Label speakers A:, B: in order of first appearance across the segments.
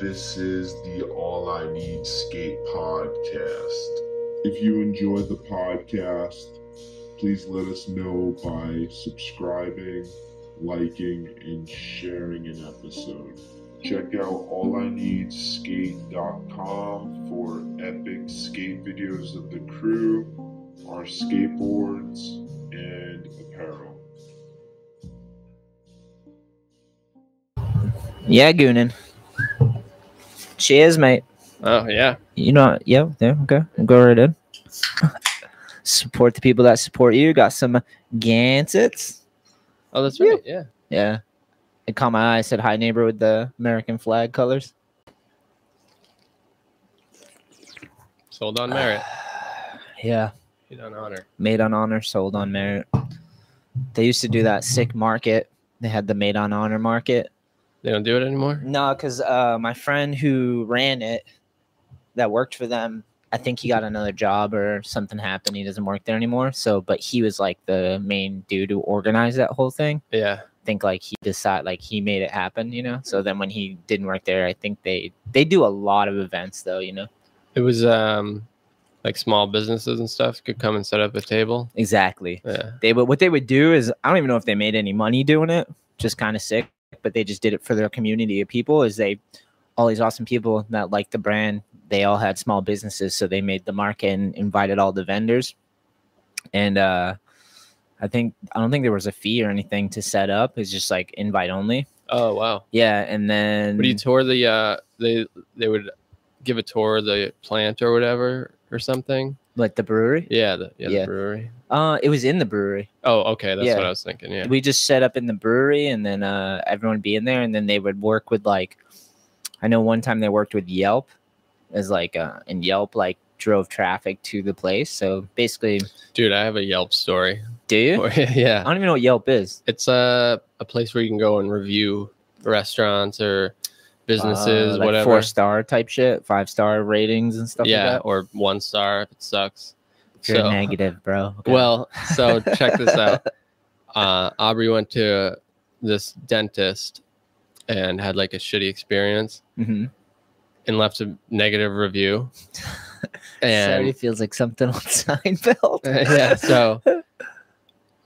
A: This is the All I Need Skate podcast. If you enjoy the podcast, please let us know by subscribing, liking, and sharing an episode. Check out allineedskate.com for epic skate videos of the crew, our skateboards, and apparel.
B: Yeah, Goonin. Cheers, mate.
C: Oh yeah,
B: You know, yeah, there, okay. Go right in. support the people that support you. Got some Gansets.
C: oh that's
B: Yeah.
C: right. Yeah,
B: Yeah. It caught my eye. Said hi, neighbor, with the American flag colors.
C: sold
B: Ah.
C: on merit.
B: Yeah.
C: You don't honor.
B: Made on honor, sold on merit. They used to do that sick market. They had the made on honor market.
C: They don't do it anymore.
B: No, because uh, my friend who ran it, that worked for them, I think he got another job or something happened. He doesn't work there anymore. So, but he was like the main dude who organized that whole thing.
C: Yeah,
B: I think like he decided, like he made it happen, you know. So then when he didn't work there, I think they they do a lot of events though, you know.
C: it was um like small businesses and stuff could come and set up a table.
B: Exactly.
C: Yeah,
B: They would what they would do is I don't even know if they made any money doing it, just kind of sick, but they just did it for their community of people. Is they all these awesome people that like the brand, they all had small businesses, so they made the market and invited all the vendors. And uh I think I don't think there was a fee or anything to set up. It's just like invite only.
C: Oh wow.
B: Yeah, and then
C: Would you tour the uh they they would give a tour of the plant or whatever or something?
B: like the brewery.
C: Yeah, the, yeah,
B: Yeah.
C: the brewery.
B: Uh, it was in the brewery.
C: Oh okay, that's
B: Yeah.
C: what I was thinking. Yeah,
B: We just set up in the brewery, and then uh, everyone would be in there, and then they would work with like, I know one time they worked with Yelp, as like, uh, and Yelp like drove traffic to the place. So basically,
C: dude, I have a Yelp story.
B: do you?
C: Or-
B: I
C: yeah,
B: don't even know what Yelp is.
C: it's a a place where you can go and review restaurants or
B: Uh,
C: businesses,
B: like
C: whatever.
B: Four star type shit, five star ratings and stuff.
C: yeah,
B: like that.
C: or one star if it sucks.
B: you're
C: so-
B: negative, bro. Okay.
C: Well, so check this out. Uh, Aubrey went to this dentist and had like a shitty experience
B: Mhm.
C: and left a negative review.
B: sorry,
C: And
B: feels like something on Seinfeld.
C: yeah, so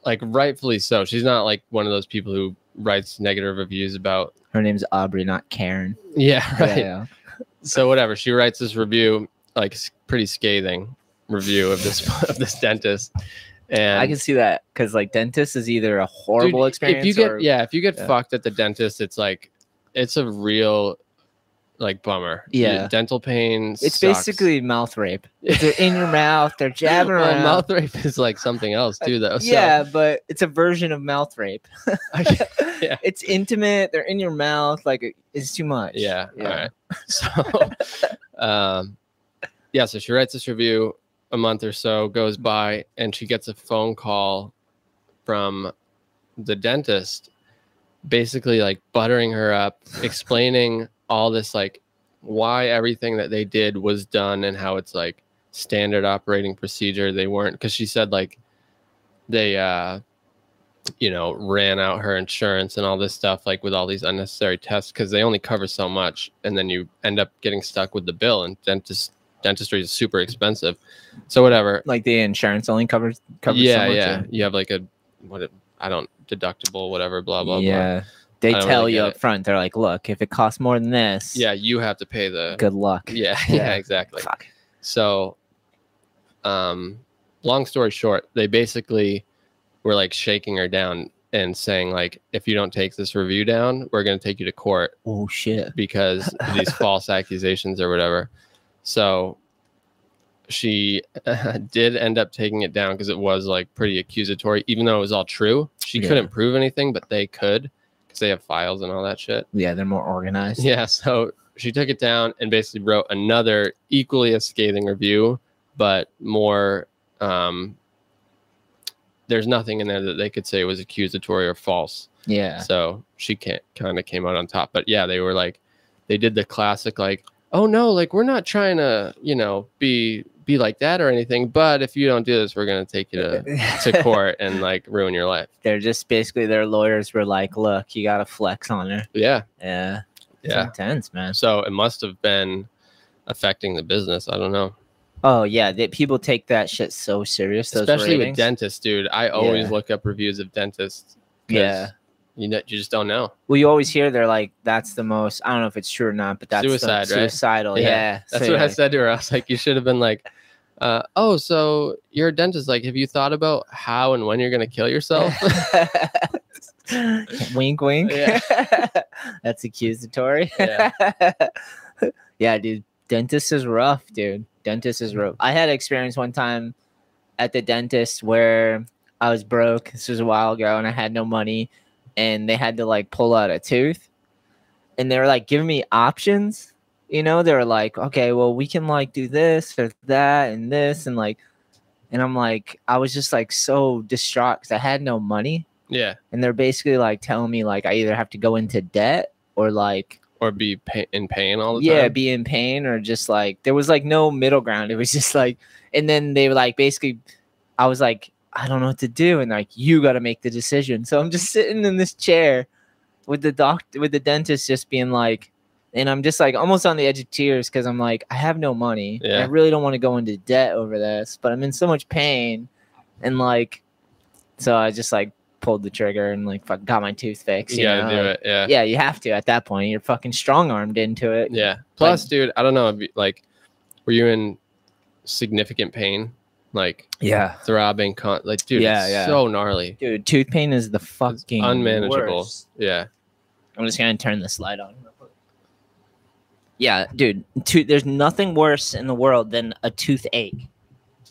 C: like rightfully so. She's not like one of those people who writes negative reviews about.
B: her name's Aubrey, not Karen.
C: Yeah, right.
B: Yeah.
C: So whatever, she writes this review, like s- pretty scathing review of this of this dentist. And
B: I can see that because like dentist is either a horrible
C: Dude,
B: experience.
C: If you get
B: or,
C: yeah, if you get
B: yeah.
C: fucked at the dentist, it's like it's a real like bummer.
B: Yeah.
C: dental pain.
B: It's
C: sucks.
B: basically mouth rape. They're in your mouth. They're jabbing
C: Well,
B: around.
C: mouth rape is like something else too, though. So,
B: yeah, but it's a version of mouth rape.
C: yeah.
B: It's intimate. They're in your mouth. Like it's too much.
C: yeah,
B: Yeah.
C: All right. So, um, yeah. So she writes this review. A month or so goes by, and she gets a phone call from the dentist, basically like buttering her up, explaining all this like why everything that they did was done and how it's like standard operating procedure. They weren't because she said like they uh you know ran out her insurance and all this stuff like with all these unnecessary tests because they only cover so much and then you end up getting stuck with the bill and dentist dentistry is super expensive so whatever
B: Like the insurance only covers covers.
C: yeah
B: so much
C: yeah
B: of-
C: you have like a what it, i don't deductible whatever blah blah blah
B: yeah. They
C: I don't
B: tell
C: really
B: you
C: get
B: up
C: it.
B: front. They're like, look, if it costs more than this,
C: yeah you have to pay the
B: good luck.
C: yeah
B: Yeah.
C: yeah exactly
B: Fuck.
C: So, um, long story short, they basically were like shaking her down and saying like, if you don't take this review down, we're gonna take you to court
B: Oh shit.
C: because of these false accusations or whatever. So she did end up taking it down because it was like pretty accusatory, even though it was all true. She
B: Yeah.
C: couldn't prove anything, but they could because they have files and all that shit.
B: Yeah, they're more organized.
C: Yeah, so she took it down and basically wrote another equally as scathing review, but more. Um, there's nothing in there that they could say was accusatory or false.
B: Yeah.
C: So she can't kind of came out on top. But yeah, they were like, they did the classic like, oh no, like we're not trying to, you know, be be like that or anything. But if you don't do this, we're gonna take you to to court and like ruin your life.
B: they're just basically their lawyers were like, look, you gotta flex on her.
C: Yeah.
B: Yeah. It's
C: Yeah.
B: intense, man.
C: So it must have been affecting the business. I don't know.
B: Oh yeah, that people take that shit so serious. Those
C: Especially with
B: ratings.
C: dentists, dude. I always
B: Yeah.
C: look up reviews of dentists. 'cause
B: Yeah.
C: You know, you just don't know.
B: Well, you always hear they're like, "That's the most." I don't know if it's true or not, but that's the-
C: Suicide, right?
B: suicidal.
C: Yeah.
B: Yeah,
C: That's
B: So
C: what I
B: you're like,
C: said to her. I was like, you should have been like, uh, oh, so you're a dentist. Like, have you thought about how and when you're going to kill yourself?
B: wink, wink.
C: Yeah.
B: that's accusatory.
C: Yeah.
B: yeah, dude. Dentist is rough, dude. Dentist is rough. I had experience one time at the dentist where I was broke. This was a while ago, and I had no money, and they had to like pull out a tooth, and they were like giving me options. You know, they were like, okay, well, we can like do this or that and this and like, and I'm like, I was just like so distraught because I had no money,
C: yeah.
B: and they're basically like telling me like I either have to go into debt or like
C: Or be pa- in pain all the
B: yeah,
C: time.
B: be in pain or just like there was like no middle ground. It was just like, and then they were like basically, I was like, I don't know what to do, and like you got to make the decision. So I'm just sitting in this chair with the doctor, with the dentist, just being like, and I'm just like almost on the edge of tears because I'm like, I have no money. and
C: Yeah.
B: I really don't want to go into debt over this, but I'm in so much pain, and like, so I just like pulled the trigger and like fuck, got my tooth fixed.
C: You
B: you
C: got
B: know,
C: to do
B: like-
C: it. Yeah.
B: yeah, you have to at that point. You're fucking strong armed into it.
C: Yeah. Plus, dude, I don't know. if you- Like, were you in significant pain? Like,
B: Yeah.
C: throbbing? Con- like, dude,
B: Yeah,
C: it's
B: yeah.
C: so gnarly.
B: Dude, tooth pain is the fucking
C: unmanageable.
B: worst.
C: Yeah.
B: I'm just gonna turn this light on. real quick. Yeah, dude. Tooth, there's nothing worse in the world than a toothache.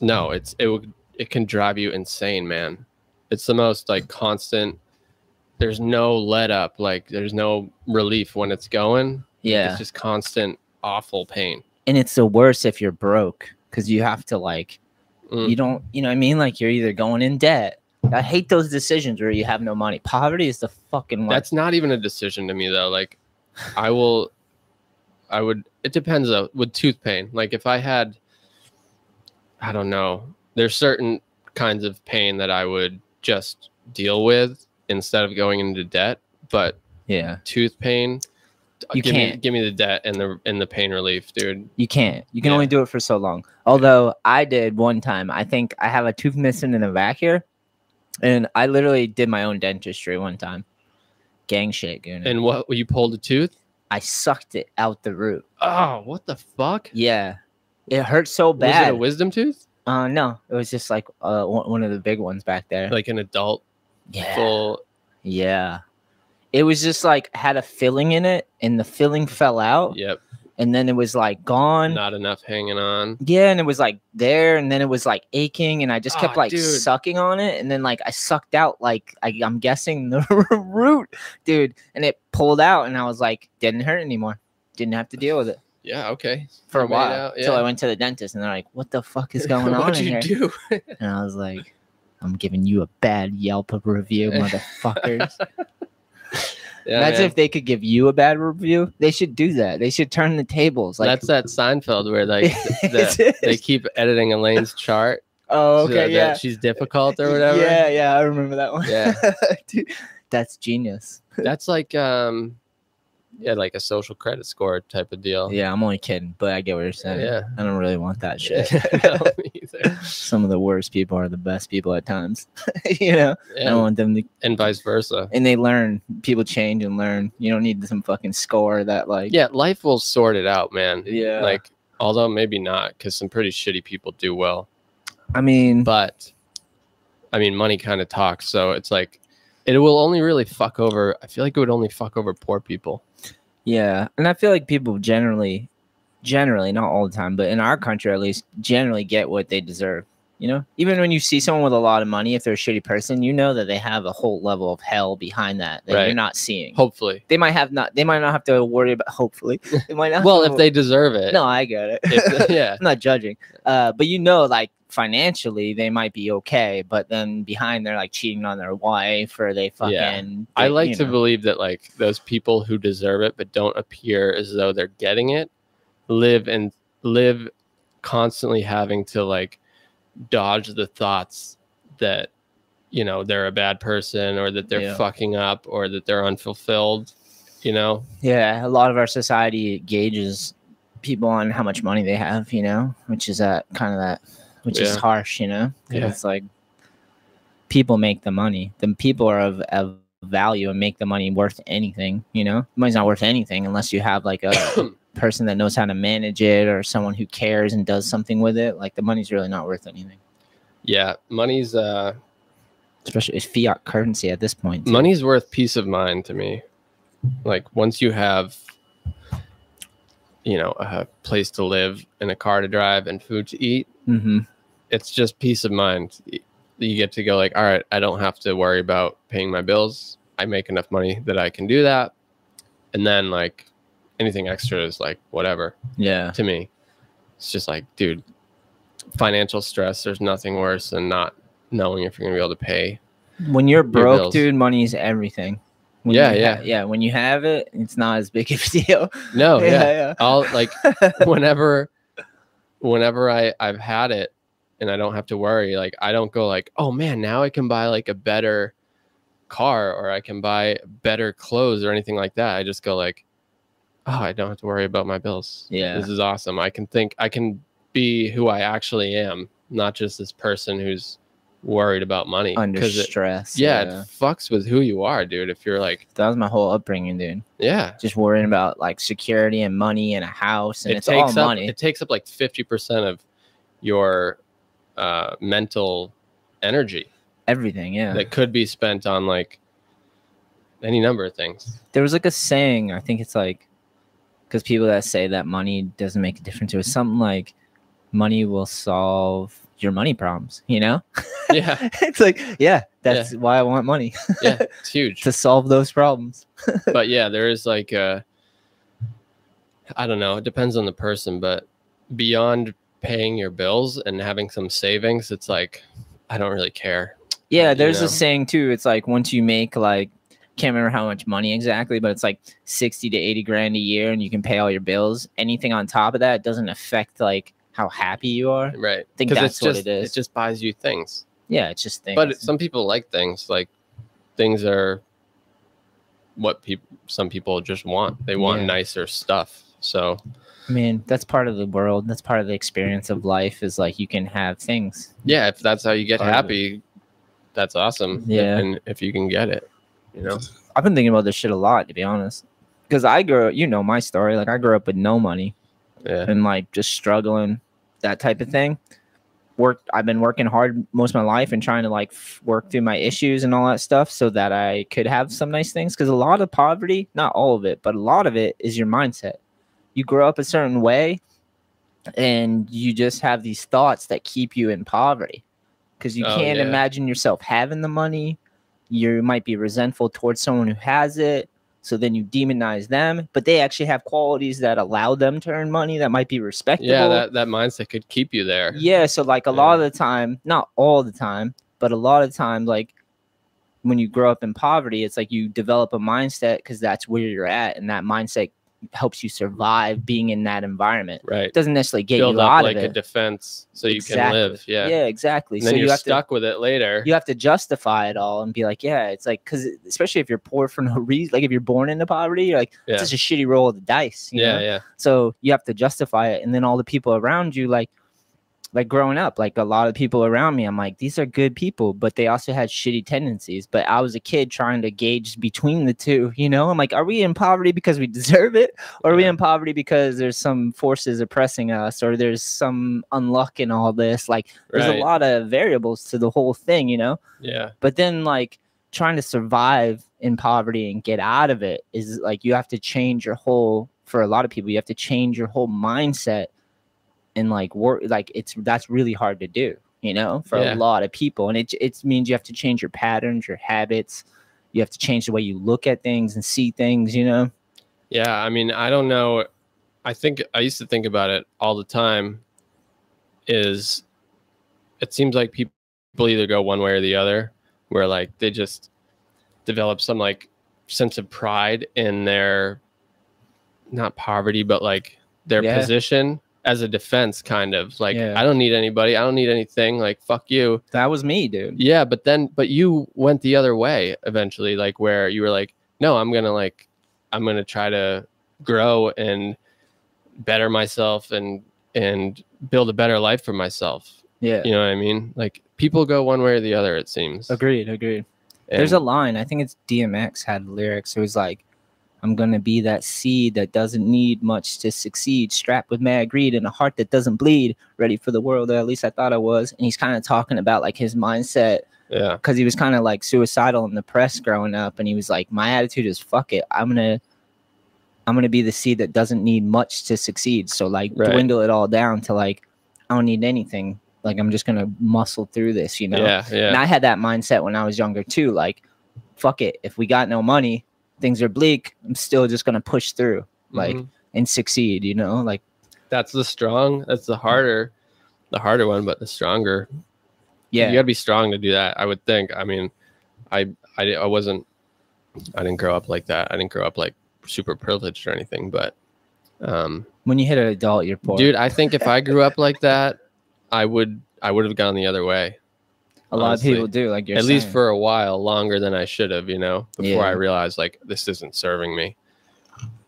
C: No, it's it would it can drive you insane, man. It's the most like constant. There's no let up. Like there's no relief when it's going.
B: Yeah,
C: It's just constant awful pain.
B: and it's the worst if you're broke because you have to like,
C: Mm.
B: you don't, you know what I mean? Like you're either going in debt. I hate those decisions where you have no money. Poverty is the fucking worst.
C: That's not even a decision to me though. Like I will I would it depends though with tooth pain. Like if I had I don't know. There's certain kinds of pain that I would just deal with instead of going into debt, but
B: yeah.
C: tooth pain.
B: You
C: give Me,
B: can't.
C: give me the debt and the and the pain relief, dude.
B: You can't. You can
C: Yeah.
B: only do it for so long. Although I did one time. I think I have a tooth missing in the back here, and I literally did my own dentistry one time. Gang shit, goon.
C: And what you pulled a tooth?
B: I sucked it out the root.
C: Oh, what the fuck?
B: Yeah, it hurt so
C: Was it
B: bad.
C: a wisdom tooth?
B: uh, no, it was just like uh one one of the big ones back there.
C: Like an adult
B: yeah,
C: full?
B: yeah. It was just like had a filling in it, and the filling fell out,
C: Yep.
B: and then it was like gone.
C: Not enough hanging on.
B: Yeah, and it was like there, and then it was like aching, and I just kept
C: Ah,
B: like
C: dude.
B: sucking on it, and then like I sucked out like I, I'm guessing the root, dude, and it pulled out, and I was like, didn't hurt anymore, didn't have to deal with it
C: Yeah. Okay.
B: for a
C: Made
B: while.
C: out,
B: So
C: yeah.
B: I went to the dentist, and they're like, what the fuck is going on
C: What'd
B: in
C: you
B: here?
C: do?
B: And I was like, I'm giving you a bad Yelp review, motherfuckers.
C: Yeah,
B: Imagine
C: man.
B: if they could give you a bad review. They should do that. They should turn the tables. Like
C: that's that Seinfeld where like the, they keep editing Elaine's chart.
B: oh,
C: so
B: okay,
C: that
B: yeah.
C: She's difficult or whatever.
B: Yeah, yeah, I remember that one.
C: Yeah.
B: Dude, that's genius.
C: That's like um, yeah, like a social credit score type of deal.
B: Yeah, I'm only kidding, but I get what you're saying.
C: Yeah.
B: I don't really want that shit.
C: No, me either.
B: Some of the worst people are the best people at times. you know, I don't
C: Yeah,
B: want them to,
C: and vice versa.
B: and they learn. People change and learn. You don't need some fucking score that like.
C: Yeah, life will sort it out, man.
B: Yeah.
C: Like, although maybe not, because some pretty shitty people do well.
B: I mean,
C: But, I mean, money kind of talks, so it's like, it will only really fuck over. I feel like it would only fuck over poor people.
B: yeah, and I feel like people generally, generally, not all the time, but in our country at least, generally get what they deserve. You know, even when you see someone with a lot of money, if they're a shitty person, you know that they have a whole level of hell behind that that
C: Right.
B: you're not seeing.
C: Hopefully.
B: they might have not they might not have to worry about hopefully they might not
C: Well,
B: have
C: if
B: to-
C: they deserve it.
B: no i get it
C: If- yeah.
B: i'm not judging uh but you know like financially they might be okay but then behind they're like cheating on their wife or they fucking
C: Yeah. I
B: they-
C: like
B: you
C: to
B: know.
C: believe that like those people who deserve it but don't appear as though they're getting it live and live constantly having to like dodge the thoughts that you know they're a bad person or that they're
B: Yeah.
C: fucking up or that they're unfulfilled. you know?
B: Yeah, a lot of our society gauges people on how much money they have, you know, which is that kind of that, which is
C: Yeah.
B: harsh, you know. 'Cause
C: Yeah.
B: It's like people make the money. The people are of, of value and make the money worth anything, you know. Money's not worth anything unless you have like a person that knows how to manage it or someone who cares and does something with it. Like the money's really not worth anything,
C: Yeah, money's uh
B: especially it's fiat currency at this point. too.
C: money's worth peace of mind to me. Like once you have you know, a place to live and a car to drive and food to eat,
B: Mhm.
C: it's just peace of mind. Y- You get to go like, all right, I don't have to worry about paying my bills. I make enough money that I can do that. And then like anything extra is like whatever
B: Yeah.
C: to me. It's just like, dude, financial stress, there's nothing worse than not knowing if you're gonna be able to pay.
B: When you're broke,
C: bills.
B: dude, money is everything. When
C: Yeah,
B: you ha-
C: yeah.
B: yeah. When you have it, it's not as big of a deal.
C: No, Oh, yeah.
B: yeah.
C: I'll like whenever whenever I, I've had it and I don't have to worry, like I don't go like, oh man, now I can buy like a better car or I can buy better clothes or anything like that. I just go like, oh, I don't have to worry about my bills.
B: Yeah.
C: This is awesome. I can think I can be who I actually am, not just this person who's worried about money.
B: under
C: 'Cause it,
B: stress.
C: yeah, it fucks with who you are, dude. If you're like,
B: that was my whole upbringing, dude.
C: yeah,
B: Just worrying about like security and money and a house, and it's all
C: up,
B: money.
C: It takes up like fifty percent of your uh, mental energy
B: everything, yeah.
C: that could be spent on like any number of things.
B: there was like a saying, I think it's like, because people that say that money doesn't make a difference, it was something like, money will solve your money problems. You know,
C: Yeah,
B: it's like, yeah, that's why I want money
C: yeah, it's huge.
B: to solve those problems.
C: but yeah, there is like I I don't know. It depends on the person, but beyond paying your bills and having some savings, it's like I don't really care.
B: Yeah,
C: you
B: there's
C: know?
B: a saying too. It's like once you make like can't remember how much money exactly, but it's like sixty to eighty grand a year, and you can pay all your bills. Anything on top of that doesn't affect like how happy you are.
C: Right?
B: think
C: 'Cause
B: that's
C: it's
B: what
C: just,
B: it is.
C: It just buys you things.
B: Yeah, it's just things.
C: But it- some people like things like things are what people some people just want. They want
B: Yeah.
C: nicer stuff. So
B: I mean, that's part of the world. That's part of the experience of life. Is like you can have things.
C: yeah, if that's how you get
A: Part of it.
C: happy, that's awesome.
B: Yeah.
C: and if you can get it, you know.
B: I've been thinking about this shit a lot, to be honest. Because I grew, you know, my story. Like I grew up with no money.
C: Yeah,
B: and like just struggling, that type of thing. Worked, I've been working hard most of my life and trying to like f- work through my issues and all that stuff so that I could have some nice things. Cause a lot of poverty, not all of it, but a lot of it is your mindset. You grow up a certain way and you just have these thoughts that keep you in poverty because you
C: Oh,
B: can't
C: yeah.
B: imagine yourself having the money. You might be resentful towards someone who has it. So then you demonize them, but they actually have qualities that allow them to earn money that might be respectable.
C: yeah. That that mindset could keep you there.
B: Yeah, so like a lot of the time, not all the time, but a lot of time, like when you grow up in poverty, it's like you develop a mindset because that's where you're at, and that mindset helps you survive being in that environment.
C: Right.
B: It doesn't necessarily get
C: Build
B: you
C: up
B: out
C: like
B: of
C: a
B: it.
C: defense so you can
B: Exactly.
C: live. Yeah.
B: yeah, exactly.
C: And then
B: so
C: you're
B: you have to
C: stuck with it later.
B: you have to justify it all and be like, yeah, it's like because especially if you're poor for no reason, like if you're born into poverty, you're like,
C: Yeah.
B: it's just a shitty roll of the dice. You
C: yeah,
B: know?
C: yeah.
B: So you have to justify it. And then all the people around you, like, like growing up, like a lot of people around me, I'm like, these are good people, but they also had shitty tendencies. But I was a kid trying to gauge between the two, you know? I'm like, are we in poverty because we deserve it? Or are we
C: Yeah.
B: in poverty because there's some forces oppressing us or there's some unluck in all this? Like, there's
C: Right.
B: a lot of variables to the whole thing, you know?
C: Yeah.
B: but then like trying to survive in poverty and get out of it is like you have to change your whole for a lot of people you have to change your whole mindset and like work like it's that's really hard to do you know for
C: Yeah.
B: a lot of people and it it means you have to change your patterns your habits you have to change the way you look at things and see things you know
C: Yeah, I mean, I don't know. I think I used to think about it all the time. Is it seems like peop- people either go one way or the other, where like they just develop some like sense of pride in their not poverty, but like their
B: Yeah.
C: position as a defense, kind of like
B: Yeah.
C: I don't need anybody, I don't need anything, like fuck you.
B: that was me dude
C: Yeah, but then but you went the other way eventually, like where you were like, no, I'm gonna like I'm going to try to grow and better myself and and build a better life for myself.
B: Yeah.
C: You know what I mean? Like people go one way or the other. It seems.
B: Agreed. Agreed. There's a
C: And-
B: line, I think it's DMX had lyrics. It was like, I'm going to be that seed that doesn't need much to succeed, strapped with mad greed and a heart that doesn't bleed, ready for the world, or at least I thought I was. And he's kind of talking about like his mindset
C: yeah.
B: because he was kind of like suicidal and depressed growing up. And he was like, My attitude is fuck it. I'm going to. I'm gonna be the seed that doesn't need much to succeed. So like
C: Right.
B: dwindle it all down to like I don't need anything. Like I'm just gonna muscle through this, you know.
C: Yeah. Yeah.
B: And I had that mindset when I was younger too. Like, fuck it. If we got no money, things are bleak. I'm still just gonna push through, like,
C: Mhm.
B: and succeed. You know, like,
C: that's the strong. That's the harder, the harder one, but the stronger
B: yeah,
C: you got to be strong to do that i would think i mean I, I di- i wasn't i didn't grow up like that i didn't grow up like super privileged or anything but um
B: when you hit an adult, you're poor.
C: dude i think if i grew up like that i would i would have gone the other way
B: a lot
C: honestly,
B: of people do. Like, you're
C: at least
B: saying.
C: for a while longer than i should have you know before i
B: Yeah.
C: realized like this isn't serving me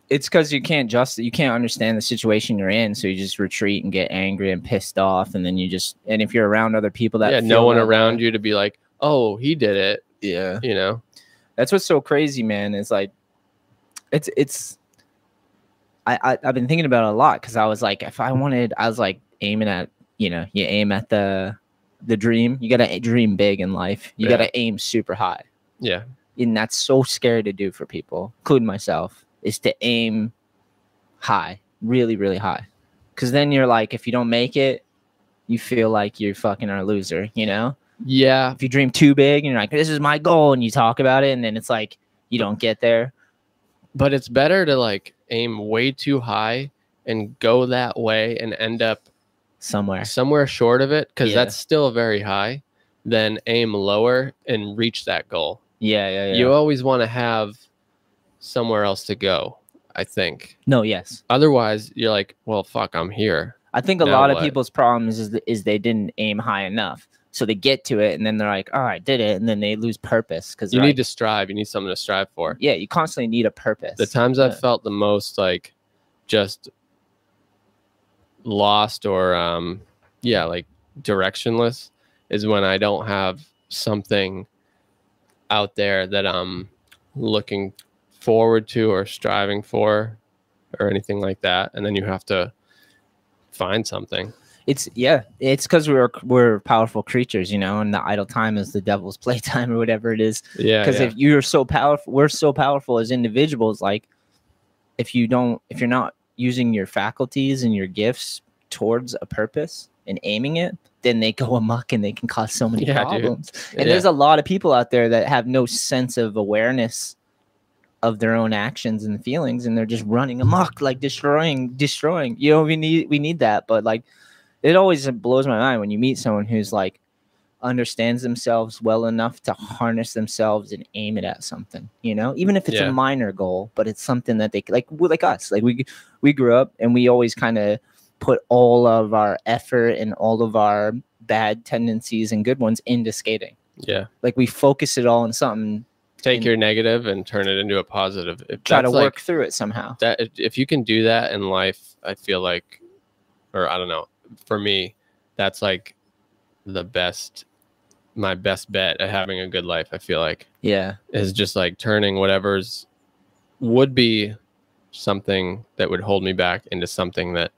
B: it's because you can't just you can't understand the situation you're in, so you just retreat and get angry and pissed off, and then you just and if you're around other people that
C: yeah no one around you to be like oh he did it
B: yeah,
C: you know
B: that's what's so crazy, man. Is like, it's it's. I, I I've been thinking about it a lot because I was like, if I wanted, I was like aiming at you know you aim at the the dream. You gotta a- dream big in life. You
C: Yeah.
B: gotta aim super high,
C: yeah
B: and that's so scary to do for people, including myself, is to aim high, really really high, because then you're like, if you don't make it, you feel like you fucking are a loser, you know
C: yeah
B: if you dream too big and you're like, this is my goal, and you talk about it, and then it's like you don't get there.
C: but it's better to like aim way too high and go that way and end up
B: Somewhere.
C: somewhere short of it because
B: Yeah.
C: that's still very high then aim lower and reach that goal
B: Yeah, yeah, yeah.
C: you always want to have somewhere else to go i think
B: no, yes.
C: otherwise you're like well fuck i'm here
B: I think a
C: Now
B: lot of
C: what?
B: people's problems is th- is they didn't aim high enough, so they get to it, and then they're like, "All right, did it," and then they lose purpose because
C: you need to strive you need something to strive for
B: Yeah, you constantly need a purpose.
C: the times
B: Yeah.
C: i've felt the most like just lost or um yeah like directionless is when i don't have something out there that i'm looking forward to or striving for or anything like that and then you have to find something
B: It's yeah, it's because we're we're powerful creatures, you know, and the idle time is the devil's playtime or whatever it is.
C: yeah
B: because
C: yeah.
B: if you're so powerful we're so powerful as individuals like if you don't if you're not using your faculties and your gifts towards a purpose and aiming it then they go amok and they can cause so many
C: Yeah, dude.
B: problems and
C: Yeah.
B: there's a lot of people out there that have no sense of awareness of their own actions and feelings and they're just running amok like destroying destroying you know we need we need that but like it always blows my mind when you meet someone who's like understands themselves well enough to harness themselves and aim it at something you know even if it's
C: Yeah.
B: a minor goal but it's something that they like we- like us like we we grew up and we always kind of put all of our effort and all of our bad tendencies and good ones into skating
C: yeah
B: like we focus it all on something
C: take
B: and-
C: your negative and turn it into a positive if
B: try to
C: that's, like,
B: work through it somehow
C: that if- if you can do that in life, I feel like, or I don't know, for me, that's like the best, my best bet at having a good life. I feel like
B: yeah
C: is just like turning whatever's would be something that would hold me back into something that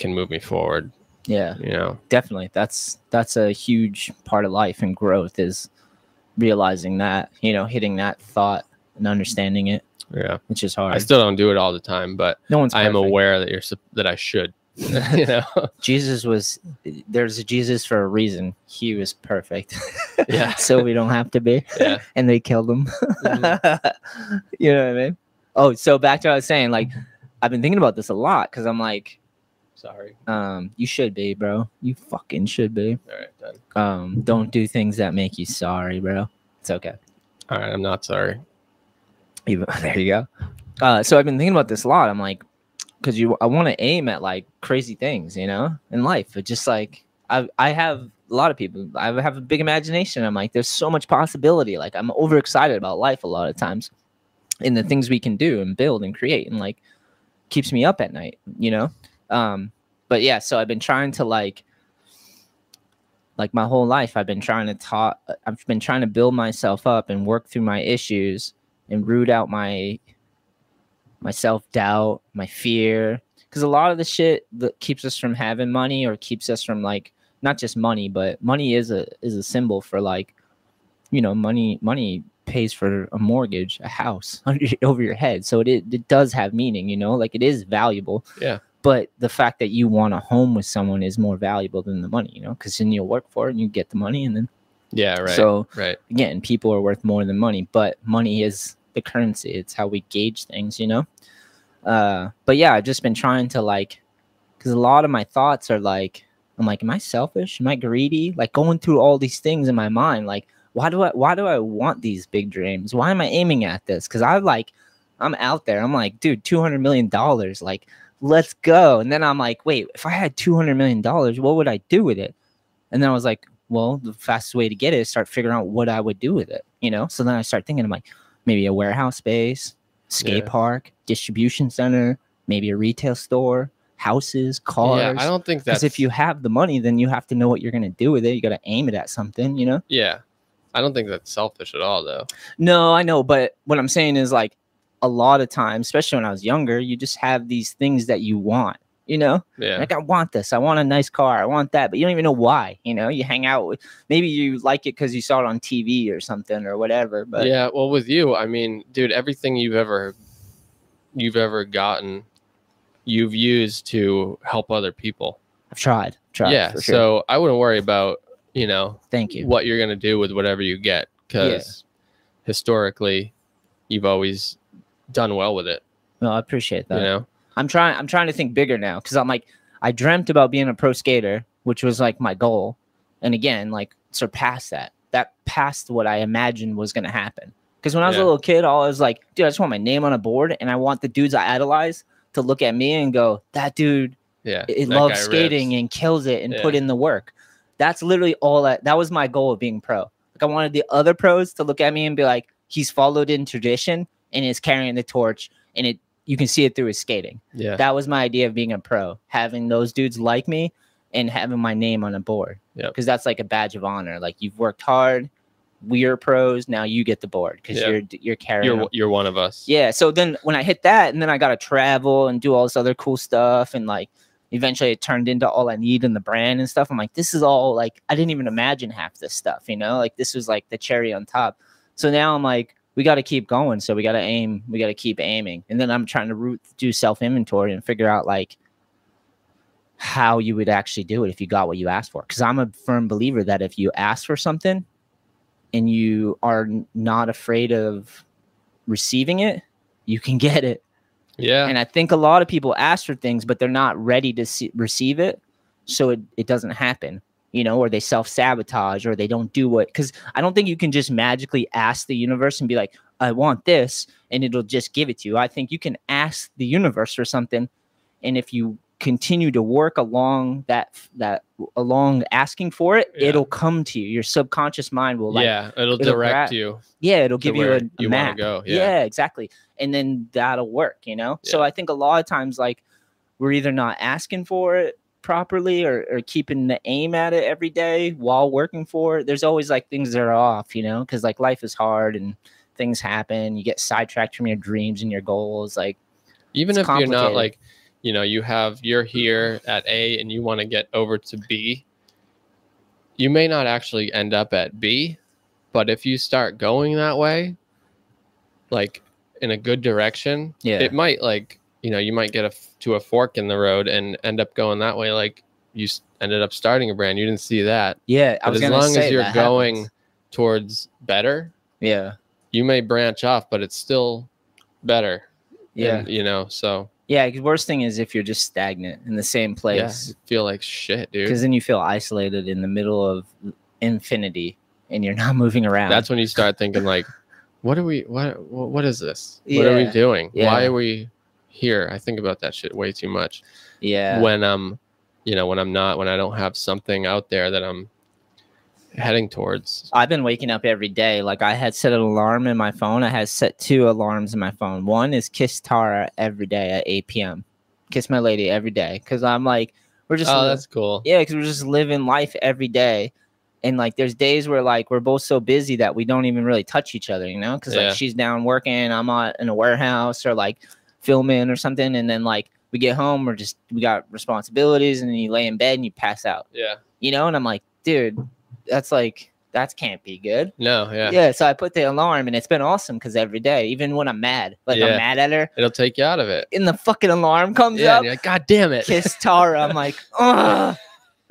C: can move me forward.
B: yeah
C: You know,
B: definitely that's that's a huge part of life and growth is realizing that you know hitting that thought and understanding it
C: yeah.
B: which is
C: I
B: hard
C: still don't do it all the time, but
B: no one's
C: I am
B: perfect.
C: aware that you're sup- that I should. you know,
B: jesus was there's a jesus for a reason he was perfect
C: Yeah.
B: so we don't have to be
C: yeah, Mm-hmm.
B: and they killed him you know what i mean oh so back to what i was saying like i've been thinking about this a lot because i'm like
C: sorry.
B: um you should be bro you fucking should be
C: All right, done.
B: um don't do things that make you sorry bro it's okay
C: All right, I'm not sorry.
B: Even, there you go. Uh, so I've been thinking about this a lot. I'm like, because you, I want to aim at like crazy things, you know, in life. But just like I, I have a lot of people. I have a big imagination. I'm like, there's so much possibility. Like I'm overexcited about life a lot of times, and the things we can do and build and create and like keeps me up at night, you know? Um, but yeah, so I've been trying to like like my whole life I've been trying to taught I've been trying to build myself up and work through my issues and root out my my self-doubt, my fear cuz a lot of the shit that keeps us from having money or keeps us from like not just money, but money is a is a symbol for like you know, money money pays for a mortgage, a house under, over your head. So it, it does have meaning, you know, like it is valuable.
C: Yeah.
B: But the fact that you want a home with someone is more valuable than the money, you know, because then you'll work for it and you get the money. And then,
C: Yeah. Right.
B: so
C: right.
B: again, people are worth more than money, but money is the currency. It's how we gauge things, you know? Uh, but yeah, I've just been trying to like, because a lot of my thoughts are like, I'm like, am I selfish? Am I greedy? Like going through all these things in my mind, like, why do I why do I want these big dreams? Why am I aiming at this? Because I like, I'm out there. I'm like, dude, two hundred million dollars, like, let's go. And then I'm like, wait, if I had two hundred million dollars, what would I do with it? And then I was like, well, the fastest way to get it is start figuring out what I would do with it. You know. So then I start thinking, I'm like, maybe a warehouse space, skate
C: Yeah.
B: park, distribution center, maybe a retail store, houses, cars.
C: yeah. I don't think
B: Because
C: that's
B: if you have the money, then you have to know what you're going to do with it. You got to aim it at something, you know?
C: Yeah. I don't think that's selfish at all, though.
B: No, I know. But what I'm saying is like a lot of times, especially when I was younger, you just have these things that you want, you know?
C: Yeah.
B: Like, I want this. I want a nice car. I want that. But you don't even know why. You know, you hang out with, maybe you like it because you saw it on TV or something or whatever. But
C: yeah. Well, with you, I mean, dude, everything you've ever you've ever gotten, you've used to help other people.
B: I've tried. Tried.
C: yeah.
B: For sure.
C: So I wouldn't worry about you know
B: thank you.
C: what you're gonna do with whatever you get because historically, you've always done well with it.
B: No, I appreciate that.
C: You know.
B: I'm trying I'm trying to think bigger now because I'm like I dreamt about being a pro skater, which was like my goal. And again, like surpassed that. That passed what I imagined was gonna happen. Because when I was
C: Yeah.
B: a little kid, all I was like, dude, I just want my name on a board and I want the dudes I idolize to look at me and go, that dude
C: Yeah.
B: it
C: that
B: loves
C: guy rips.
B: skating and kills it and put
C: Yeah.
B: in the work. That's literally all that that was my goal of being pro. Like I wanted the other pros to look at me and be like, he's followed in tradition and is carrying the torch and it you can see it through his skating.
C: Yeah.
B: That was my idea of being a pro, having those dudes like me and having my name on a board.
C: Yep.
B: Because that's like a badge of honor. Like you've worked hard, we're pros, now you get the board because
C: Yeah.
B: you're you're carrying
C: You're
B: a
C: w- you're one of us.
B: yeah. So then when I hit that, and then I got to travel and do all this other cool stuff, and like eventually it turned into all I need in the brand and stuff. I'm like, this is all like I didn't even imagine half this stuff, you know? Like this was like the cherry on top. So now I'm like, we got to keep going. So we got to aim. We got to keep aiming. And then I'm trying to root, do self inventory and figure out like how you would actually do it if you got what you asked for. Because I'm a firm believer that if you ask for something and you are n- not afraid of receiving it, you can get it.
C: Yeah.
B: And I think a lot of people ask for things, but they're not ready to see, receive it. So it, it doesn't happen, you know, or they self sabotage or they don't do what. Because I don't think you can just magically ask the universe and be like, I want this, and it'll just give it to you. I think you can ask the universe for something. And if you continue to work along that, that along asking for it,
C: Yeah.
B: it'll come to you. Your subconscious mind will like
C: yeah. It'll,
B: it'll
C: direct
B: gra-
C: you.
B: yeah, it'll
C: to
B: give you
C: where
B: a, a
C: you wanna
B: map.
C: go, yeah.
B: Yeah. exactly. And then that'll work, you know? So
C: Yeah.
B: I think a lot of times, like, we're either not asking for it properly or, or keeping the aim at it every day while working for it. There's always like things that are off, you know? Because like life is hard and things happen. You get sidetracked from your dreams and your goals. Like,
C: Even
B: It's
C: if you're not
B: complicated.
C: like, you know, you have you're here at A and you want to get over to B. You may not actually end up at B, but if you start going that way, like in a good direction,
B: yeah.
C: it might like you know you might get a f- to a fork in the road and end up going that way. Like you s- ended up starting a brand, you didn't see that.
B: yeah. I
C: But
B: was
C: as
B: gonna
C: long
B: say
C: as you're
B: that
C: going
B: happens.
C: towards better,
B: Yeah.
C: you may branch off, but it's still better.
B: Yeah.
C: And, you know, so
B: yeah. 'cause worst thing is if you're just stagnant in the same place.
C: Yeah, feel like shit, dude.
B: because then you feel isolated in the middle of infinity and you're not moving around.
C: That's when you start thinking like, what are we? What what what is this? What are we
B: Yeah,
C: doing? Why
B: yeah.
C: are we here? I think about that shit way too much. um,
B: yeah,
C: When I'm, you know, when I'm not, when I don't have something out there that I'm heading towards.
B: I've been waking up every day. Like I had set an alarm in my phone. I had set two alarms in my phone. One is kiss Tara every day at 8 p.m. Kiss my lady every day because I'm like we're just
C: Oh,
B: li-
C: that's cool.
B: yeah because we're just living life every day. And like, there's days where like we're both so busy that we don't even really touch each other, you know? Because
C: Yeah.
B: like she's down working, I'm out in a warehouse or like filming or something, and then like we get home, we're just we got responsibilities, and then you lay in bed and you pass out,
C: Yeah.
B: you know? And I'm like, dude, that's like that can't be good
C: No, yeah.
B: yeah. so i put the alarm and it's been awesome because every day even when i'm mad like
C: Yeah.
B: i'm mad at her
C: It'll take you out of it.
B: and the fucking alarm comes
C: Yeah.
B: up
C: and you're like, God damn it.
B: kiss tara i'm like oh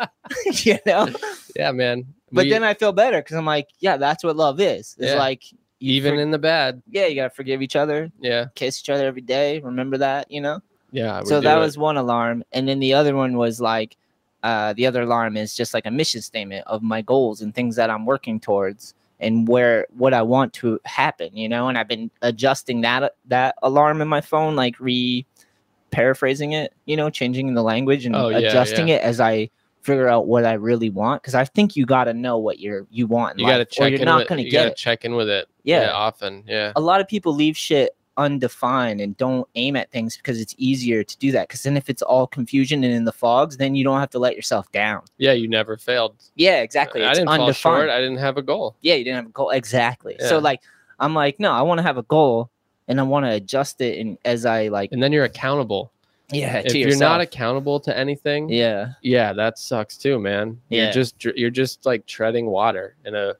B: you know
C: Yeah, man.
B: but
C: We-
B: then i feel better because i'm like yeah that's what love is it's
C: Yeah.
B: like you
C: even
B: for-
C: in the bad.
B: yeah you gotta forgive each other
C: Yeah.
B: kiss each other every day remember that you know
C: Yeah. we
B: so
C: do
B: that
C: it.
B: was one alarm and then the other one was like uh, the other alarm is just like a mission statement of my goals and things that i'm working towards and where what i want to happen you know and i've been adjusting that that alarm in my phone like re paraphrasing it you know changing the language and
C: Oh, yeah,
B: adjusting it as i figure out what i really want because i think you got to know what you're you want in
C: you got to
B: life,
C: check
B: or you're
C: in
B: not
C: with,
B: gonna
C: you
B: get
C: gotta
B: it
C: check in with it.
B: Yeah.
C: often. Yeah.
B: a lot of people leave shit undefined and don't aim at things because it's easier to do that. Because then if it's all confusion and in the fogs, then you don't have to let yourself down.
C: Yeah, you never failed.
B: Yeah, exactly.
C: I
B: It's
C: didn't fall
B: undefined.
C: short. I didn't have a goal.
B: yeah, you didn't have a goal. Exactly.
C: Yeah.
B: So like, I'm like, no, I want to have a goal and I want to adjust it. And as I like,
C: And then you're accountable.
B: yeah, to
C: if you're
B: yourself.
C: not accountable to anything, yeah.
B: yeah,
C: that sucks too, man. You're
B: Yeah.
C: just dr- you're just like treading water in a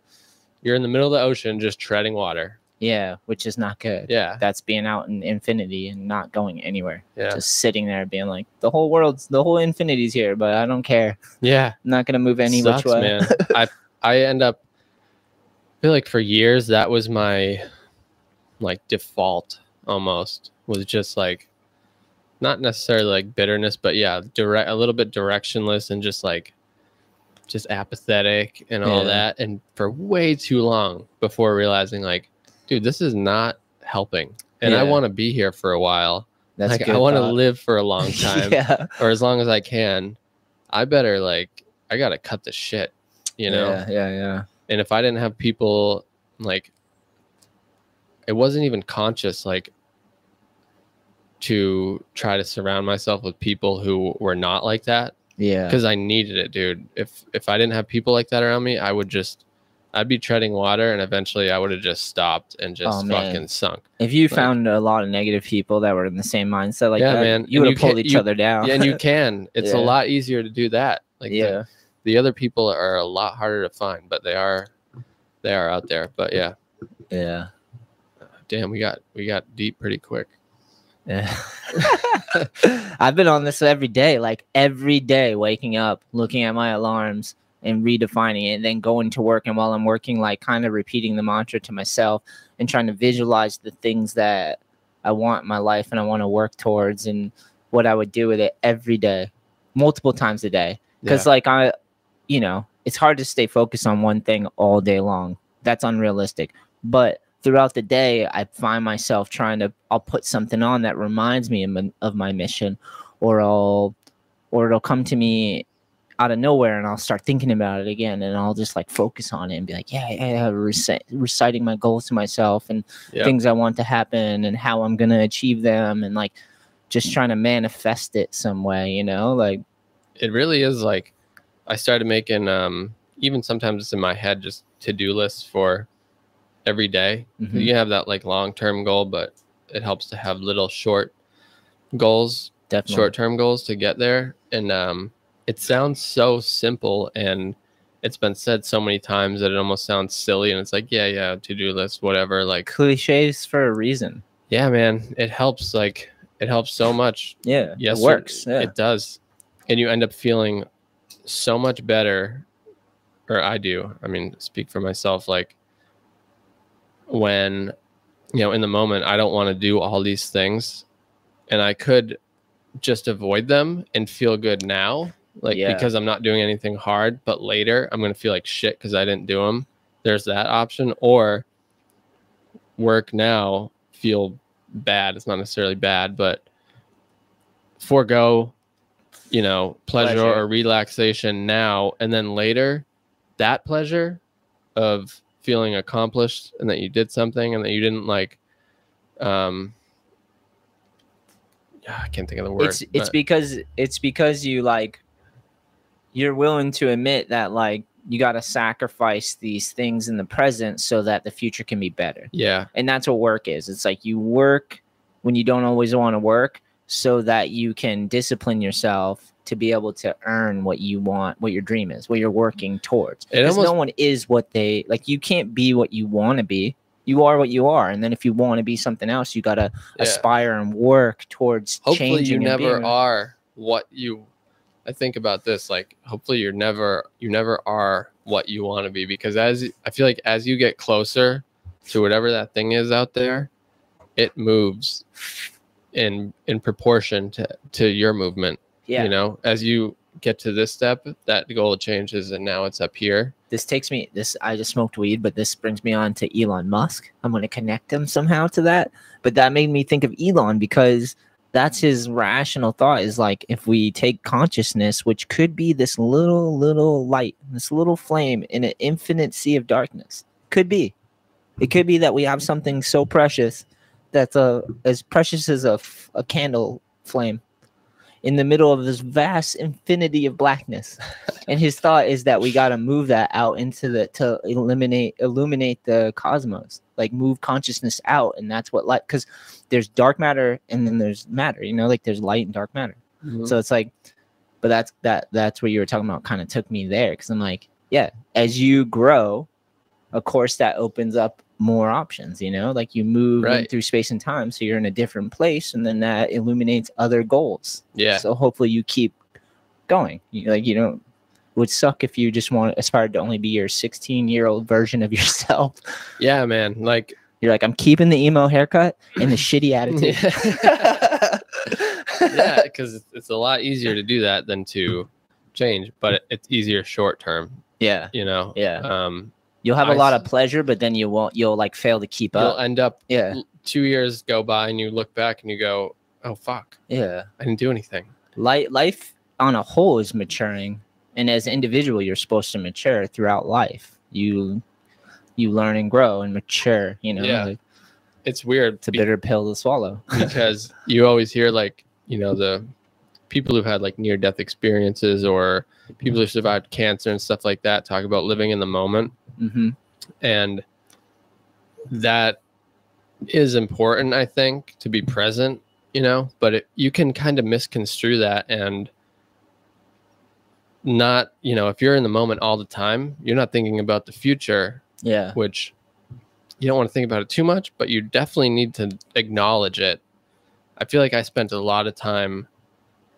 C: you're in the middle of the ocean just treading water.
B: yeah, which is not good.
C: Yeah.
B: That's being out in infinity and not going anywhere.
C: Yeah.
B: Just sitting there being like, the whole world's, the whole infinity's here, but I don't care.
C: Yeah.
B: I'm not gonna move any
C: sucks,
B: which way.
C: man. I I end up I feel like for years that was my like default almost was just like not necessarily like bitterness, but yeah, direct a little bit directionless and just like just apathetic and all
B: Yeah.
C: that. And for way too long before realizing like, dude, this is not helping. And I
B: Yeah.
C: want to be here for a while.
B: That's
C: like
B: good
C: I want to
B: thought.
C: live for a long time
B: yeah.
C: or as long as I can, I better like I gotta cut the shit, you know.
B: Yeah, yeah, yeah.
C: And if I didn't have people like, it wasn't even conscious like to try to surround myself with people who were not like that
B: Yeah.
C: because I needed it, dude. If if I didn't have people like that around me, I would just I'd be treading water, and eventually I would have just stopped and just
B: Oh, man.
C: fucking sunk.
B: If you
C: like-
B: found a lot of negative people that were in the same mindset like
C: Yeah,
B: that,
C: man,
B: you would
C: and you
B: have pulled
C: can't-
B: each
C: you-
B: other down.
C: Yeah, and you can. It's
B: Yeah.
C: a lot easier to do that. Like the-
B: yeah.
C: the other people are a lot harder to find, but they are they are out there. But yeah,
B: Yeah.
C: damn, we got we got deep pretty quick.
B: Yeah. I've been on this every day, like every day waking up, looking at my alarms and redefining it, and then going to work. And while I'm working, like kind of repeating the mantra to myself and trying to visualize the things that I want in my life and I want to work towards and what I would do with it every day, multiple times a day. because like i you know it's hard to stay focused on one thing all day long that's unrealistic but throughout the day i find myself trying to i'll put something on that reminds me of my, of my mission or i'll or it'll come to me out of nowhere and i'll start thinking about it again and i'll just like focus on it and be like yeah yeah, yeah reci- reciting my goals to myself and
C: Yeah.
B: things i want to happen and how i'm going to achieve them and like just trying to manifest it some way you know like
C: it really is like I started making um even sometimes it's in my head just to do lists for every day.
B: mhm.
C: You can have that like long term goal, but it helps to have little short goals
B: definitely
C: short term goals to get there. And um, it sounds so simple and it's been said so many times that it almost sounds silly. And it's like, yeah, yeah, to do list, whatever. Like,
B: cliches for a reason.
C: yeah, man, it helps. Like, it helps so much.
B: Yeah,
C: Yes,
B: it
C: sir,
B: works. Yeah.
C: It does. And you end up feeling so much better. Or I do. I mean, speak for myself. Like, when, you know, in the moment, I don't want to do all these things and I could just avoid them and feel good now, like
B: Yeah.
C: because I'm not doing anything hard, but later I'm going to feel like shit because I didn't do them. There's that option, or work now, feel bad. It's not necessarily bad, but forego, you know, pleasure,
B: Pleasure.
C: or relaxation now, and then later. that pleasure of feeling accomplished and that you did something and that you didn't like um I can't think of the word.
B: it's it's
C: but-
B: because it's because you like you're willing to admit that like you got to sacrifice these things in the present so that the future can be better.
C: yeah,
B: And that's what work is. It's like you work when you don't always want to work so that you can discipline yourself to be able to earn what you want, what your dream is, what you're working towards.
C: It
B: Because no
C: almost-
B: one is what they like. You can't be what you want to be. You are what you are. And then if you want to be something else, you got to
C: yeah.
B: aspire and work towards
C: hopefully you
B: changing. and
C: never
B: being-
C: are what you i think about this like hopefully you're never you never are what you want to be because as i feel like as you get closer to whatever that thing is out there it moves in in proportion to to your movement
B: Yeah.
C: you know as you get to this step that goal changes and now it's up here
B: This takes me. This I just smoked weed, but this brings me on to Elon Musk. I'm going to connect him somehow to that. But that made me think of Elon because that's his rational thought is like if we take consciousness, which could be this little little light, this little flame in an infinite sea of darkness, could be. It could be that we have something so precious that's a, as precious as a, f- a candle flame in the middle of this vast infinity of blackness. and his thought is that we got to move that out into the to eliminate illuminate the cosmos, like move consciousness out, and that's what light. Because there's dark matter and then there's matter. You know, like there's light and dark matter.
C: Mm-hmm.
B: So it's like, but that's that that's what you were talking about. Kind of took me there because I'm like, yeah, as you grow, of course that opens up more options. You know, like you move in
C: Right.
B: through space and time, so you're in a different place, and then that illuminates other goals.
C: yeah
B: So hopefully you keep going. You, like you don't. It would suck if you just want aspired to only be your 16 year old version of yourself.
C: yeah man like
B: You're like, I'm keeping the emo haircut and the shitty attitude.
C: yeah yeah because it's a lot easier to do that than to change but it- it's easier short term
B: yeah.
C: you know
B: Yeah.
C: um
B: You'll have a
C: I
B: lot of
C: see.
B: pleasure, but then you won't. You'll like fail to keep
C: you'll
B: up.
C: end up
B: Yeah.
C: two years go by and you look back and you go oh fuck
B: Yeah.
C: i didn't do anything
B: Life, life on a whole is maturing, and as an individual, you're supposed to mature throughout life. You, you learn and grow and mature. You know,
C: Yeah.
B: like,
C: it's weird
B: it's a
C: be-
B: bitter pill to swallow.
C: because you always hear like you know the people who've had like near death experiences or people who survived cancer and stuff like that talk about living in the moment
B: hmm
C: and that is important i think to be present you know but it, you can kind of misconstrue that and not you know if you're in the moment all the time you're not thinking about the future
B: Yeah.
C: which you don't want to think about it too much but you definitely need to acknowledge it i feel like i spent a lot of time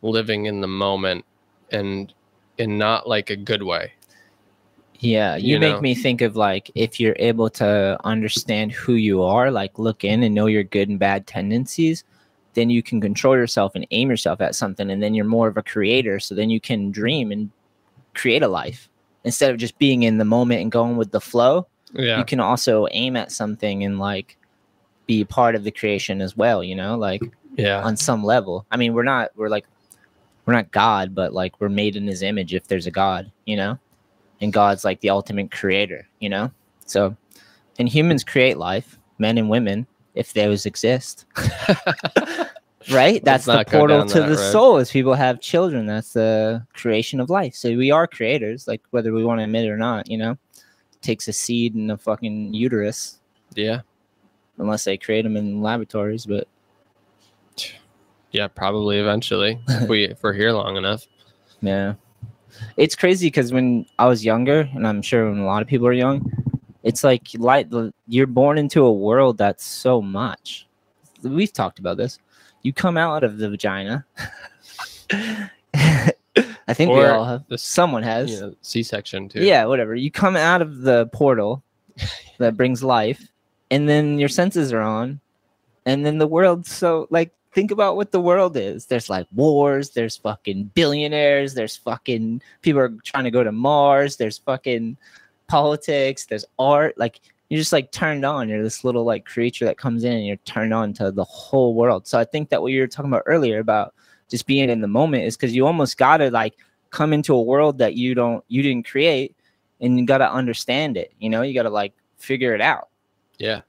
C: living in the moment and in not like a good way
B: Yeah, you,
C: you
B: make
C: know?
B: me think of like if you're able to understand who you are, like look in and know your good and bad tendencies, then you can control yourself and aim yourself at something. And then you're more of a creator. So then you can dream and create a life instead of just being in the moment and going with the flow.
C: yeah
B: You can also aim at something and like be part of the creation as well, you know, like
C: yeah
B: on some level. I mean, we're not, we're like, we're not God, but like we're made in his image if there's a God, you know? And God's like the ultimate creator, you know? So, and humans create life, men and women, if those exist, right? That's
C: Let's
B: the
C: not go
B: portal
C: down
B: to
C: that
B: the
C: road.
B: soul. As people have children, that's the creation of life. So we are creators, like whether we want to admit it or not, you know? Takes a seed and a fucking uterus,
C: yeah
B: unless they create them in laboratories, but
C: Yeah, probably eventually if we if we're here long enough.
B: Yeah. It's crazy because when I was younger, and I'm sure when a lot of people are young, it's like like the- you're born into a world that's so much. We've talked about this. You come out of the vagina. I think we
C: Or
B: all have.
C: the s-
B: Someone has.
C: You know, C-section too.
B: Yeah, whatever. You come out of the portal that brings life, and then your senses are on, and then the world's so like think about what the world is. There's like wars, there's fucking billionaires, there's fucking people are trying to go to Mars, there's fucking politics, there's art. Like you're just like turned on. You're this little like creature that comes in and you're turned on to the whole world. So I think that what you were talking about earlier about just being in the moment is because you almost gotta like come into a world that you don't you didn't create and you got to understand it. You know, you got to like figure it out.
C: Yeah.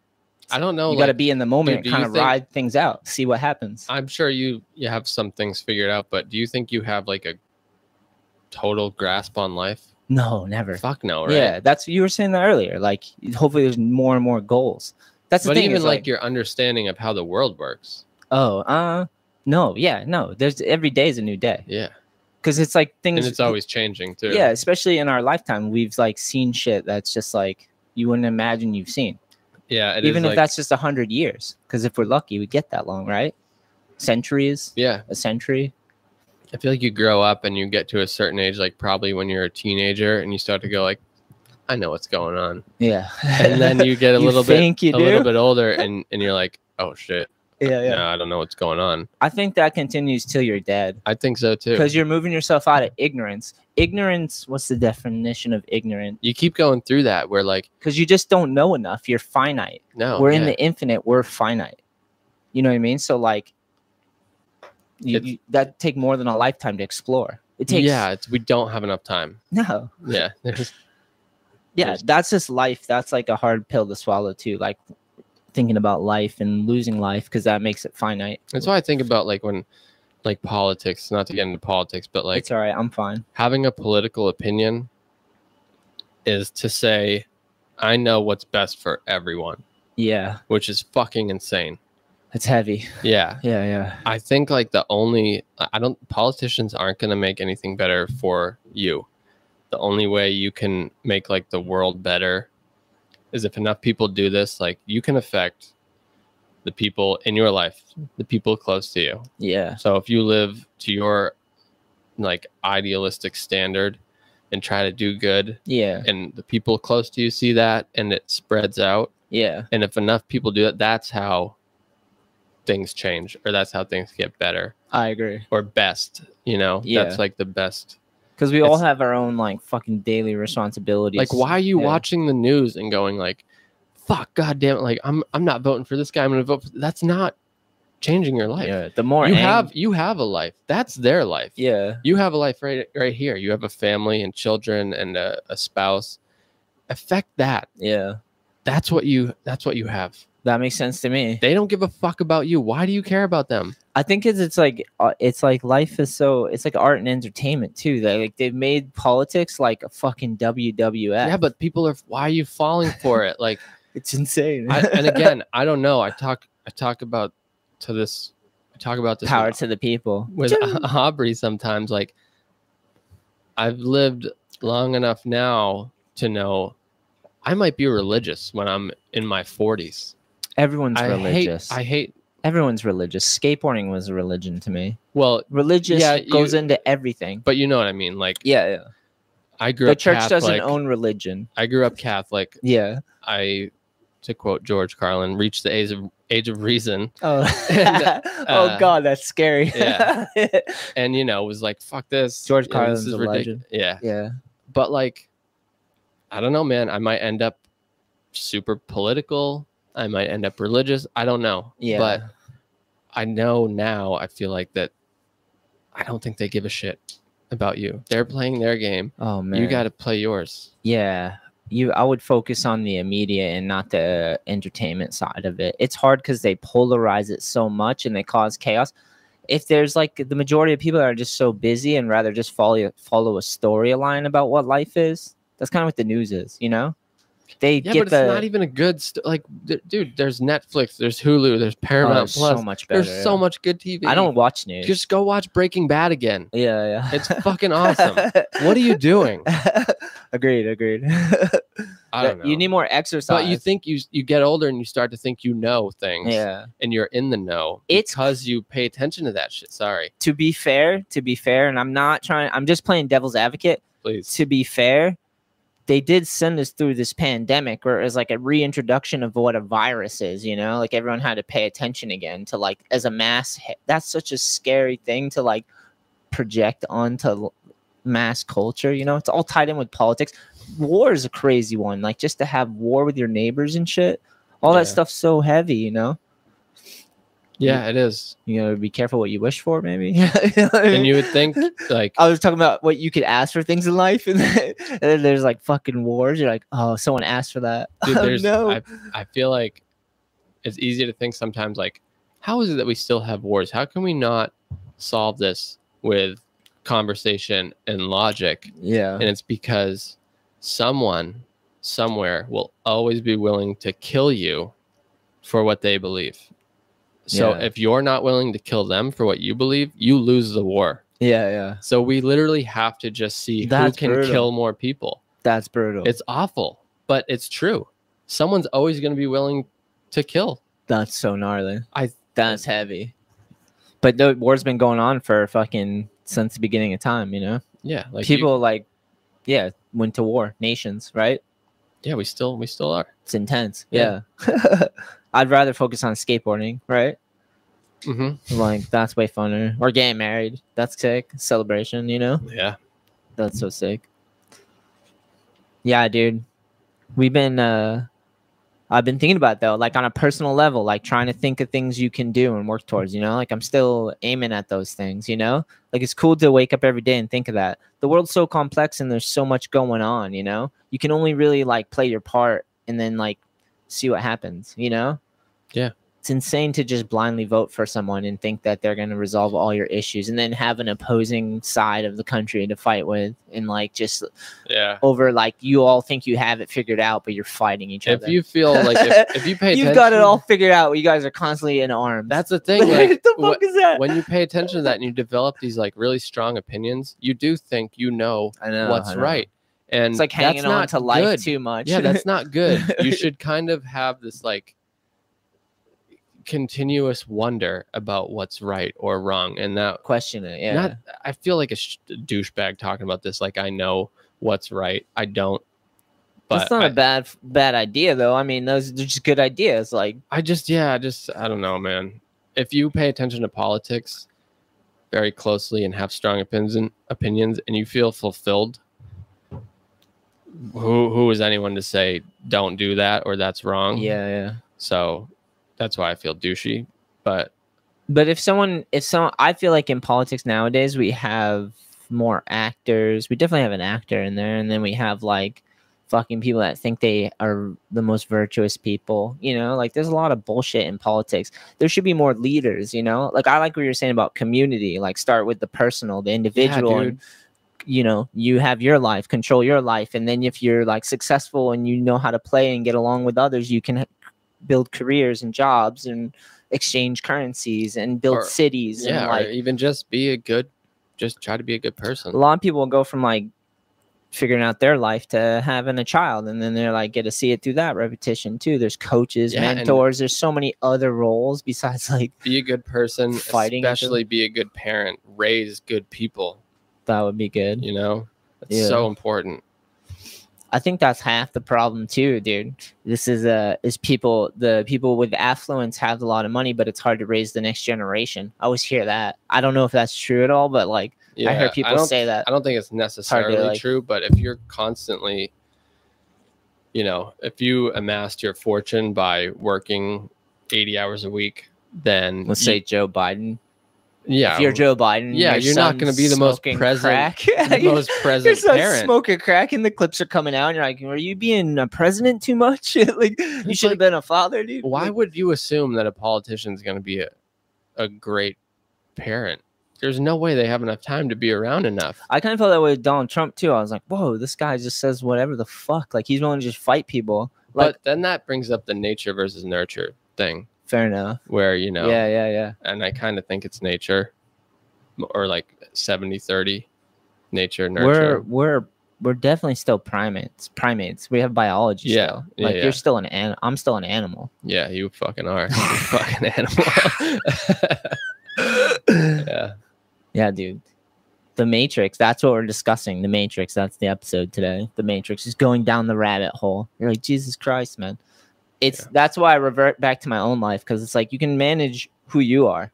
C: I don't know.
B: you got to
C: like,
B: be in the moment
C: dude, do
B: and kind
C: you
B: of
C: think-
B: ride things out, see what happens.
C: I'm sure you you have some things figured out, but do you think you have like a total grasp on life?
B: no, never.
C: Fuck no, right?
B: Yeah, that's you were saying that earlier. Like, hopefully, there's more and more goals. That's the
C: But
B: thing.
C: even
B: is,
C: like, your understanding of how the world works.
B: oh, uh, no, yeah, no. There's every day is a new day
C: Yeah.
B: because it's like
C: And
B: things.
C: it's always changing too.
B: yeah, especially in our lifetime, we've like seen shit that's just like you wouldn't imagine you've seen.
C: Yeah. it is,
B: even if
C: like-
B: that's just a hundred years, because if we're lucky, we get that long, right? Centuries,
C: yeah.
B: a century.
C: I feel like you grow up and you get to a certain age, like probably when you're a teenager, and you start to go like, I know what's going on.
B: Yeah,
C: And then you get a
B: You
C: little bit
B: think you
C: a little
B: do?
C: bit older and, and you're like, Oh shit.
B: yeah, yeah.
C: No, I don't know what's going on.
B: I think that continues till you're dead.
C: I think so too.
B: because you're moving yourself out of ignorance. Ignorance, what's the definition of ignorant?
C: You keep going through that where like,
B: Because you just don't know enough. You're finite.
C: no,
B: we're in
C: Oh, yeah,
B: the infinite. We're finite. You know what I mean? So like, you,
C: It's-
B: you- that take more than a lifetime to explore. It takes
C: Yeah, it's, we don't have enough time.
B: no
C: Yeah. there's-
B: yeah
C: There's-
B: that's just life. That's like a hard pill to swallow too. Like thinking about life and losing life because that makes it finite.
C: That's why I think about like when like politics, not to get into politics, but like
B: it's all right. I'm fine.
C: having a political opinion is to say, I know what's best for everyone,
B: Yeah,
C: which is fucking insane.
B: it's heavy.
C: Yeah.
B: Yeah, yeah.
C: I think like the only I I don't politicians aren't going to make anything better for you. The only way you can make like the world better is if enough people do this like you can affect the people in your life, the people close to you.
B: Yeah.
C: So if you live to your like idealistic standard and try to do good
B: Yeah.
C: and the people close to you see that and it spreads out
B: Yeah.
C: and if enough people do it that's how things change or that's how things get better
B: I agree.
C: or best. You know,
B: Yeah.
C: that's like the best.
B: Because we all
C: It's-
B: have our own like fucking daily responsibilities.
C: Like, why are you
B: yeah.
C: watching the news and going like, "Fuck, goddamn it!" Like, I'm I'm not voting for this guy. I'm gonna vote. For... That's not changing your life.
B: Yeah, the more
C: You
B: ang-
C: have you have a life. That's their life.
B: yeah,
C: You have a life right right here. You have a family and children and a, a spouse. Affect that.
B: yeah.
C: That's what you. That's what you have.
B: That makes sense to me.
C: They don't give a fuck about you. Why do you care about them?
B: I think it's it's like uh, it's like life is so it's like art and entertainment too. That like they've made politics like a fucking WWF.
C: Yeah, but people are. Why are you falling for it? Like.
B: it's insane.
C: I, and again, I don't know. I talk I talk about to this I talk about this
B: Power to the people. uh,
C: with, with Aubrey sometimes like I've lived long enough now to know I might be religious when I'm in my 40s.
B: Everyone's
C: I
B: religious.
C: hate I hate
B: Everyone's religious. Skateboarding was a religion to me.
C: well,
B: Religious
C: Yeah,
B: goes
C: you-
B: into everything.
C: but you know what I mean. Like
B: yeah, yeah.
C: I grew
B: The
C: up
B: church
C: Catholic.
B: doesn't own religion.
C: I grew up Catholic.
B: Yeah.
C: I to quote George Carlin, reached the age of age of reason
B: Oh.
C: And, uh,
B: oh God, that's scary.
C: yeah. and you know was like fuck this.
B: George
C: you know,
B: Carlin's
C: this is
B: a
C: ridic-
B: legend.
C: Yeah.
B: yeah.
C: but like i don't know man i might end up super political i might end up religious i don't know
B: Yeah.
C: but i know now i feel like that i don't think they give a shit about you they're playing their game
B: oh man.
C: you got to play yours
B: Yeah. You I would focus on the immediate and not the entertainment side of it. It's hard cuz they polarize it so much and they cause chaos. If there's like the majority of people that are just so busy and rather just follow follow a storyline about what life is, that's kind of what the news is, you know? They
C: yeah but
B: get
C: it's
B: the
C: not even a good st- like d- dude there's netflix there's hulu there's
B: oh,
C: paramount
B: it's
C: plus
B: so much better.
C: there's so much good tv
B: I don't watch news.
C: just go watch breaking bad again
B: yeah, yeah.
C: it's fucking awesome what are you doing
B: agreed, agreed.
C: i don't know
B: You need more exercise.
C: but you think you you get older and you start to think you know things
B: yeah.
C: and you're in the know
B: It's-
C: because you pay attention to that shit. Sorry,
B: to be fair, to be fair, and I'm not trying, I'm just playing devil's advocate.
C: please.
B: To be fair, they did send us through this pandemic where it was like a reintroduction of what a virus is, you know, like everyone had to pay attention again to like as a mass. hit. That's such a scary thing to like project onto l- mass culture, you know, it's all tied in with politics. War is a crazy one, like just to have war with your neighbors and shit. All
C: Yeah.
B: that stuff's so heavy, you know.
C: Yeah, it is.
B: You gotta be careful what you wish for, maybe. You know what I mean?
C: And you would think like
B: I was talking about what you could ask for things in life, and then, and then there's like fucking wars. You're like, oh, someone asked for that.
C: Dude,
B: Oh,
C: there's
B: no.
C: I, I feel like it's easy to think sometimes like, how is it that we still have wars? How can we not solve this with conversation and logic?
B: yeah,
C: And it's because someone somewhere will always be willing to kill you for what they believe. So
B: Yeah.
C: if you're not willing to kill them for what you believe, you lose the war.
B: yeah, yeah.
C: So we literally have to just see
B: That's
C: who can
B: brutal.
C: kill more people.
B: That's brutal.
C: It's awful, but it's true. Someone's always going to be willing to kill.
B: That's so gnarly.
C: I-
B: that's heavy. But the war's been going on for fucking since the beginning of time. You know,
C: Yeah, like you-
B: people like, yeah, went to war. Nations, right?
C: yeah, we still we still are.
B: It's intense.
C: Yeah.
B: yeah. I'd rather focus on skateboarding, right?
C: hmm
B: Like that's way funner. Or getting married. That's sick. Celebration, you know?
C: Yeah,
B: That's so sick. Yeah, dude. We've been uh I've been thinking about it, though, like on a personal level, like trying to think of things you can do and work towards, you know? Like I'm still aiming at those things, you know? Like it's cool to wake up every day and think of that. The world's so complex and there's so much going on, you know? You can only really like play your part and then like see what happens, you know?
C: Yeah.
B: It's insane to just blindly vote for someone and think that they're going to resolve all your issues and then have an opposing side of the country to fight with and like just
C: yeah.
B: over like you all think you have it figured out but you're fighting each
C: If
B: other.
C: you feel like if, if you pay attention,
B: You've got it all figured out. You guys are constantly in arms.
C: That's the thing.
B: what
C: Like,
B: the
C: wh-
B: fuck is that?
C: when you pay attention to that and you develop these like really strong opinions, you do think you know
B: I know
C: what's
B: I know.
C: right. And
B: It's like hanging
C: that's
B: on
C: not
B: to life
C: good.
B: too much.
C: Yeah, that's not good. You should kind of have this like continuous wonder about what's right or wrong, and that
B: question it. Yeah,
C: not i feel like a sh- douchebag talking about this like i know what's right i don't but
B: that's not
C: I,
B: a bad bad idea though. I mean, those are just good ideas. Like
C: I just yeah i just i don't know man if you pay attention to politics very closely and have strong opinions and opinions and you feel fulfilled who who is anyone to say don't do that or that's wrong
B: yeah, yeah.
C: so that's why i feel douchey but
B: But if someone, if someone, I feel like in politics nowadays we have more actors. We definitely have an actor in there, and then we have like fucking people that think they are the most virtuous people. You know, like there's a lot of bullshit in politics. There should be more leaders. You know, like I like what you're saying about community. Like start with the personal, the individual,
C: yeah,
B: and
C: dude,
B: you know you have your life control your life and then if you're like successful and you know how to play and get along with others you can h- build careers and jobs and exchange currencies and build
C: Or-
B: cities
C: yeah
B: and
C: or
B: like
C: even just be a good just try to be a good person
B: a lot of people go from like figuring out their life to having a child and then they're like get to see it through that repetition too there's coaches
C: Yeah, and-
B: mentors there's so many other roles besides like
C: be a good person,
B: Fighting each other.
C: especially be a good parent, raise good people,
B: that would be good
C: you know? It's
B: Yeah.
C: so important.
B: I think that's half the problem too, dude. This is uh is people the people with affluence have a lot of money, but it's hard to raise the next generation. I always hear that. I don't know if that's true at all, but like
C: Yeah,
B: I heard people
C: don't,
B: say that.
C: I don't think it's necessarily
B: like-
C: true, but if you're constantly you know, if you amassed your fortune by working 80 hours a week, then
B: Let's
C: you-
B: say Joe Biden.
C: yeah,
B: if you're Joe Biden,
C: yeah,
B: your
C: you're not gonna
B: son's
C: be the most
B: smoking
C: present-
B: Crack.
C: the
B: Your-
C: most
B: your
C: present
B: son's
C: parent.
B: smoking crack, and the clips are coming out. And you're like, were you being a president too much? like you
C: It's
B: should have
C: like,
B: been a father, dude.
C: Why
B: Like,
C: would you assume that a politician's going to be a, a great parent? There's no way they have enough time to be around enough.
B: I kind of felt that way with Donald Trump too. I was like, whoa, this guy just says whatever the fuck. Like he's willing to just fight people. Like
C: but then that brings up the nature versus nurture thing
B: fair enough.
C: where you know
B: Yeah, yeah, yeah.
C: and i kind of think it's nature m- or like 70 30 nature
B: we're
C: nurture
B: we're we're definitely still primates. Primates. We have biology.
C: Yeah,
B: still.
C: yeah,
B: Like
C: yeah.
B: you're still an an. I'm still an animal.
C: yeah you fucking are you fucking animal yeah
B: Yeah, dude. The Matrix. That's what we're discussing. The Matrix. That's the episode today. The Matrix is going down the rabbit hole. You're like Jesus Christ, man. It's
C: Yeah.
B: that's why I revert back to my own life because it's like you can manage who you are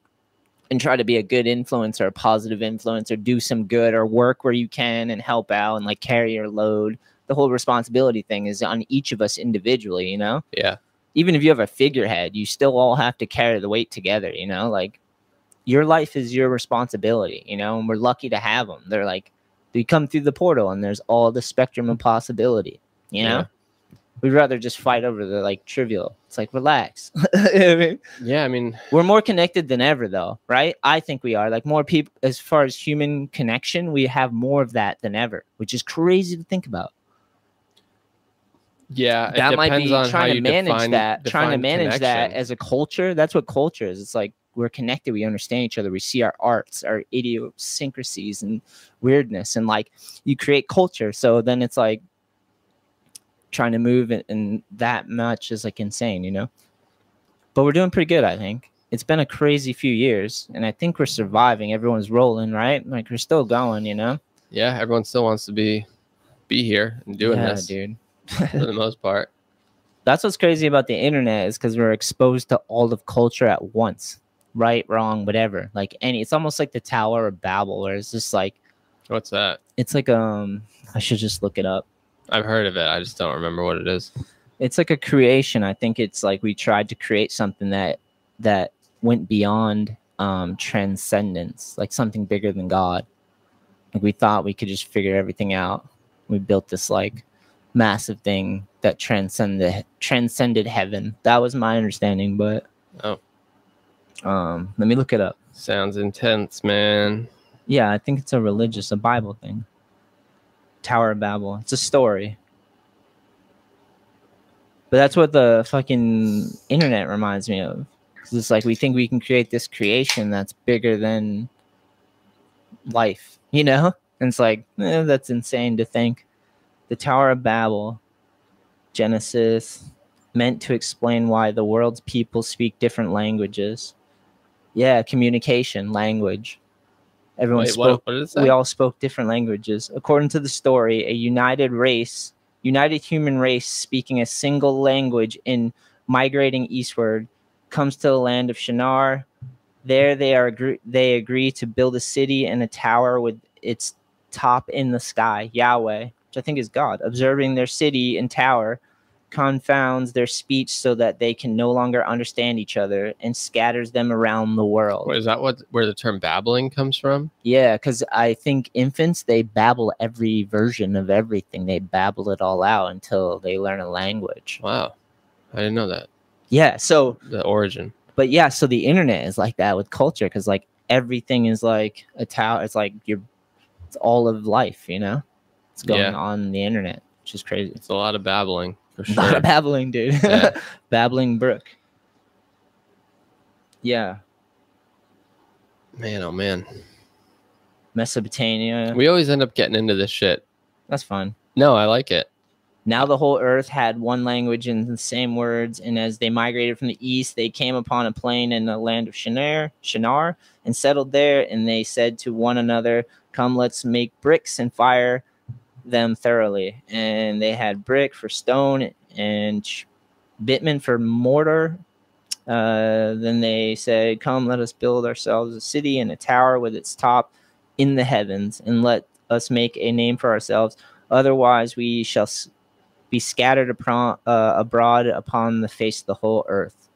B: and try to be a good influencer, a positive influencer, do some good or work where you can and help out and like carry your load. The whole responsibility thing is on each of us individually, you know?
C: yeah
B: even if you have a figurehead, you still all have to carry the weight together, you know? Like your life is your responsibility, you know? And we're lucky to have them. They're like, they come through the portal and there's all the spectrum of possibility, you know?
C: Yeah.
B: We'd rather just fight over the like trivial. It's like, relax. You know what I mean?
C: Yeah, I mean,
B: We're more connected than ever, though, right? I think we are. Like, more people, as far as human connection, we have more of that than ever, which is crazy to think about.
C: yeah, it
B: that might be
C: depends on how
B: trying to
C: you
B: manage
C: define-
B: that trying to
C: define
B: manage that
C: connection.
B: as a culture that's what culture is it's like we're connected we understand each other we see our arts our idiosyncrasies and weirdness and like you create culture so then it's like trying to move and, and that much is like insane you know but we're doing pretty good i think it's been a crazy few years and i think we're surviving everyone's rolling right like we're still going you know
C: yeah, everyone still wants to be be here and doing
B: yeah,
C: this
B: dude
C: for the most part.
B: That's what's crazy about the internet is because we're exposed to all of culture at once, right, wrong, whatever. Like any, it's almost like the Tower of Babel, where it's just like
C: What's that?
B: it's like um, I should just look it up.
C: I've heard of it. I just don't remember what it is.
B: It's like a creation. I think it's like we tried to create something that that went beyond um transcendence, like something bigger than God. Like we thought we could just figure everything out. We built this like massive thing that transcended transcended heaven. That was my understanding, but
C: Oh.
B: um, let me look it up.
C: Sounds intense, man.
B: Yeah, I think it's a religious, a Bible thing. Tower of Babel. It's a story. But that's what the fucking internet reminds me of. 'Cause it's like we think we can create this creation that's bigger than life, you know? And it's like, eh, that's insane to think. The Tower of Babel, Genesis, meant to explain why the world's people speak different languages. Yeah, communication, language. Everyone
C: Wait,
B: spoke
C: what, what is that?
B: we all spoke different languages. According to the story, a united race, united human race speaking a single language in migrating eastward comes to the land of Shinar. There they are agree- they agree to build a city and a tower with its top in the sky, Yahweh, which I think is God. Observing their city and tower confounds their speech so that they can no longer understand each other and scatters them around the world.
C: Wait, is that what where the term babbling comes from?
B: Yeah, because I think infants they babble every version of everything. They babble it all out until they learn a language.
C: Wow, I didn't know that.
B: Yeah. So,
C: The origin.
B: but yeah, so the internet is like that with culture because like everything is like a tower. It's like your, it's all of life. You know, it's going
C: Yeah.
B: on the internet, which is crazy.
C: It's a lot of babbling for
B: A lot
C: sure.
B: of babbling, dude.
C: Yeah.
B: babbling brook. Yeah,
C: man, oh man,
B: Mesopotamia.
C: we always end up getting into this shit.
B: That's fun.
C: No, I like it.
B: Now the whole earth had one language and the same words, and as they migrated from the east, they came upon a plain in the land of Shinar, Shinar, and settled there. And they said to one another, "Come, let's make bricks and fire them thoroughly." And they had brick for stone and ch- bitumen for mortar. Uh, then they said, "Come, let us build ourselves a city and a tower with its top in the heavens, and let us make a name for ourselves." Otherwise, we shall s- be scattered apro- uh, abroad upon the face of the whole earth.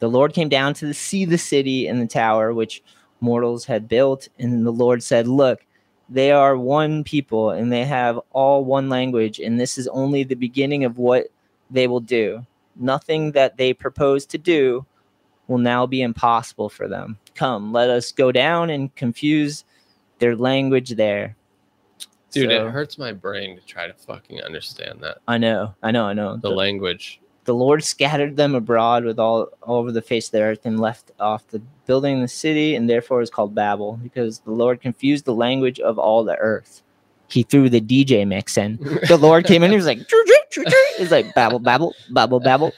B: The Lord came down to the, see the city and the tower which mortals had built, and the Lord said, Look, they are one people, and they have all one language, and this is only the beginning of what they will do. Nothing that they propose to do will now be impossible for them. Come, let us go down and confuse their language there.
C: Dude,
B: So-
C: it hurts my brain to try to fucking understand that.
B: I know, I know, I know.
C: The language.
B: the Lord scattered them abroad with all, all over the face of the earth and left off the building the city, and therefore is called Babel, because the Lord confused the language of all the earth. He threw the DJ mix in. The Lord came in and he was like, "Choo, choo, choo, choo." he's like, Babel, Babel, Babel, Babel.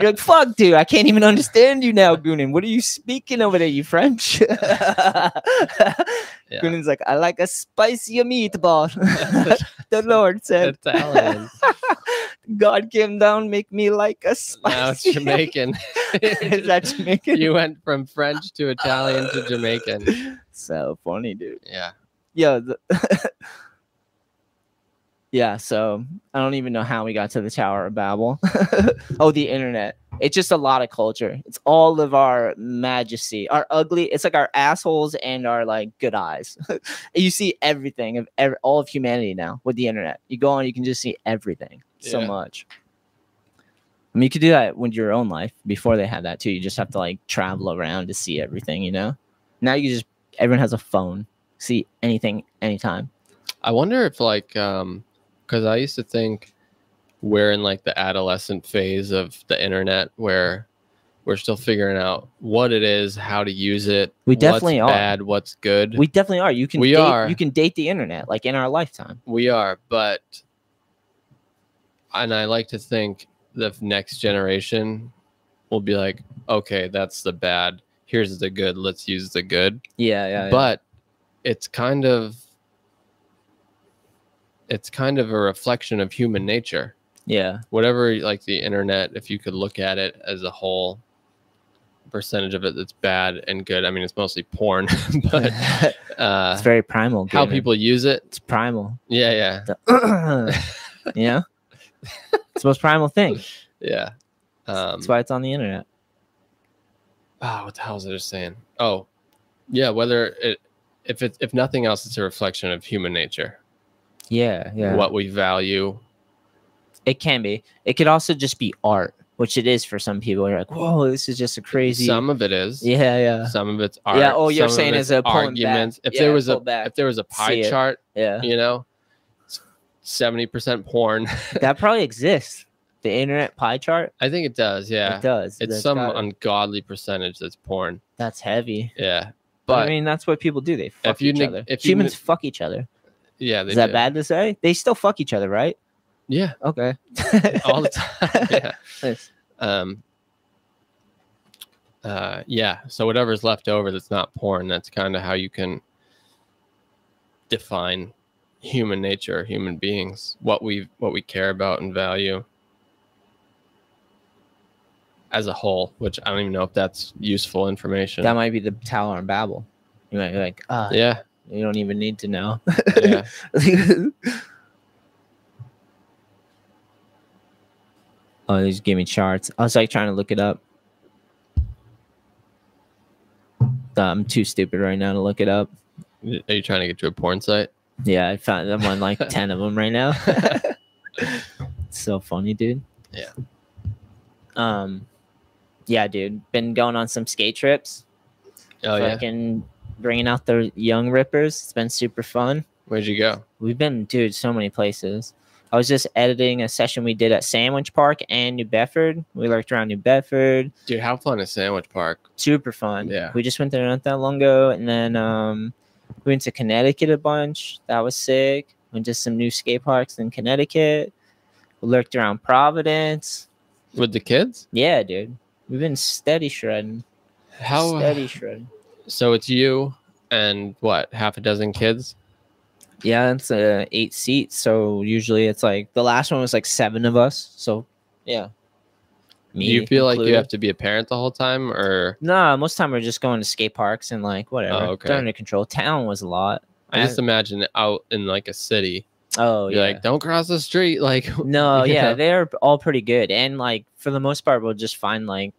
B: You're like, fuck, dude, I can't even understand you now, Goonin. What are you speaking over there? You French? Goonin's like, I like a spicy meatball. the Lord said,
C: Italian.
B: God came down, make me like a
C: now it's
B: spicy.
C: Jamaican.
B: Is that Jamaican?
C: you went from French to Italian to Jamaican.
B: so funny, dude.
C: Yeah.
B: Yo, the, Yeah, so I don't even know how we got to the Tower of Babel. oh, the internet. It's just a lot of culture. It's all of our majesty, our ugly. It's like our assholes and our like good eyes. you see everything of ev- all of humanity now with the internet. You go on, you can just see everything so
C: Yeah.
B: much. I mean, you could do that with your own life before they had that too. You just have to like travel around to see everything, you know. Now you just everyone has a phone, see anything, anytime.
C: I wonder if like um because I used to think we're in like the adolescent phase of the internet where we're still figuring out what it is, how to use it.
B: We definitely are.
C: what's bad, what's good.
B: We definitely are. You can
C: We
B: date,
C: are.
B: You can date the internet like in our lifetime.
C: We are, but and I like to think the f- next generation will be like, okay, that's the bad. Here's the good. Let's use the good.
B: Yeah, yeah.
C: But it's kind of it's kind of a reflection of human nature.
B: yeah,
C: Whatever like the internet, if you could look at it as a whole percentage of it that's bad and good. I mean, it's mostly porn, but uh,
B: it's very primal.
C: how
B: Gator.
C: people use it.
B: it's primal.
C: Yeah, yeah,
B: you know, it's the most primal thing.
C: yeah. Um,
B: That's why it's on the internet.
C: oh, what the hell is I just saying? Oh, yeah. Whether it, if it, if nothing else, it's a reflection of human nature,
B: Yeah, yeah.
C: what we value.
B: It can be. It could also just be art, which it is for some people. You're like, whoa, this is just a crazy.
C: Some of it is.
B: yeah, yeah,
C: Some of it's art.
B: Yeah, oh, you're
C: some of
B: saying
C: it's
B: as a pulling back.
C: arguments. If
B: Yeah,
C: there was a
B: pull back.
C: if there was a
B: See
C: pie
B: it.
C: chart,
B: yeah.
C: you know, seventy percent porn.
B: that probably exists. The internet pie chart.
C: I think it does. Yeah,
B: It does.
C: it's
B: That's
C: some
B: gotta-
C: ungodly percentage that's porn.
B: that's heavy.
C: Yeah, but
B: I mean, that's what people do. They fuck
C: you
B: each
C: neg-
B: other.
C: if you
B: Humans
C: neg-
B: fuck each other.
C: yeah, they
B: Is that
C: do.
B: bad to say? They still fuck each other, right?
C: Yeah,
B: Okay.
C: all the time. yeah.
B: Nice.
C: um uh yeah so whatever's left over that's not porn that's kind of how you can define human nature human beings what we what we care about and value as a whole which i don't even know if that's useful information
B: That might be the Tower and Babel. You might be like, ah,
C: yeah
B: you don't even need to know.
C: yeah
B: oh, they just gave me charts. I was like trying to look it up. Uh, I'm too stupid right now to look it up.
C: are you trying to get to a porn site
B: Yeah, I found them on like 10 of them right now. so funny, dude.
C: Yeah.
B: Um, yeah, dude. Been going on some skate trips.
C: oh yeah
B: Fucking bringing out the young rippers. It's been super fun.
C: where'd you go
B: We've been, dude, so many places. I was just editing a session we did at Sandwich Park and New Bedford. We lurked around New Bedford.
C: dude how fun is sandwich park
B: Super fun.
C: Yeah.
B: We just went there not that long ago. And then um, we went to Connecticut a bunch. That was sick. Went to some new skate parks in Connecticut. We lurked around Providence.
C: with the kids
B: Yeah, dude. We've been steady shredding.
C: how
B: steady shredding.
C: so it's you and what half a dozen kids
B: Yeah, it's uh, eight seats. So usually it's like the last one was like seven of us. So yeah.
C: Do you feel like you
B: included.
C: have to be a parent the whole time, or
B: Nah, most time we're just going to skate parks and like whatever.
C: Oh, okay.
B: They're under control. Town was a lot.
C: I just
B: I-
C: imagine out in like a city,
B: Oh
C: you're
B: yeah.
C: like, don't cross the street, like,
B: no, yeah.
C: Yeah.
B: they're all pretty good, and like for the most part, we'll just find like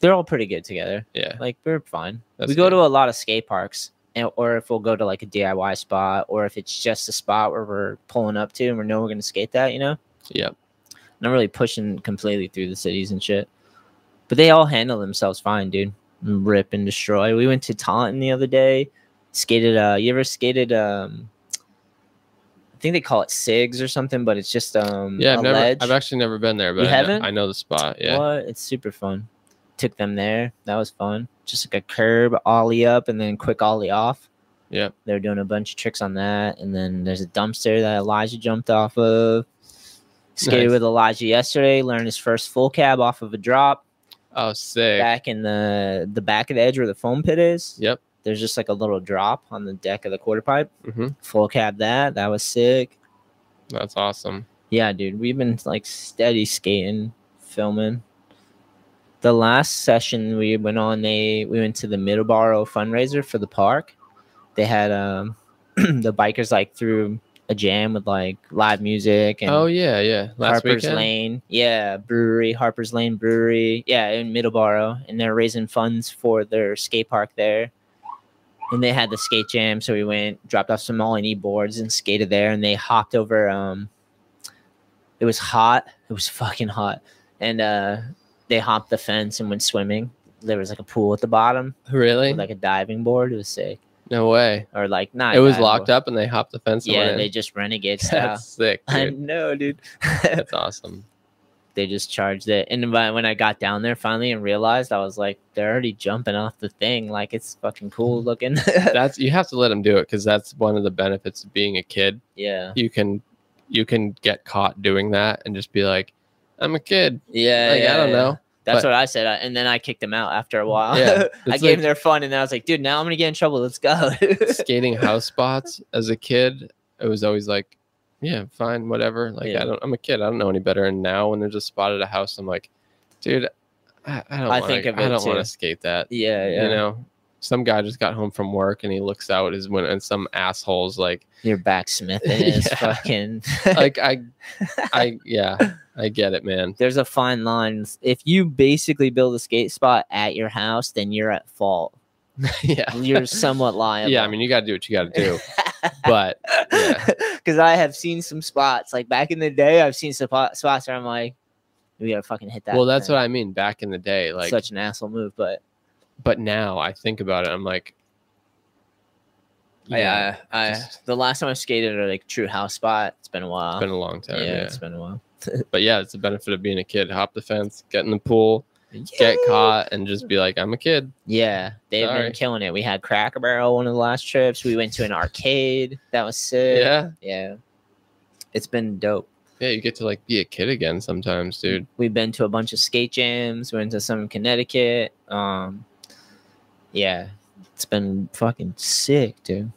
B: they're all pretty good together.
C: yeah,
B: Like we're fine.
C: That's
B: we go
C: good.
B: to a lot of skate parks, and or if we'll go to like a DIY spot, or if it's just a spot where we're pulling up to and we know we're gonna skate that, you know.
C: Yep.
B: Not really pushing completely through the cities and shit, but they all handle themselves fine, dude. Rip and destroy. We went to Taunton the other day. Skated. Uh, you ever skated? Um, I think they call it Sigs or something, but it's just um
C: yeah.
B: a
C: I've never,
B: ledge.
C: I've actually never been there, but
B: You
C: I, know,
B: haven't?
C: I know the spot. Yeah,
B: What? It's super fun. Took them there. That was fun. Just like a curb ollie up and then quick ollie off.
C: Yep.
B: They were doing a bunch of tricks on that. And then there's a dumpster that Elijah jumped off of. Skated
C: Nice.
B: with Elijah yesterday. Learned his first full cab off of a drop
C: oh, sick.
B: back in the the back of the edge where the foam pit is.
C: Yep.
B: There's just like a little drop on the deck of the quarter pipe.
C: hmm
B: Full cab that. That was sick.
C: That's awesome.
B: Yeah, dude, we've been like steady skating, filming. The last session we went on, they we went to the Middleborough fundraiser for the park. They had um the bikers like threw a jam with like live music and
C: Oh yeah, yeah. Last
B: Harper's
C: weekend.
B: Lane. Yeah, brewery, Harper's Lane Brewery. Yeah, in Middleborough. And they're raising funds for their skate park there. And they had the skate jam. So we went, dropped off some all I need boards and skated there. And they hopped over. Um, It was hot. It was fucking hot. And uh, they hopped the fence and went swimming. There was like a pool at the bottom,
C: Really?
B: with, like a diving board. It was sick.
C: no way.
B: Or like not.
C: It was
B: diving
C: locked
B: board.
C: up and they hopped the fence. and
B: Yeah,
C: went
B: they
C: in.
B: just renegade style.
C: That's sick.
B: I
C: Dude.
B: know, dude.
C: That's awesome.
B: they just charged it. And then by- when I got down there finally and realized, I was like, they're already jumping off the thing. Like it's fucking cool looking.
C: That's you have to let them do it because that's one of the benefits of being a kid.
B: yeah.
C: You can you can get caught doing that and just be like, I'm a kid.
B: Yeah.
C: Like, I don't know.
B: That's
C: but-
B: what I said. I- And then I kicked them out after a while.
C: Yeah,
B: I gave
C: it's
B: them
C: like-
B: their fun and then I was like, dude, now I'm going to get in trouble. Let's go.
C: skating house spots as a kid, it was always like, yeah, fine, whatever. Like
B: Yeah.
C: I don't, I'm a kid, I don't know any better. And now when they're just spotted a house, I'm like, dude, I, I don't.
B: I
C: wanna,
B: think of
C: I
B: it
C: don't want
B: too.
C: to skate that.
B: yeah. Yeah.
C: You know, some guy just got home from work and he looks out his window, and some assholes like,
B: Your backsmithing is
C: Yeah.
B: fucking.
C: like I, I yeah, I get it, man.
B: There's a fine line. If you basically build a skate spot at your house, then you're at fault.
C: yeah,
B: You're somewhat liable.
C: yeah. I mean, you got to do what you got to do, but Yeah.
B: because I have seen some spots like back in the day. I've seen some po- spots where I'm like, we gotta fucking hit that.
C: well, that's what I mean. Back in the day, like
B: such an asshole move, but
C: but now I think about it, I'm like, Oh,
B: yeah, I, I-
C: just-
B: the last time I skated at a like, true house spot, it's been a while.
C: it's been a long time.
B: yeah,
C: yeah.
B: it's been a while.
C: But yeah, it's the benefit of being a kid. Hop the fence, get in the pool, get caught, and just be like, I'm a kid.
B: Yeah, they've
C: Sorry.
B: been killing it. We had Cracker Barrel one of the last trips. We went to an arcade. That was sick.
C: Yeah.
B: yeah, it's been dope.
C: Yeah, you get to like be a kid again sometimes, dude.
B: We've been to a bunch of skate jams. Went to some in Connecticut. Um, yeah, it's been fucking sick, dude. and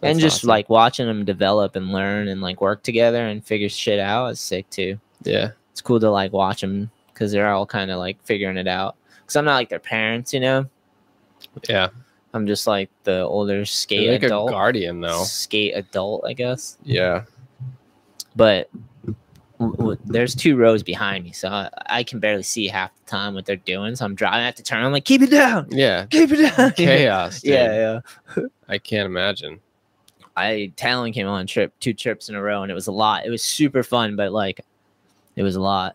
C: That's
B: just
C: awesome.
B: like watching them develop and learn and like work together and figure shit out is sick too.
C: Yeah.
B: It's cool to like watch them because they're all kind of like figuring it out. Because I'm not like their parents, you know.
C: Yeah.
B: I'm just like the older skate
C: You're like
B: adult,
C: a guardian though.
B: skate adult, I guess.
C: Yeah.
B: But w- w- there's two rows behind me, so I, I can barely see half the time what they're doing. So I'm driving at the turn. I'm like, keep it down,
C: Yeah.
B: keep it down.
C: Chaos. Dude.
B: yeah, yeah.
C: I can't imagine.
B: I Talon came on trip two trips in a row, and it was a lot. It was super fun, but like, it was a lot.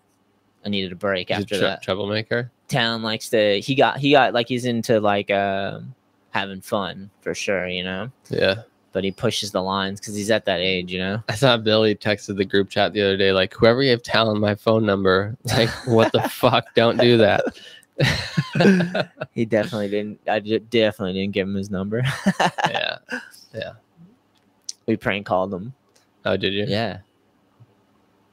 B: I needed a break
C: He's a
B: after
C: tr-
B: that.
C: troublemaker.
B: Talon likes to. He got. He got like he's into like um having fun for sure, you know.
C: Yeah.
B: But he pushes the lines because he's at that age, you know.
C: I thought Billy texted the group chat the other day, like, whoever gave Talon my phone number, like, what the fuck? Don't do that.
B: He definitely didn't. I d- definitely didn't give him his number.
C: yeah.
B: we prank called him.
C: Oh, did you?
B: Yeah.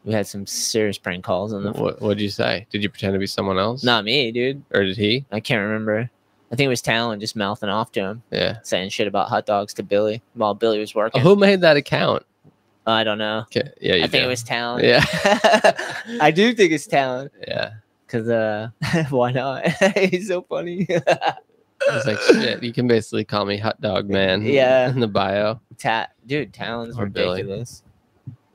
B: We had some serious prank calls on the. phone.
C: What What did you say? Did you pretend to be someone else?
B: Not me, dude.
C: Or did he?
B: I can't remember. I think it was Talon just mouthing off to him.
C: Yeah.
B: saying shit about hot dogs to Billy while Billy was working.
C: Oh, Who made that account?
B: I don't know.
C: Okay. Yeah, you
B: I think
C: do.
B: it was Talon.
C: Yeah.
B: I do think it's Talon
C: Yeah.
B: because uh, why not? He's so funny.
C: I was like, shit, you can basically call me hot dog man.
B: Yeah.
C: In the bio.
B: Ta- dude, Talon's
C: Poor Billy.
B: ridiculous.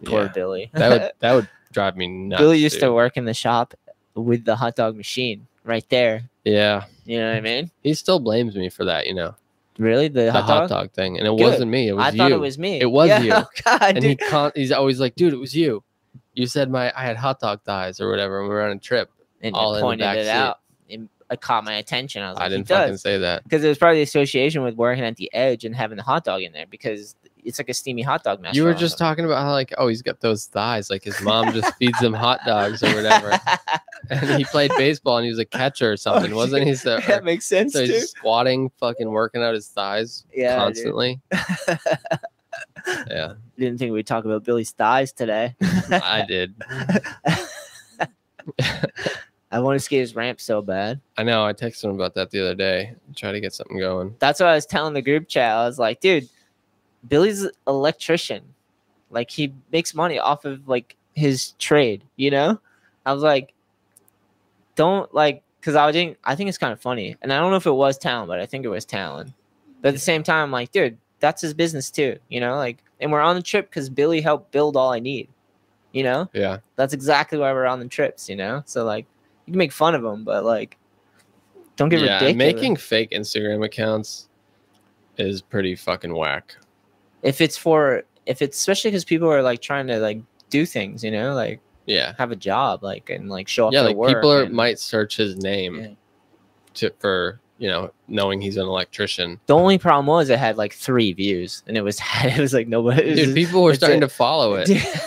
B: Poor
C: Yeah.
B: Billy.
C: that would that would drive me nuts.
B: Billy used to
C: dude.
B: work in the shop with the hot dog machine right there.
C: Yeah.
B: You know what I mean?
C: He still blames me for that, you know.
B: Really, the,
C: The
B: hot, dog?
C: thing. And it
B: Good.
C: wasn't me. It was
B: I
C: you.
B: thought it was me.
C: It was
B: Yeah,
C: you.
B: Oh God,
C: and he
B: dude.
C: con- he's always like, dude, it was you. You said my I had hot dog thighs or whatever when we were on a trip.
B: and
C: all in
B: it
C: the
B: pointed
C: back
B: it
C: seat.
B: out. It, it caught my attention. I was like,
C: I
B: he
C: didn't
B: does.
C: fucking say that.
B: because it was probably the association with working at the edge and having the hot dog in there because it's like a steamy hot dog mess.
C: You were just talking about how like, oh, he's got those thighs, like his mom just feeds him hot dogs or whatever. and he played baseball and he was a
B: Oh,
C: catcher or something, wasn't he? So, uh,
B: that makes sense
C: so
B: too.
C: he's squatting, fucking working out his thighs
B: Yeah, dude.
C: constantly. yeah,
B: Didn't think we'd talk about Billy's thighs today.
C: I did.
B: I want to skate his ramp so bad.
C: I know. I texted him about that the other day. Try to get something going.
B: That's what I was telling the group chat. I was like, dude, Billy's an electrician. Like he makes money off of like his trade, you know? I was like, don't like because I didn't I think it's kind of funny. And I don't know if it was Talon, but I think it was Talon. But at the same time, like, dude, that's his business too, you know? Like and we're on the trip because Billy helped build all I need. You know,
C: Yeah.
B: that's exactly why we're on the trips. You know, so like you can make fun of them, but like don't get
C: yeah.
B: ridiculous.
C: Making fake Instagram accounts is pretty fucking whack.
B: if it's for if it's especially because people are like trying to like do things. You know, like
C: Yeah.
B: have a job, like and like show up.
C: Yeah.
B: for
C: Like
B: work
C: people are,
B: and-
C: might search his name
B: Yeah.
C: to, for, you know, knowing he's an electrician.
B: The only problem was it had like three views, and it was it was like nobody. it was
C: Dude, people were
B: it's
C: starting
B: a-
C: to follow it.
B: just-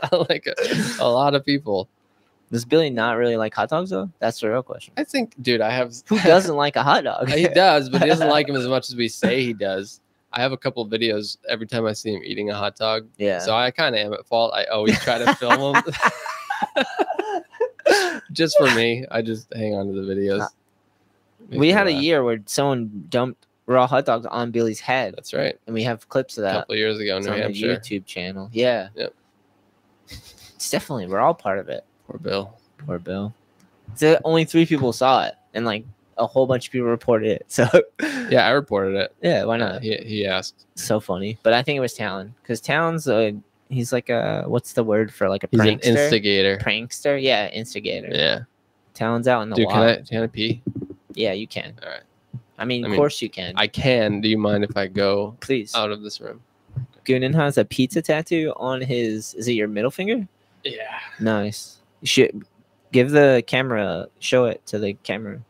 C: like a, a lot of people.
B: Does Billy not really like hot dogs though? That's the real question.
C: I think, dude, I have.
B: Who doesn't like a hot dog?
C: he does, but he doesn't like him as much as we say he does. I have a couple videos every time I see him eating a hot dog.
B: yeah.
C: So I kind of am at fault. I always try to film them just for me. I just hang on to the videos.
B: Uh,
C: Makes
B: we
C: me
B: had a
C: laugh.
B: year where someone dumped raw hot dogs on Billy's head,
C: That's right.
B: and we have clips of
C: A
B: that
C: couple years ago,
B: uh, It's
C: New
B: on the
C: Hampshire.
B: YouTube channel. Yeah.
C: Yep.
B: It's definitely we're all part of it.
C: Poor Bill.
B: Poor Bill. So only three people saw it, and like a whole bunch of people reported it. So
C: Yeah, I reported it.
B: yeah, why not?
C: He, he asked.
B: so funny. But I think it was Talon because Talon's a he's like a what's the word for like a
C: He's an
B: prankster?
C: instigator.
B: prankster. Yeah, instigator.
C: Yeah.
B: Talon's out in the
C: Dude, can
B: wild.
C: I, can I pee?
B: Yeah, you can.
C: All right.
B: I mean,
C: I
B: of
C: mean,
B: course you can.
C: I Oh. can. Do you mind if I go
B: Please.
C: out of this room?
B: Goonin has a pizza tattoo on his. Is it your middle finger?
C: Yeah.
B: Nice. You should give the camera. Show it to the camera.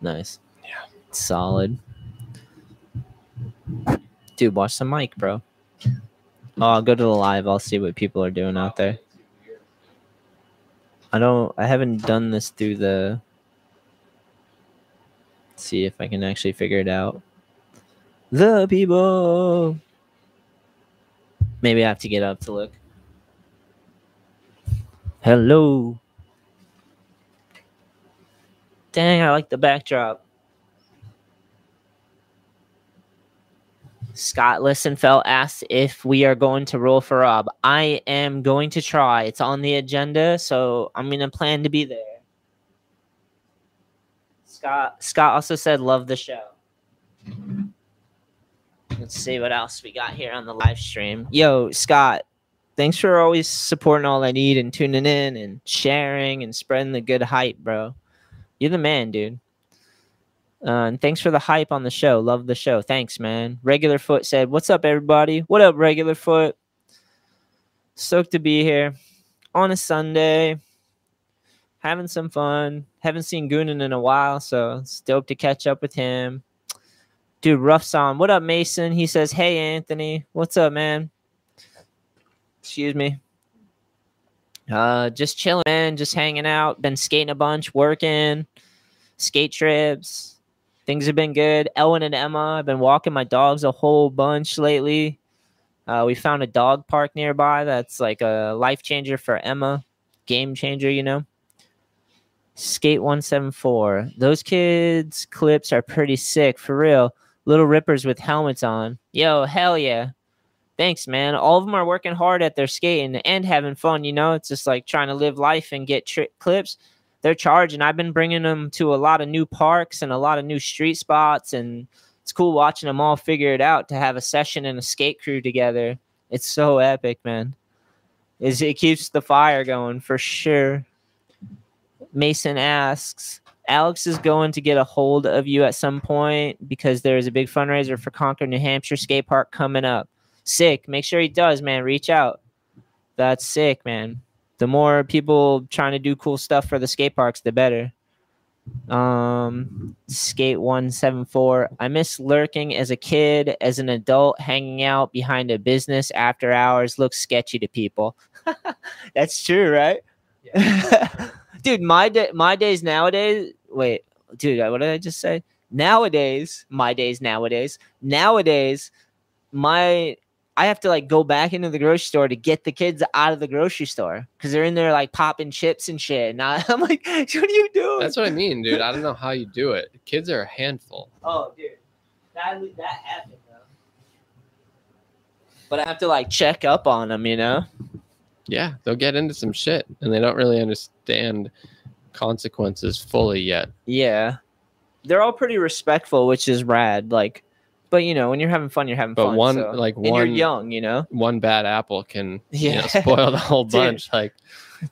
B: Nice.
C: Yeah.
B: Solid. Dude, watch the mic, bro. Oh, I'll go to the live. I'll see what people are doing out there. I don't. I haven't done this through the. see if I can actually figure it out. The people. Maybe I have to get up to look. Hello. Dang, I like the backdrop. Scott Listenfeld asks if we are going to roll for Rob. I am going to try. It's on the agenda, so I'm gonna plan to be there. Scott Scott also said love the show. Let's see what else we got here on the live stream. Yo, Scott, thanks for always supporting all I need and tuning in and sharing and spreading the good hype, bro. You're the man, dude. Uh, and thanks for the hype on the show. Love the show. Thanks, man. Regular Foot said, "What's up, everybody? What up, Regular Foot? Stoked to be here on a Sunday, having some fun. Haven't seen Goonan in a while, so it's dope to catch up with him." Dude, rough song. What up, Mason? He says, "Hey, Anthony. What's up, man? excuse me. Uh, just chilling, man. Just hanging out. Been skating a bunch, working, skate trips. Things have been good. Ellen and Emma. I've been walking my dogs a whole bunch lately. Uh, we found a dog park nearby that's like a life changer for Emma, game changer, you know. Skate 174. Those kids' clips are pretty sick, for real. Little rippers with helmets on. Yo, hell yeah. Thanks, man. All of them are working hard at their skating and having fun. You know, it's just like trying to live life and get tri- clips. They're charging. I've been bringing them to a lot of new parks and a lot of new street spots, and it's cool watching them all figure it out to have a session and a skate crew together. It's so epic, man. Is it keeps the fire going for sure. Mason asks, Alex is going to get a hold of you at some point because there is a big fundraiser for Concord, New Hampshire skate park coming up sick. Make sure he does, man. Reach out. That's sick, man. The more people trying to do cool stuff for the skate parks, the better. Um, skate one seven four. I miss lurking as a kid, as an adult, hanging out behind a business after hours looks sketchy to people. That's true, right? dude, my day, my days nowadays. Wait, dude, what did I just say? Nowadays, my days nowadays. Nowadays, my I have to like go back into the grocery store to get the kids out of the grocery store because they're in there like popping chips and shit. And I, I'm like, what are you doing?
C: That's what I mean, dude. I don't know how you do it. Kids are a handful.
B: Oh, dude, that that happened though. But I have to like check up on them, you know.
C: Yeah, they'll get into some shit and they don't really understand consequences fully yet.
B: Yeah, they're all pretty respectful, which is rad. Like But you know, when you're having fun, you're having
C: But
B: fun.
C: one
B: so-
C: like
B: and you're
C: one
B: young, you know.
C: one bad apple can you know,
B: Yeah.
C: spoil the whole
B: Dude.
C: bunch. Like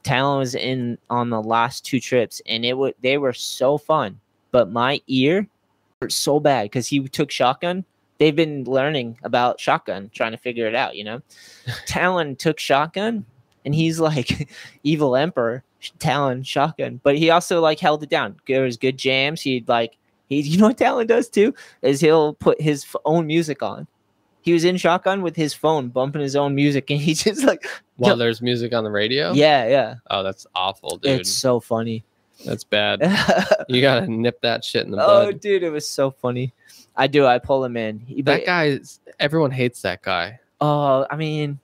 B: Talon was in on the last two trips, and it would they were so fun. But my ear hurt so bad because he took shotgun. They've been learning about shotgun, trying to figure it out. You know, Talon took shotgun, and he's like evil emperor. Talon shotgun, but he also like held it down. There was good jams. He'd like he, you know what Talon does too is he'll put his f- own music on. He was in shotgun with his phone bumping his own music, and he just like
C: while
B: Yeah.
C: there's music on the radio.
B: yeah, yeah.
C: Oh, that's awful, dude.
B: It's so funny.
C: That's bad. You gotta nip that shit in the
B: oh,
C: bud.
B: dude, it was so funny. I do. I pull him in. He-
C: That
B: but-
C: guy. Is, everyone hates that guy.
B: Oh, I mean,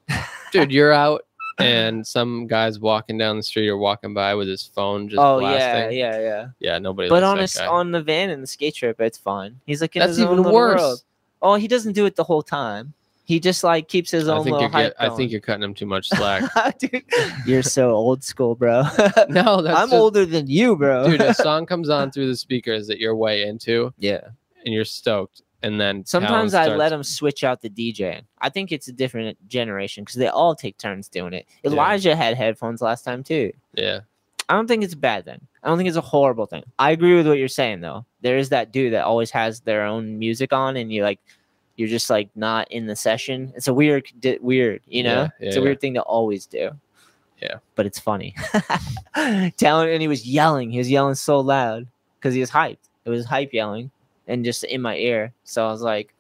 C: dude, you're out and some guy's walking down the street or walking by with his phone just
B: oh yeah,
C: blasting.
B: yeah, yeah.
C: Yeah, nobody
B: But on
C: likes
B: his
C: that guy.
B: on the van and the skate trip, it's fine. He's like in
C: That's
B: his own
C: even
B: little
C: worse.
B: world. Oh, he doesn't do it the whole time. He just like keeps his own
C: I think
B: little
C: you're
B: hype.
C: get, I think you're cutting him too much slack.
B: you're. dude, you're so old school, bro.
C: no, that's
B: I'm
C: just-
B: older than you, bro.
C: dude, a song comes on through the speakers that you're way into
B: yeah.
C: and you're stoked. And then
B: Sometimes I
C: Talon
B: let
C: starts-
B: him switch out the DJ. I think it's a different generation because they all take turns doing it.
C: Yeah.
B: Elijah had headphones last time too.
C: Yeah.
B: I don't think it's a bad thing. I don't think it's a horrible thing. I agree with what you're saying though. There is that dude that always has their own music on, and you like, you're just like not in the session. It's a weird, di- weird, you know.
C: Yeah, yeah,
B: it's a
C: yeah.
B: weird thing to always do.
C: Yeah.
B: but it's funny. Talon and he was yelling. He was yelling so loud because he was hyped. It was hype yelling, and just in my ear. So I was like,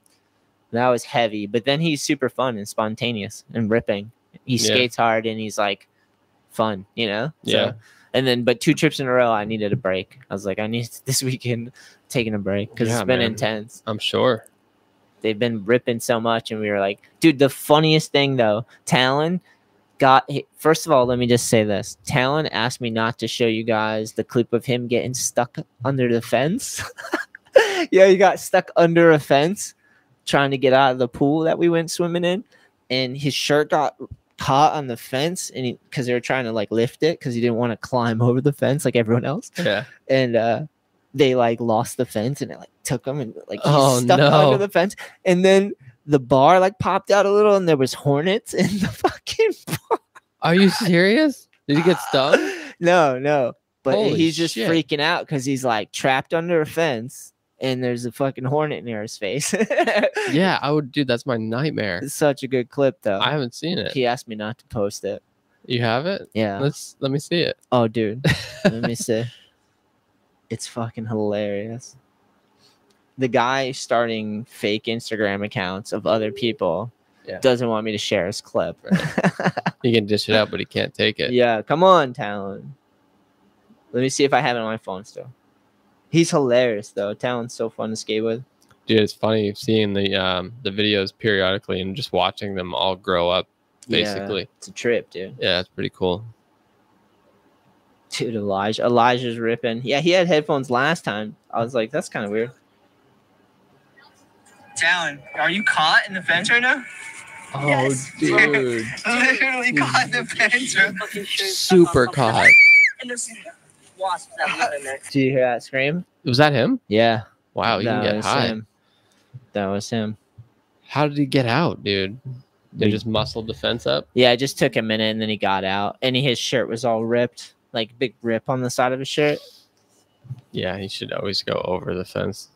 B: that was heavy. But then he's super fun and spontaneous and ripping. He
C: Yeah.
B: skates hard and he's like fun, you know. So-
C: Yeah.
B: and then, but two trips in a row, I needed a break. I was like, I need this weekend taking a break because
C: Yeah,
B: it's been
C: man.
B: intense.
C: I'm sure.
B: They've been ripping so much, and we were like, dude, the funniest thing though, Talon got. he- First of all, let me just say this: Talon asked me not to show you guys the clip of him getting stuck under the fence. yeah, he got stuck under a fence trying to get out of the pool that we went swimming in, and his shirt got caught on the fence, and because they were trying to like lift it because he didn't want to climb over the fence like everyone else
C: Yeah.
B: and uh they like lost the fence and it like took him and like he
C: Oh,
B: stuck
C: no.
B: under the fence and then the bar like popped out a little and there was hornets in the fucking
C: Are you serious? Did he get stung?
B: no no but
C: Holy
B: he's just
C: shit.
B: freaking out because he's like trapped under a fence and there's a fucking hornet near his face it's
C: Yeah, I would dude, that's my nightmare.
B: such a good clip though
C: I haven't seen it.
B: he asked me not to post it
C: You have it?
B: yeah
C: Let's let me see it.
B: oh dude let me see it's fucking hilarious the guy starting fake instagram accounts of other people
C: Yeah.
B: doesn't want me to share his clip
C: He can dish it out, but he can't take it.
B: yeah come on talon let me see if i have it on my phone still he's hilarious though talon's so fun to skate with
C: Dude, it's funny seeing the um the videos periodically and just watching them all grow up basically.
B: yeah, it's a trip dude
C: Yeah, that's pretty cool.
B: dude elijah elijah's ripping yeah he had headphones last time i was like that's kind of weird
D: Talon, are you caught in the fence right now?
C: Oh,
D: Yes.
C: dude.
D: Literally caught in the fence. bro.
C: Super caught.
D: And this-
E: wasps that live in there.
B: do you hear that scream
C: Was that him?
B: yeah
C: Wow, you can
B: that
C: get
B: was
C: high.
B: him. that was him
C: How did he get out, dude? They
B: They-
C: just muscled the fence up.
B: Yeah, it just took a minute and then he got out. And his shirt was all ripped, like big rip on the side of his shirt.
C: Yeah, he should always go over the fence.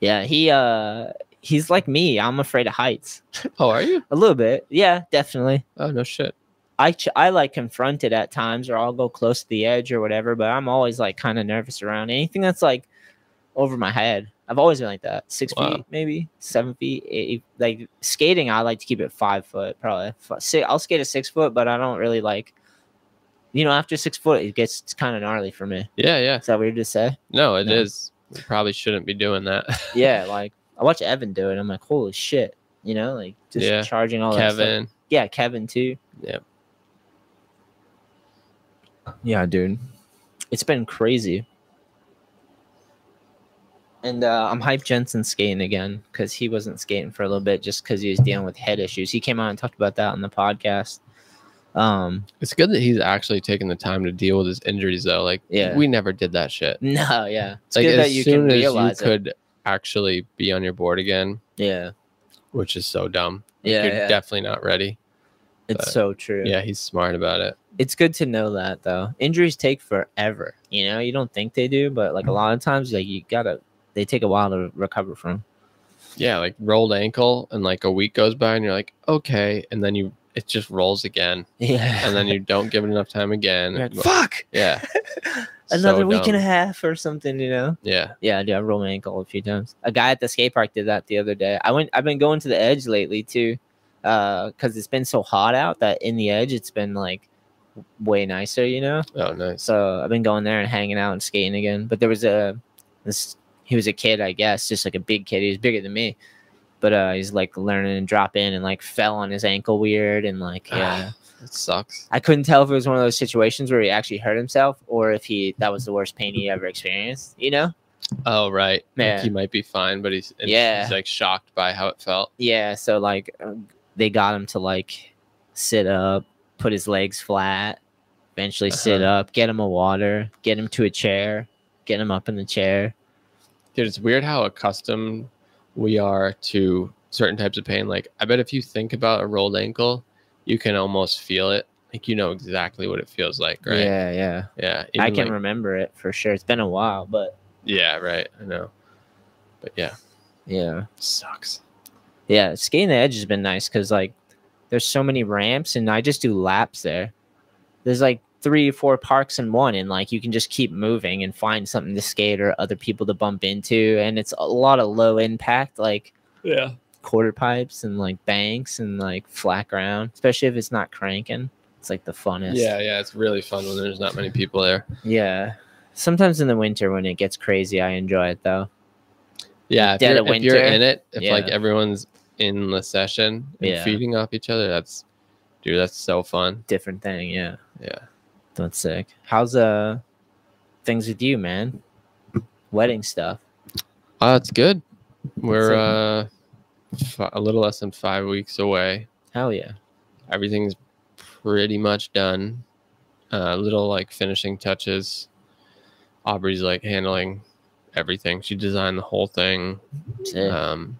B: Yeah, he uh he's like me. I'm afraid of heights.
C: Oh, are you?
B: A little bit. Yeah, definitely.
C: Oh no shit.
B: I ch- I like confront it at times or I'll go close to the edge or whatever, but I'm always like kind of nervous around anything that's like over my head. I've always been like that. Six
C: Wow.
B: feet, maybe seven feet. Eight, like skating, I like to keep it five foot, probably. Fi- si- I'll skate at six foot, but I don't really like, you know, after six foot, it gets kind of gnarly for me.
C: Yeah, yeah.
B: Is that weird to say?
C: No, it is.
B: No.
C: We probably shouldn't be doing that.
B: Yeah, like I watch Evan do it. I'm like, holy shit, you know, like just
C: Yeah.
B: charging all that. stuff.
C: Kevin.
B: Yeah, Kevin too.
C: Yep.
B: Yeah, dude, it's been crazy. And uh, I'm hyped Jensen skating again because he wasn't skating for a little bit just because he was dealing with head issues. He came out and talked about that on the podcast. Um,
C: It's good that he's actually taking the time to deal with his injuries, though. Like,
B: Yeah.
C: we never did that shit.
B: no, yeah, it's
C: like,
B: good
C: as
B: that you
C: soon
B: can
C: as
B: realize
C: you
B: it.
C: could actually be on your board again,
B: Yeah.
C: which is so dumb.
B: Yeah.
C: You're
B: yeah.
C: definitely not ready.
B: it's
C: but-
B: so true.
C: Yeah, he's smart about it.
B: It's good to know that though. Injuries take forever. You know, you don't think they do, but
C: Mm.
B: like a lot of times, like you gotta, they take a while to recover from.
C: Yeah, like rolled ankle, and like a week goes by, and you're like, okay, and then you it just rolls again,
B: Yeah.
C: and then you don't give it enough time again.
B: You're like,
C: Well,
B: fuck.
C: Yeah,
B: Another
C: So
B: week and a
C: dumb.
B: half or something, you know.
C: yeah.
B: Yeah, dude, I rolled my ankle a few times. A guy at the skate park did that the other day. I went. I've been going to the edge lately too, because it's been so hot out that in the edge it's been like way nicer, you know.
C: Oh, nice.
B: So I've been going there and hanging out and skating again. But there was a this. He was a kid, I guess, just like a big kid. He was bigger than me, but uh, he's like learning and drop in and like fell on his ankle weird and like yeah.
C: it sucks.
B: I couldn't tell if it was one of those situations where he actually hurt himself or if he that was the worst pain he ever experienced. You know?
C: Oh, right.
B: Yeah.
C: Like he might be fine, but he's it's-
B: Yeah.
C: He's like shocked by how it felt.
B: Yeah. So like, um, they got him to like sit up, put his legs flat,
C: Uh-huh.
B: eventually sit up, get him a water, get him to a chair, get him up in the chair.
C: Dude, it's weird how accustomed we are to certain types of pain. Like, I bet if you think about a rolled ankle, you can almost feel it. Like, you know exactly what it feels like, right?
B: Yeah, yeah.
C: Yeah.
B: I
C: even,
B: can
C: like-
B: remember it for sure. It's been a while, but
C: yeah, right. I know. But yeah,
B: yeah,
C: sucks.
B: yeah. Skating the edge has been nice because like there's so many ramps and I just do laps there. There's like three, four parks in one, and like you can just keep moving and find something to skate or other people to bump into, and it's a lot of low impact like
C: Yeah.
B: quarter pipes and like banks and like flat ground, especially if it's not cranking. It's like the funnest.
C: Yeah, yeah. It's really fun when there's not many people there.
B: yeah. Sometimes in the winter when it gets crazy, I enjoy it though.
C: Yeah. If
B: dead
C: you're,
B: of
C: if you're
B: winter.
C: in it, if like
B: Yeah.
C: everyone's in the session and
B: Yeah.
C: feeding off each other, that's, dude, that's so fun.
B: Different thing, yeah.
C: Yeah.
B: That's sick. How's uh things with you, man? Wedding stuff.
C: Uh, it's good. We're
B: it.
C: uh, fi- a little less than five weeks away.
B: Hell yeah.
C: Everything's pretty much done. Uh, little like finishing touches. Aubrey's like handling everything. She designed the whole thing.
B: Sick.
C: Um,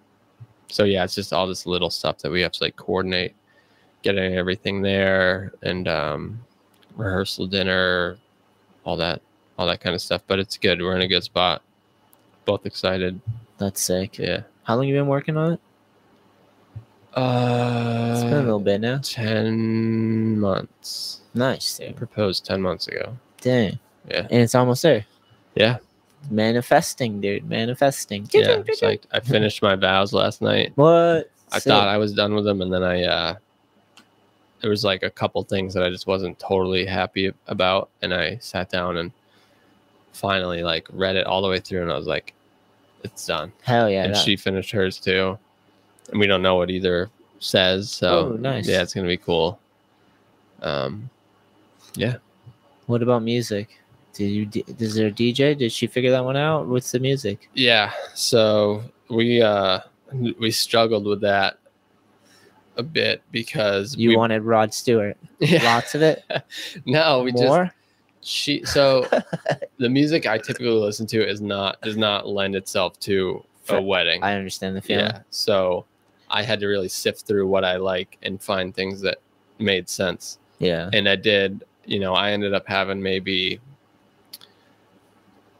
C: so yeah, it's just all this little stuff that we have to like coordinate, getting everything there and um, rehearsal dinner, all that, all that kind of stuff. But it's good. We're in a good spot. Both excited.
B: That's sick.
C: Yeah.
B: How long you been working on it?
C: Uh,
B: It's been a little bit now.
C: 10 months.
B: Nice,
C: I
B: dude.
C: proposed 10 months ago.
B: Dang.
C: Yeah.
B: And it's almost there.
C: Yeah.
B: Manifesting, dude. Manifesting.
C: Yeah. I'm psyched. I finished my vows last night.
B: What?
C: I
B: Sick.
C: thought I was done with them. And then I, uh, there was like a couple things that I just wasn't totally happy about. And I sat down and finally like read it all the way through and I was like, it's done.
B: Hell yeah.
C: and
B: that-
C: she finished hers too. And we don't know what either says. So
B: Oh, nice.
C: yeah, it's going to be cool. Um,
B: What about music? Did you? d- Is there a DJ? Did she figure that one out? What's the music?
C: yeah so we uh we struggled with that a bit because
B: You
C: we,
B: wanted Rod Stewart. Lots of it.
C: no we
B: More.
C: just she so the music i typically listen to is not does not lend itself to a
B: Fair.
C: wedding
B: I understand the feeling.
C: yeah so i had to really sift through what i like and find things that made sense
B: Yeah.
C: and I did, you know, I ended up having maybe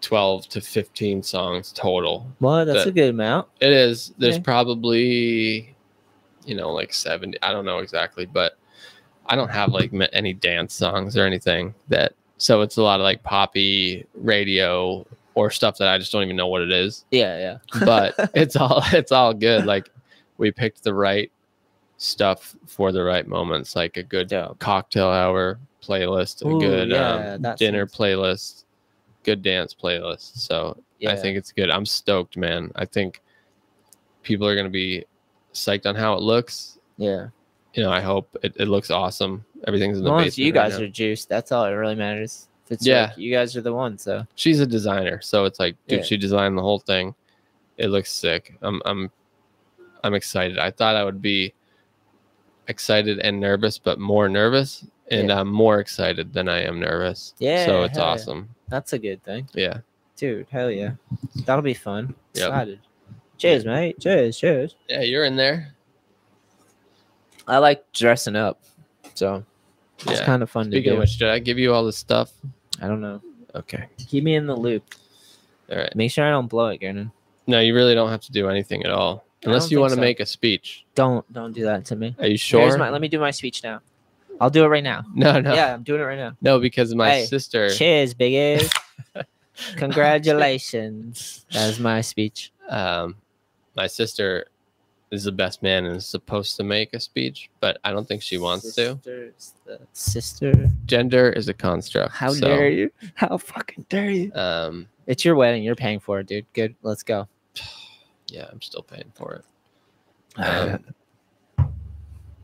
C: 12 to 15 songs total.
B: Well, that's
C: That-
B: a good amount.
C: It is, there's
B: Okay.
C: probably, you know, like 70, I don't know exactly, but I don't have like ma- any dance songs or anything that, so it's a lot of like poppy radio or stuff that I just don't even know what it is,
B: Yeah, yeah.
C: but it's all, it's all good. Like we picked the right stuff for the right moments, like a good
B: Dope.
C: cocktail hour playlist, a
B: Ooh,
C: good
B: yeah,
C: um,
B: that
C: dinner
B: sounds-
C: playlist, good dance playlist. So
B: Yeah.
C: I think it's good. I'm stoked, man. I think people are going to be psyched on how it looks.
B: Yeah.
C: You know, I hope it, it looks awesome. Everything's in
B: As
C: the
B: long
C: basement.
B: as you guys
C: right now.
B: are juiced, that's all it really matters. If It's
C: Yeah.
B: like, you guys are the ones. So
C: She's a designer, so it's like, dude,
B: Yeah.
C: she designed the whole thing. It looks sick. I'm, I'm, I'm excited. I thought I would be excited and nervous, but more nervous, and
B: Yeah.
C: I'm more excited than I am nervous.
B: Yeah,
C: so it's
B: hell yeah.
C: awesome.
B: that's a good thing,
C: Yeah.
B: dude. Hell yeah, that'll be fun.
C: Yep.
B: Excited. Cheers, mate. Cheers, cheers.
C: Yeah, you're in there.
B: I like dressing up, so it's
C: Yeah.
B: kind of fun
C: Speaking
B: to
C: of
B: do.
C: which, did I give you all the stuff?
B: I don't know.
C: Okay.
B: Keep me in the loop.
C: All right.
B: Make sure I don't blow it, Gernon.
C: No, you really don't have to do anything at all,
B: I
C: unless
B: don't
C: you
B: think
C: want to
B: so.
C: make a speech.
B: Don't don't do that to me.
C: Are you
B: Here's
C: sure?
B: my- let me do my speech now. I'll do it right now.
C: no, no,
B: Yeah, I'm doing it right now.
C: no, because my
B: Hey,
C: sister.
B: Cheers, big ass. Congratulations. That's my speech.
C: um, my sister is the best man and is supposed to make a speech, but I don't think she wants to.
B: Sisters, the Sister,
C: Gender is a construct.
B: how
C: so,
B: dare you? How fucking dare you?
C: Um,
B: It's your wedding. You're paying for it, dude. Good. Let's go.
C: yeah, I'm still paying for it. Um,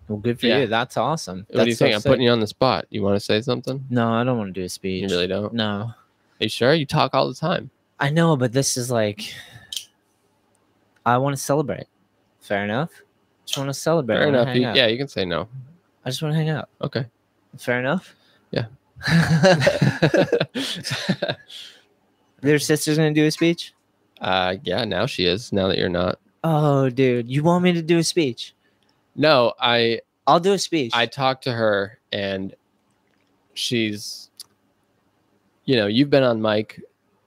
B: well, good for
C: yeah.
B: you. That's awesome.
C: what do
B: That's
C: you
B: so
C: think? I'm
B: sick.
C: putting you on the spot. You want to say something?
B: No, I don't want to do a speech.
C: You really don't? Are
B: No,
C: you sure? You talk all the time.
B: I know, but this is like, I want to celebrate. Fair enough. Just want to celebrate.
C: Fair
B: I wanna
C: enough.
B: hang
C: You,
B: out.
C: yeah, you can say no.
B: I just want to hang out.
C: Okay.
B: Fair enough.
C: Yeah.
B: Their sister's gonna do a speech.
C: uh, yeah, now she is. Now that you're not.
B: Oh, dude, you want me to do a speech?
C: No, I
B: I'll do a speech.
C: I talked to her and she's you know, you've been on mic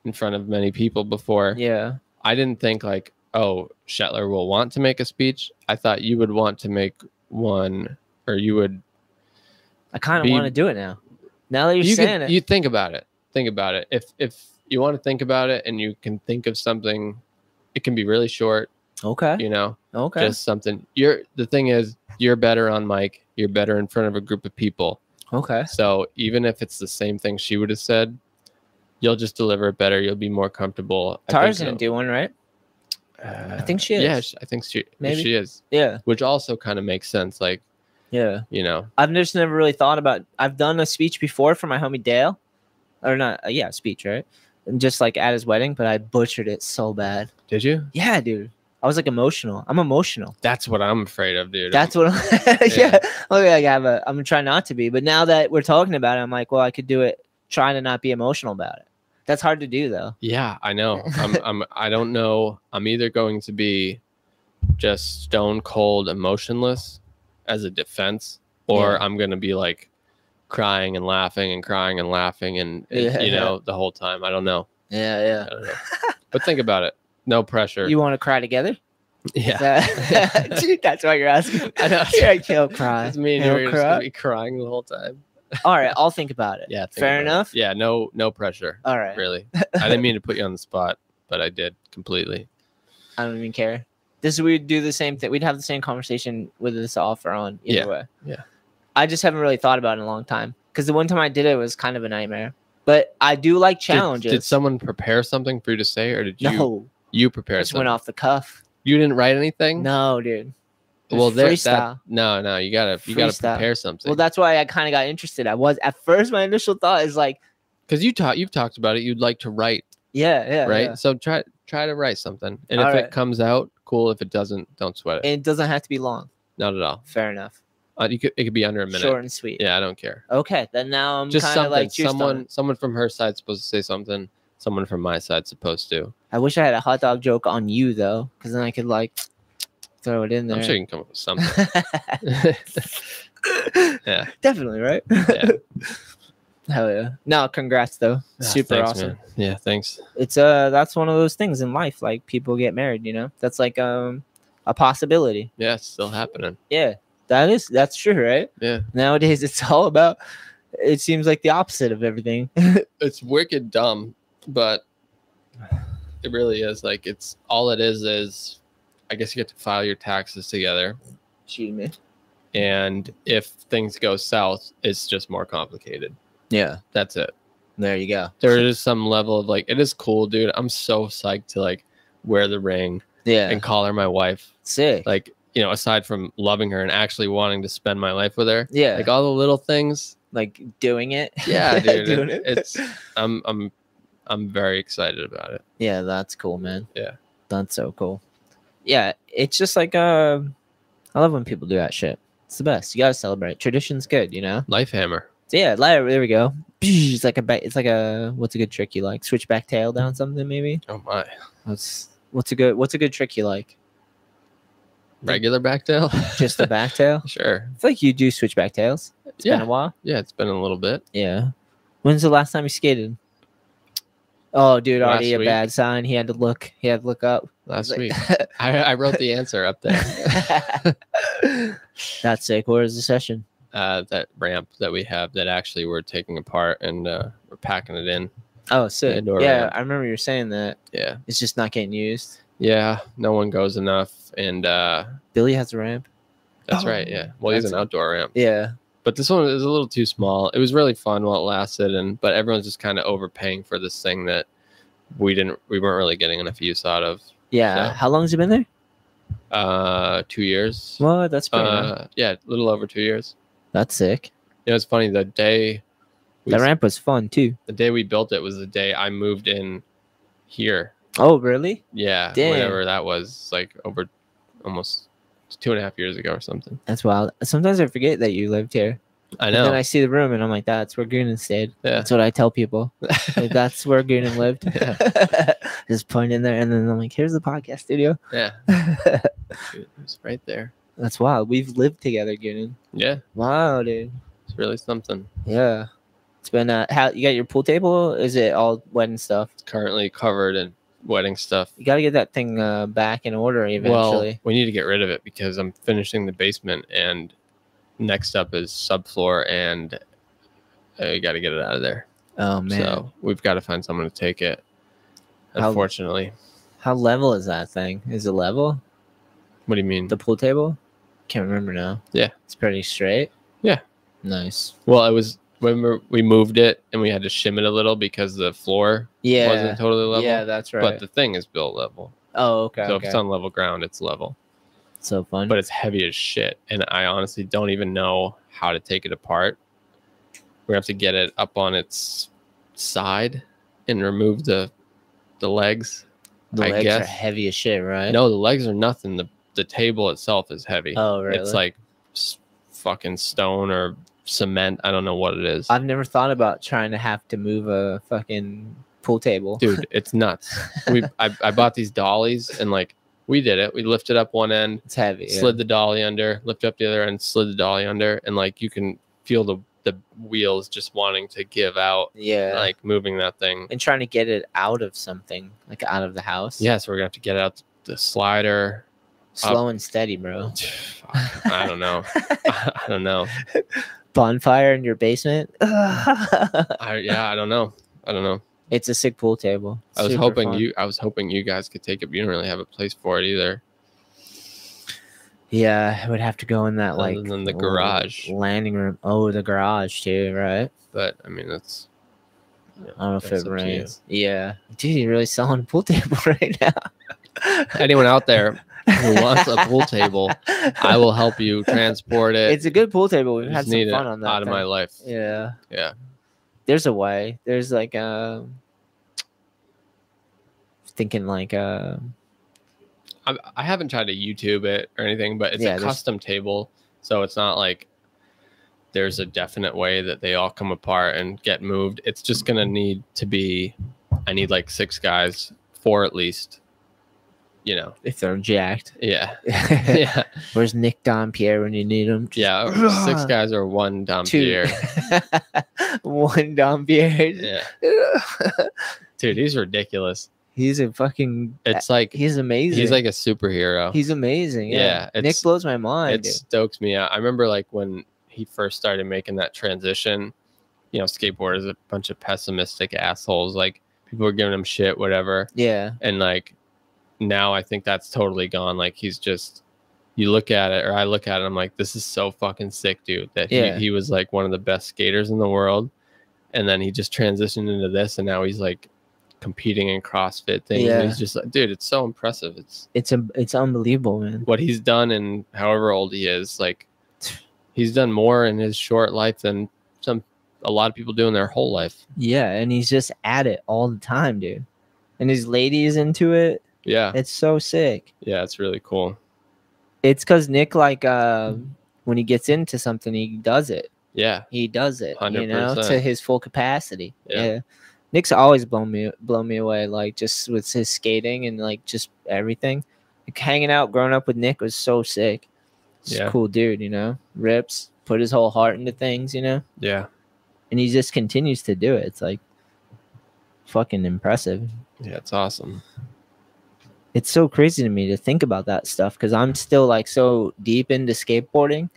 C: in front of many people before.
B: yeah.
C: I didn't think like, oh, Shetler will want to make a speech. I thought you would want to make one or you would
B: I kind of
C: Be-
B: want to do it now. Now that you're
C: you could-
B: saying it,
C: you think about it. Think about it. If if you want to think about it and you can think of something, it can be really short,
B: okay,
C: you know.
B: okay,
C: Just something. You're the thing is you're better on mic, you're better in front of a group of people.
B: okay.
C: So even if it's the same thing she would have said, you'll just deliver it better. You'll be more comfortable. I think
B: Tara's gonna
C: so.
B: do one, right? I think she is.
C: Yeah, sh- I think she
B: Maybe.
C: she is,
B: Yeah,
C: which also kind of makes sense. Like
B: yeah.
C: you know,
B: I've just never really thought about. I've done a speech before for my homie Dale, or not? Uh, yeah, speech, right? And just like at his wedding, but I butchered it so bad.
C: did you?
B: Yeah, dude. I was like emotional. I'm emotional.
C: That's what I'm afraid of, dude.
B: That's what. I'm,
C: Yeah.
B: yeah. Okay, like I have a. I'm gonna try not to be, but now that we're talking about it, I'm like, well, I could do it. Trying to not be emotional about it. That's hard to do though.
C: yeah, I know. I'm I'm I don't know. I'm either going to be just stone cold emotionless as a defense, or
B: Yeah.
C: I'm gonna be like crying and laughing and crying and laughing and, and,
B: Yeah.
C: you know the whole time. I don't know.
B: Yeah,
C: I don't know. but think about it. No pressure.
B: You want to cry together?
C: yeah.
B: That- Dude, that's why you're asking.
C: I know.
B: You're like, he'll cry.
C: It's me and you
B: He'll
C: are just gonna
B: cry.
C: be crying the whole time.
B: All right, I'll think about it.
C: Yeah. think
B: Fair
C: about it.
B: enough.
C: Yeah. No. No pressure.
B: All right.
C: Really. I didn't mean to put you on the spot, but I did completely.
B: I don't even care. This we'd do the same thing. We'd have the same conversation with this off or on either
C: Yeah,
B: way.
C: yeah.
B: I just haven't really thought about it in a long time because the one time I did it was kind of a nightmare. But I do like
C: Did-
B: challenges.
C: Did, someone prepare something for you to say, or did you
B: no,
C: you
B: I
C: prepare
B: just
C: something?
B: went off the cuff.
C: You didn't write anything.
B: No, dude. It was
C: Well, there's that.
B: freestyle.
C: No, no. You gotta you gotta
B: Freestyle.
C: prepare something.
B: Well, that's why I kind of got interested. I was at first. My initial thought is like,
C: because you taught you've talked about it. You'd like to write,
B: yeah, yeah,
C: right?
B: yeah.
C: So try try to write something, and
B: All
C: if it
B: right.
C: comes out, cool. If it doesn't, don't sweat it.
B: And it doesn't have to be long.
C: Not at all.
B: Fair enough.
C: Uh, you could, it could be under a minute.
B: Short and sweet.
C: Yeah, I don't care.
B: Okay, then now I'm
C: just
B: kind of
C: something.
B: like juiced on
C: someone,
B: it.
C: someone from her side's supposed to say something. Someone from my side's supposed to.
B: I wish I had a hot dog joke on you though, because then I could like throw it in there.
C: I'm sure you can come up with something. yeah,
B: Definitely, right?
C: yeah.
B: Hell yeah. No, congrats though. Super
C: Ah, Thanks,
B: awesome.
C: man. Yeah, thanks.
B: It's uh that's one of those things in life. Like people get married, you know? That's like um a possibility.
C: Yeah, it's still happening.
B: Yeah. That is that's true, right?
C: Yeah.
B: Nowadays it's all about it seems like the opposite of everything.
C: It's wicked dumb, but it really is. Like, it's all it is is, I guess you get to file your taxes together,
B: Excuse me.
C: and if things go south, it's just more complicated.
B: Yeah.
C: That's it.
B: There you go.
C: There is some level of like, it is cool, dude. I'm so psyched to like wear the ring
B: Yeah.
C: and call her my wife.
B: Sick.
C: like you know aside from loving her and actually wanting to spend my life with her
B: yeah. Like,
C: like all the little things
B: doing it.
C: yeah dude
B: doing
C: it-
B: it.
C: it's i'm i'm i'm very excited about it
B: Yeah, that's cool, man.
C: Yeah.
B: That's so cool. Yeah, it's just like uh I love when people do that shit. It's the best. You gotta celebrate. Tradition's good, you know?
C: life hammer
B: So yeah, like, there we go. It's like a ba- it's like a what's a good trick you like? Switch back tail down something maybe?
C: oh my
B: That's What's a good What's a good trick you like?
C: Regular back tail?
B: Just the back tail.
C: sure.
B: I feel like you do switch back tails. It's been
C: yeah.
B: a while.
C: yeah, it's been a little bit.
B: Yeah. When's the last time you skated? Oh, dude, already
C: Last
B: a
C: week.
B: bad sign. He had to look. He had to look up.
C: Last
B: Like-
C: week. I, I wrote the answer up there.
B: That's sick. Where is the session?
C: uh, that ramp that we have that actually we're taking apart and uh, we're packing it in.
B: Oh, sick.
C: Indoor
B: yeah,
C: ramp.
B: I remember you were saying that.
C: Yeah.
B: It's just not getting used.
C: Yeah. No one goes enough. And uh,
B: Billy has a ramp.
C: that's
B: Oh,
C: right. Yeah. Well, he's
B: that's-
C: an outdoor ramp.
B: Yeah.
C: But this one is a little too small. It was really fun while it lasted. And, but everyone's just kind of overpaying for this thing that we didn't, we weren't really getting enough use out of.
B: Yeah.
C: So-
B: How long has it been there?
C: Uh, two years.
B: Well, that's pretty nice.
C: uh, yeah, a little over two years.
B: That's sick.
C: You know, it's funny. The day we,
B: The ramp was fun too.
C: the day we built it was the day I moved in here.
B: Oh, really?
C: Yeah,
B: Damn.
C: whenever that was, like over almost two and a half years ago or something.
B: That's wild. Sometimes I forget that you lived here.
C: I
B: And
C: know.
B: then I see the room and I'm like, that's where Goonan stayed.
C: yeah.
B: That's what I tell people. Like, that's where Goonan lived. Just point in there. And then I'm like, here's the podcast studio.
C: yeah. Dude, it was right there.
B: That's wild. We've lived together, Goonan.
C: Yeah.
B: Wow, dude.
C: It's really something.
B: Yeah. It's been, uh, how you got your pool table? Is it all wet and stuff?
C: It's currently covered in wedding stuff.
B: You got to get that thing uh, back in order
C: Well,
B: eventually.
C: we need to get rid of it because I'm finishing the basement and next up is subfloor and I got to get it out of there.
B: oh, man.
C: So we've got to find someone to take it.
B: How-
C: Unfortunately.
B: How level is that thing? Is it level?
C: What do you mean?
B: The pool table? Can't remember now.
C: Yeah.
B: It's pretty straight.
C: Yeah.
B: Nice.
C: Well, it was when we- we moved it and we had to shim it a little because the floor
B: Yeah.
C: wasn't totally level.
B: Yeah, that's right.
C: But the thing is built level.
B: oh, okay.
C: so
B: okay.
C: if it's on level ground, it's level.
B: so fun.
C: But it's heavy as shit. And I honestly don't even know how to take it apart. We have to get it up on its side and remove the the legs.
B: the
C: I
B: legs are
C: guess-
B: heavy as shit, right?
C: No, the legs are nothing. The the table itself is heavy.
B: Oh, really?
C: It's like s- fucking stone or cement. I don't know what it is.
B: I've never thought about trying to have to move a fucking pool table.
C: dude it's nuts we I, I bought these dollies and like we did it we lifted up one end
B: It's heavy. yeah.
C: slid the dolly under lifted up the other end slid the dolly under and like you can feel the the wheels just wanting to give out
B: Yeah.
C: like moving that thing
B: and trying to get it out of something, like out of the house.
C: yeah uh, so we're gonna have to get out the slider
B: Slow and steady, bro.
C: Fuck, i don't know i don't know
B: Bonfire in your basement.
C: i yeah i don't know i don't know
B: it's a sick pool table.
C: i was
B: Super
C: hoping
B: fun.
C: you i was hoping you guys could take it but you don't really have a place for it either
B: Yeah, it would have to go in that like
C: Other than the
B: l-
C: garage.
B: landing room. Oh, the garage too, right?
C: but i mean that's
B: I don't know if
C: That's
B: it
C: up to you.
B: rains. Yeah, dude, you're really selling a pool table right now.
C: anyone out there who wants a pool table I will help you transport it.
B: It's a good pool table.
C: I
B: We've
C: just
B: had some
C: need it
B: fun on that.
C: out of my
B: thing.
C: life.
B: Yeah.
C: Yeah.
B: There's a way. There's like um thinking like um
C: I, I haven't tried to YouTube it or anything, but it's
B: Yeah,
C: a
B: there's-
C: custom table, so it's not like there's a definite way that they all come apart and get moved. It's just gonna need to be. I need like six guys, four at least. You know.
B: if they're jacked.
C: Yeah. yeah.
B: Where's Nick Don Pierre when you need him? Just
C: Yeah. six guys or one Dom
B: two.
C: Pierre.
B: One Don Pierre.
C: Yeah. Dude, he's ridiculous.
B: He's a fucking
C: It's like
B: Uh, he's amazing.
C: he's like a superhero.
B: he's amazing. Yeah.
C: Yeah, it's-
B: Nick blows my mind.
C: it stokes me out. I remember like when he first started making that transition, you know, skateboarders a bunch of pessimistic assholes. Like people were giving him shit, whatever.
B: dude. Yeah.
C: And like now I think that's totally gone. Like he's just you look at it or I look at it, I'm like, this is so fucking sick, dude. That
B: Yeah.
C: he, he was like one of the best skaters in the world. And then he just transitioned into this and now he's like competing in CrossFit things.
B: Yeah.
C: And he's just like, dude, it's so impressive. It's
B: It's a, it's unbelievable, man.
C: what he's done and however old he is like he's done more in his short life than some a lot of people do in their whole life
B: Yeah, and he's just at it all the time, dude. And his lady is into it.
C: yeah
B: It's so sick.
C: yeah it's really cool
B: It's cause Nick, like, um, when he gets into something, he does it.
C: yeah
B: He does it, you know, to
C: 100%.
B: his full capacity. Yeah.
C: Yeah.
B: Nick's always blown me blown me away, like just with his skating and like just everything. Like hanging out, growing up with Nick was so sick. He's
C: Yeah.
B: a cool dude, you know. Rips, put his whole heart into things, you know,
C: Yeah.
B: and he just continues to do it. It's like fucking impressive.
C: Yeah. It's awesome.
B: It's so crazy to me to think about that stuff because I'm still like so deep into skateboarding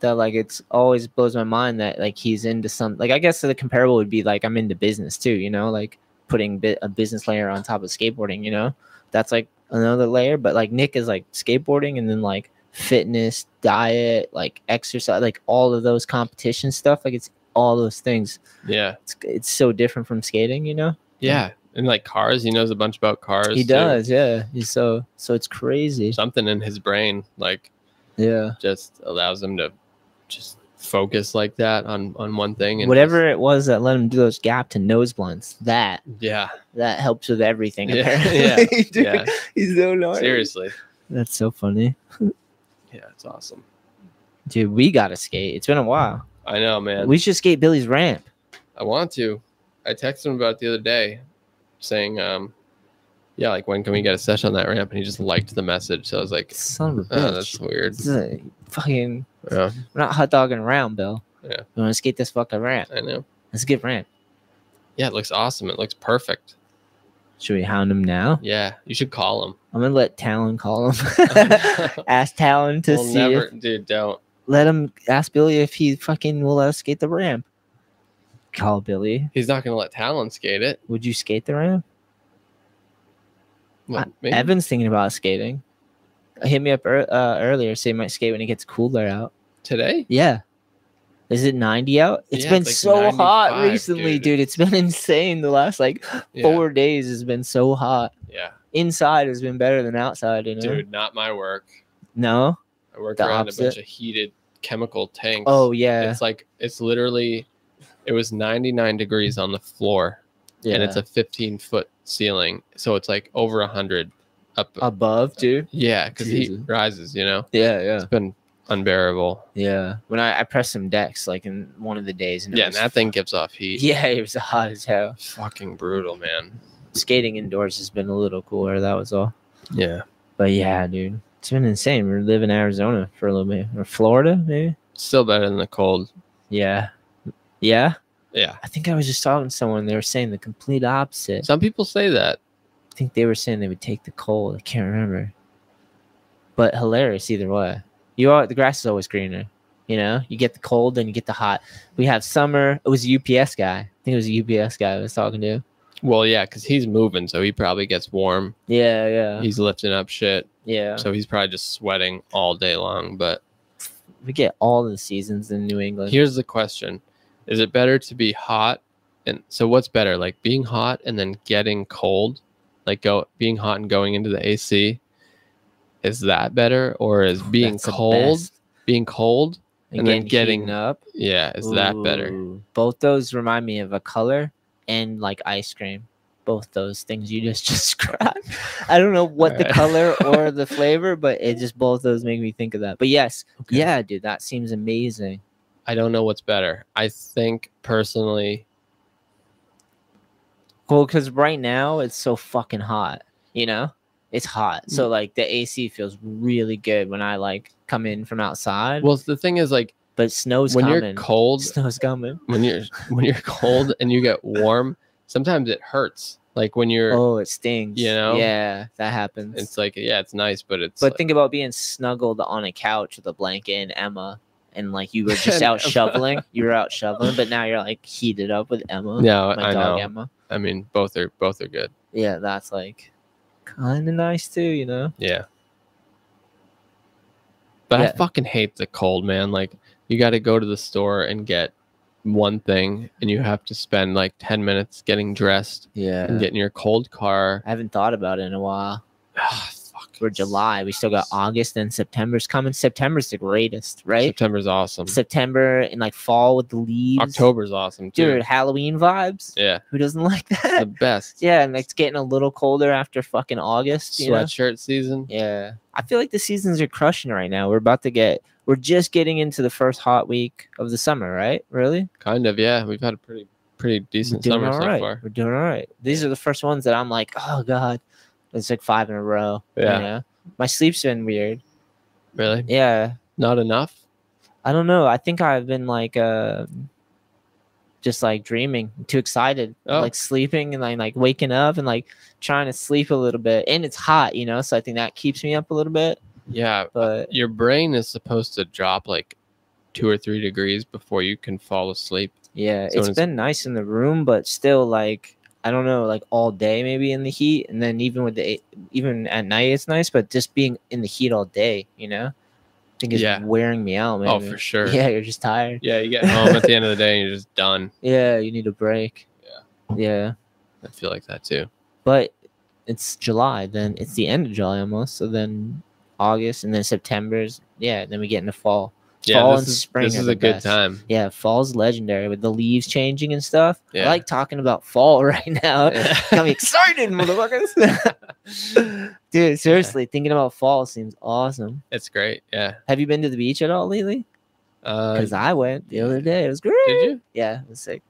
B: that like it's always blows my mind that like he's into some like I guess the comparable would be like I'm into business too, you know, like putting bi- a business layer on top of skateboarding, you know, that's like another layer. But like Nick is like skateboarding and then like fitness, diet, like exercise, like all of those competition stuff, like it's all those things.
C: Yeah.
B: It's it's so different from skating, you know.
C: Yeah. And like cars, he knows a bunch about cars.
B: He
C: too.
B: does, yeah. He's so so it's crazy.
C: Something in his brain like
B: Yeah.
C: just allows him to just focus like that on on one thing and
B: Whatever it was that let him do those gap to nose blinds, that
C: just- yeah.
B: that helps with everything.
C: Yeah,
B: apparently. Dude,
C: yeah.
B: He's so gnarly.
C: Seriously.
B: That's so funny.
C: Yeah. It's awesome.
B: Dude, we gotta skate. It's been a while.
C: I know, man.
B: We should skate Billy's ramp.
C: I want to. I texted him about it the other day, saying, um, "Yeah, like when can we get a session on that ramp?" And he just liked the message. So I was like,
B: Son of a
C: "Oh,
B: bitch.
C: that's weird."
B: This is a fucking
C: Yeah,
B: we're not hot dogging around, Bill.
C: Yeah.
B: We wanna skate this fucking ramp.
C: I know.
B: Let's get ramp.
C: Yeah, it looks awesome. It looks perfect.
B: Should we hound him now?
C: Yeah, you should call him.
B: I'm gonna let Talon call him. Ask Talon to
C: We'll
B: see if
C: never, dude. Don't.
B: let him ask Billy if he fucking will let us skate the ramp. Call Billy.
C: He's not gonna let Talon skate it.
B: Would you skate the ramp?
C: Well, maybe.
B: Evan's thinking about skating. Uh, Hit me up ear uh, earlier. Say he might skate when it gets cooler out.
C: today?
B: Yeah. Is it 90 out? It's
C: Yeah,
B: been
C: it's
B: so
C: like
B: hot
C: 95,
B: recently,
C: dude.
B: dude. It's been insane. The last like
C: Yeah.
B: four days has been so hot.
C: Yeah,
B: Inside has been better than outside, you know?
C: dude. Not my work.
B: No?
C: I work
B: The
C: around a bunch
B: opposite.
C: of heated chemical tanks.
B: Oh, yeah.
C: It's like it's literally. It was 99 degrees on the floor
B: yeah.
C: and it's a 15 foot ceiling so it's like over 100 up
B: above, dude.
C: yeah because heat
B: Oh. Jesus.
C: rises you know
B: Yeah, yeah.
C: it's been unbearable
B: Yeah. When I, I pressed some decks like in one of the days and it
C: yeah and
B: was
C: that thing gives off heat
B: Yeah, it was hot as hell.
C: fucking brutal man
B: Skating indoors has been a little cooler, that was all.
C: yeah
B: But yeah, dude, it's been insane. We live in Arizona for a little bit, or Florida, maybe.
C: still better than the cold
B: Yeah, yeah.
C: yeah
B: I think I was just talking to someone. They were saying the complete opposite.
C: some people say that
B: I think they were saying they would take the cold. I can't remember. But hilarious either way. You are the grass is always greener. You know, you get the cold, then you get the hot. We have summer. It was a UPS guy. I think it was a UPS guy I was talking to.
C: well yeah because he's moving so he probably gets warm
B: Yeah, yeah,
C: he's lifting up shit
B: yeah.
C: so he's probably just sweating all day long but
B: We get all the seasons in New England.
C: here's the question is it better to be hot and so what's better like being hot and then getting cold like go being hot and going into the ac is that better or is being
B: That's the
C: cold
B: best.
C: being cold and then getting
B: heating up.
C: yeah is that better
B: Ooh. Both those remind me of a color and like ice cream. Both those things you just described. I don't know what the
C: Alright.
B: color or the flavor, but it just both those make me think of that. But yes,
C: Okay.
B: yeah, dude, that seems amazing.
C: i don't know what's better i think personally
B: Cool, because right now it's so fucking hot. You know, it's hot.
C: Mm.
B: So like the AC feels really good when I like come in from outside.
C: well the thing is like
B: but snow's
C: when
B: coming.
C: you're cold
B: snow's coming.
C: when you're when you're cold and you get warm sometimes it hurts like when you're
B: Oh, it stings.
C: You know?
B: Yeah, that happens.
C: it's like yeah it's nice but it's
B: But
C: like-
B: think about being snuggled on a couch with a blanket and Emma, and like you were just
C: And
B: out
C: Emma.
B: shoveling. You were out shoveling, but now you're like heated up with Emma.
C: no
B: my
C: i
B: dog
C: know
B: Emma.
C: i mean both are both are good
B: Yeah, that's like kind of nice too, you know.
C: Yeah. But I
B: Yeah.
C: fucking hate the cold, man. Like you got to go to the store and get one thing and you have to spend like 10 minutes getting dressed
B: Yeah.
C: and getting your cold car.
B: I haven't thought about it in a while.
C: Ah, fuck.
B: We're July. We still got August and September's coming. September's the greatest, right?
C: September's awesome.
B: September and like fall with the leaves.
C: October's awesome too.
B: Dude, Halloween vibes.
C: Yeah.
B: Who doesn't like
C: The
B: that?
C: best.
B: Yeah, and it's getting a little colder after fucking August. You know?
C: Sweatshirt season.
B: Yeah. I feel like the seasons are crushing right now. We're about to get we're just getting into the first hot week of the summer, right? Really?
C: Kind of, yeah. We've had a pretty pretty decent summer
B: all
C: so
B: right.
C: far.
B: We're doing all right. These are the first ones that I'm like, oh god, it's like five in a row.
C: Yeah.
B: You know? My sleep's been weird.
C: Really?
B: Yeah.
C: Not enough?
B: I don't know. I think I've been like, uh, just like dreaming, too excited,
C: Oh.
B: like sleeping and like like waking up and like trying to sleep a little bit. And it's hot, you know, so I think that keeps me up a little bit.
C: Yeah.
B: But
C: Your brain is supposed to drop like two or three degrees before you can fall asleep.
B: yeah,
C: So
B: it's
C: it's-
B: been nice in the room, but still like I don't know, like all day maybe in the heat, and then even with the even at night it's nice, but just being in the heat all day, you know, I think it's
C: Yeah.
B: wearing me out. Maybe.
C: Oh, for sure.
B: Yeah, you're just tired.
C: Yeah, you get home at the end of the day and you're just done.
B: Yeah, you need a break. Yeah. Yeah.
C: I feel like that too.
B: but it's July. Then it's the end of July almost. So then August and then September's yeah. Then we get into fall.
C: Yeah,
B: Fall
C: this
B: and
C: is,
B: spring
C: this
B: are
C: is
B: the
C: a good
B: best.
C: time.
B: Yeah, fall's legendary with the leaves changing and stuff.
C: Yeah.
B: I like talking about fall right now.
C: Yeah.
B: Got me excited, motherfuckers. Dude, seriously, thinking about fall seems awesome.
C: It's great. Yeah.
B: Have you been to the beach at all lately?
C: Uh,
B: Because I went the other day. It was great.
C: did you?
B: Yeah, it was sick.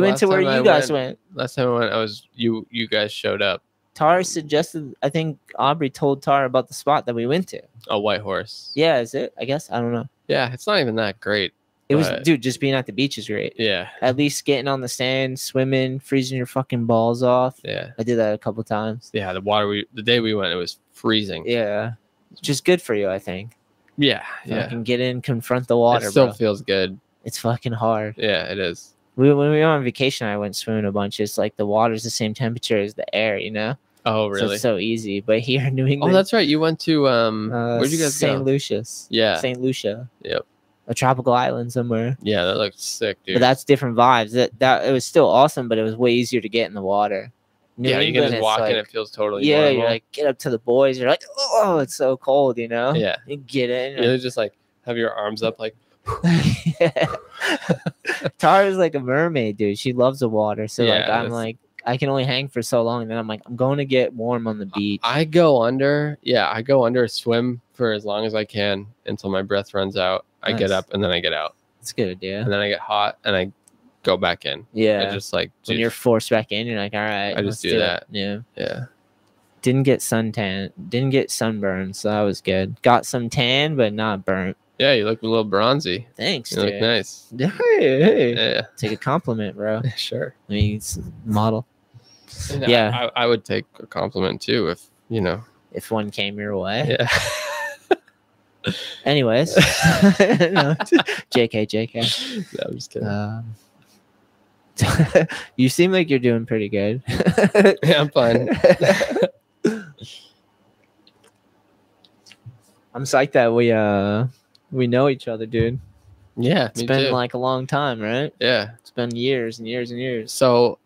B: we went
C: last
B: to where
C: time I
B: you guys went.
C: Last time I went, I was you. You guys showed up.
B: Tara suggested. I think Aubrey told Tara about the spot that we went to.
C: A white horse.
B: Yeah, is it? I guess I don't know.
C: Yeah, it's not even that great.
B: It was,
C: Right.
B: dude, just being at the beach is great.
C: Yeah,
B: At least getting on the sand, swimming, freezing your fucking balls off.
C: yeah,
B: I did that a couple times.
C: yeah. The water. We the day we went, it was freezing. Yeah,
B: Yeah. Just good for you, I think.
C: yeah.
B: Fucking get in, confront the
C: It
B: water,
C: still
B: bro.
C: feels good.
B: It's fucking hard.
C: Yeah, it is.
B: We, when we were on vacation, I went swimming a bunch. It's like the water's the same temperature as the air, you know?
C: Oh,
B: So
C: really?
B: it's so easy. But here in New
C: oh,
B: England,
C: that's right. You went to um.
B: uh,
C: where'd you guys
B: St.
C: go?
B: Lucius.
C: Yeah,
B: St. Lucia.
C: Yep.
B: A tropical island somewhere.
C: yeah. That looked sick, dude.
B: But that's different vibes. That that it was still awesome, but it was way easier to get in the water. New
C: yeah, you
B: England,
C: can just
B: it's
C: walk
B: like-
C: and it feels totally.
B: yeah,
C: normal.
B: you're like get up to the boys. You're like, oh, it's so cold, you know.
C: yeah.
B: You get in.
C: You
B: you're
C: really just like have your arms up, like
B: like- Tara's like a mermaid, dude. She loves the water. So like,
C: Yeah,
B: I'm
C: that's-
B: like, I can only hang for so long, and then I'm like, I'm going to get warm on the beach.
C: I go under. Yeah, I go under, swim for as long as I can until my breath runs out. I get
B: Nice.
C: up and then I get out.
B: It's good, yeah.
C: and then I get hot and I go back in. I
B: Yeah.
C: just like
B: when
C: do-
B: you're forced back in, you're like, all right.
C: I just
B: let's
C: do
B: it."
C: that.
B: Yeah.
C: yeah.
B: Didn't get suntan. Didn't get sunburn, so that was good. Got some tan, but not burnt.
C: Yeah, you look a little bronzy.
B: Thanks,
C: You look
B: dude.
C: nice.
B: Hey, hey.
C: Yeah,
B: Take a compliment, bro.
C: sure.
B: I mean, it's a model.
C: And
B: Yeah.
C: I, I would take a compliment too if you know.
B: If one came your way.
C: Yeah.
B: Anyways, no, JK, JK.
C: No, I'm just kidding.
B: Um, you seem like you're doing pretty good.
C: yeah, I'm fine.
B: I'm psyched that we uh we know each other, dude.
C: Yeah,
B: It's
C: me
B: been
C: too.
B: like a long time, right?
C: yeah.
B: It's been years and years and years.
C: So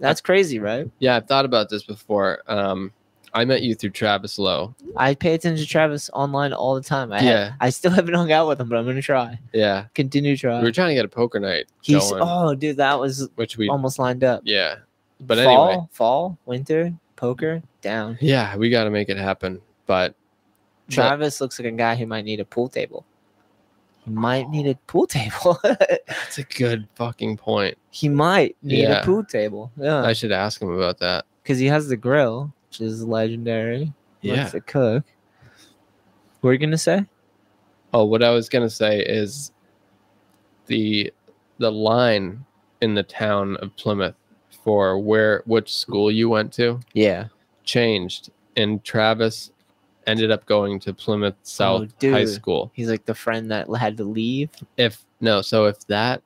B: That's crazy, right?
C: yeah, I've thought about this before. Um, I met you through Travis Lowe.
B: I pay attention to Travis online all the time. I
C: Yeah.
B: yeah. I still haven't hung out with him, but I'm gonna try.
C: Yeah,
B: Continue
C: we
B: trying.
C: were trying to get a poker night
B: He's
C: going,
B: oh, dude, that was
C: which we
B: almost lined up.
C: yeah, but
B: fall,
C: anyway,
B: fall, winter, poker, down.
C: yeah, we got to make it happen. But But-
B: Travis looks like a guy who might need a pool table. He might need
C: Oh.
B: a pool table.
C: that's a good fucking point.
B: he might need
C: Yeah.
B: a pool table. Yeah,
C: I should ask him about that.
B: because he has the grill, which is legendary. He likes to cook. What are you gonna say?
C: Oh, what I was gonna say is the the line in the town of Plymouth for where which school you went to
B: Yeah.
C: changed, and Travis ended up going to Plymouth South High
B: Oh, dude.
C: School.
B: He's like the friend that had to leave.
C: If no, so if that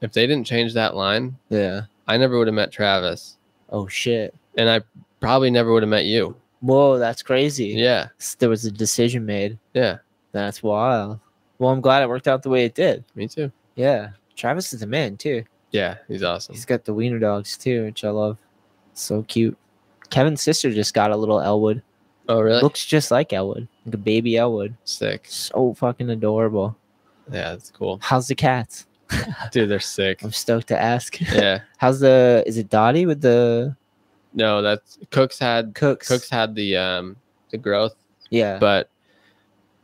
C: if they didn't change that line,
B: Yeah.
C: I never would have met Travis,
B: Oh shit.
C: and I probably never would have met you.
B: Whoa, that's crazy.
C: Yeah,
B: S- There was a decision made.
C: yeah,
B: That's wild. Well, I'm glad it worked out the way it did.
C: me too.
B: Yeah. Travis is a man too.
C: Yeah, he's awesome.
B: He's got the wiener dogs too, which I love. So cute. Kevin's sister just got a little Elwood.
C: oh, really?
B: Looks just like Elwood, like a baby Elwood.
C: Sick.
B: So fucking adorable.
C: Yeah, that's cool,
B: How's the cats?
C: dude. They're sick.
B: I'm stoked to ask.
C: Yeah.
B: How's the? Is it Dottie with the
C: No, that's Cooks had
B: cooks?
C: Cooks had the um the growth,
B: Yeah.
C: but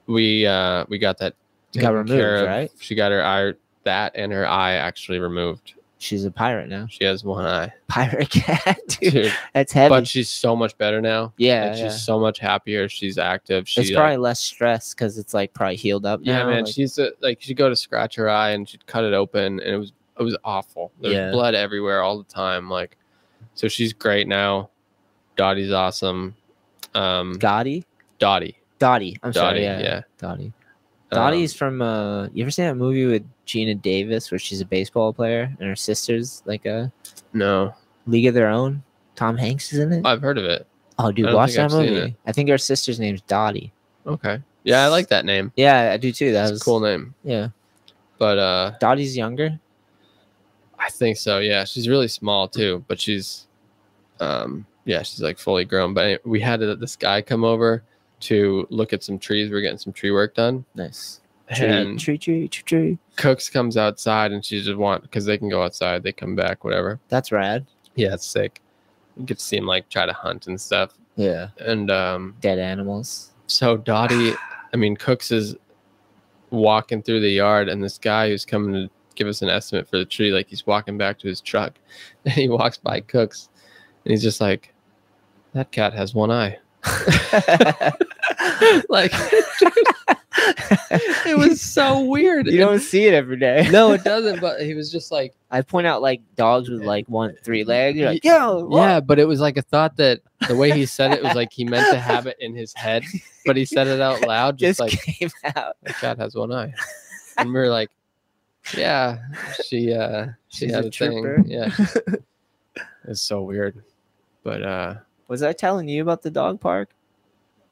C: we uh we got that
B: Got
C: taken
B: removed,
C: care of.
B: right?
C: She got her eye that and her eye actually removed.
B: She's a pirate now.
C: She has one eye,
B: Pirate cat, dude.
C: dude.
B: That's heavy.
C: but she's so much better now.
B: yeah,
C: and she's
B: yeah.
C: so much happier. She's active. She
B: it's
C: like-
B: probably less stress because it's like probably healed up.
C: yeah,
B: now,
C: man.
B: like-
C: she's a, like she'd go to scratch her eye and she'd cut it open, and it was it was awful. There was
B: Yeah.
C: blood everywhere all the time. Like, so she's great now. Dottie's awesome. Um,
B: Gotti,
C: Dottie,
B: Dottie. I'm
C: Dottie,
B: sorry, yeah,
C: yeah.
B: Dottie.
C: Um,
B: Dottie's from. Uh, you ever seen that movie with Gina Davis where she's a baseball player and her sister's like a
C: Um, no,
B: League of Their Own? Tom Hanks is in it.
C: I've heard of it.
B: oh, dude,
C: don't
B: watch
C: think
B: that
C: I've seen
B: movie. I think her sister's name's Dottie.
C: Okay, yeah, I like that name.
B: Yeah, I do too. That
C: That's
B: was
C: a cool name.
B: Yeah,
C: But uh,
B: Dottie's younger.
C: I think so. Yeah, she's really small too, but she's, um, yeah, she's like fully grown. But anyway, we had uh, this guy come over to look at some trees. We are getting some tree work done,
B: Nice. Tree,
C: and
B: uh, tree, tree, tree, tree.
C: Cooks comes outside, and she just want because they can go outside, they come back, whatever.
B: That's rad.
C: Yeah, it's sick. You get to see him like try to hunt and stuff,
B: Yeah.
C: and um,
B: Dead animals.
C: so Dottie, I mean, Cooks is walking through the yard, and this guy who's coming to give us an estimate for the tree, like he's walking back to his truck, and he walks by Cooks, and he's just like, "That cat has one eye." like it was so weird.
B: you don't see it every day.
C: no, it doesn't. But he was just like,
B: I point out like dogs with like one three legs. You're like, yo, what?
C: yeah. But it was like a thought that the way he said it was like he meant to have it in his head, but he said it out loud,
B: just
C: just like
B: came out.
C: that cat has one eye. And we were like, yeah, she uh she
B: She's
C: had
B: a
C: a,
B: trooper.
C: thing. Yeah. it's so weird. But uh
B: Was I telling you about the dog park?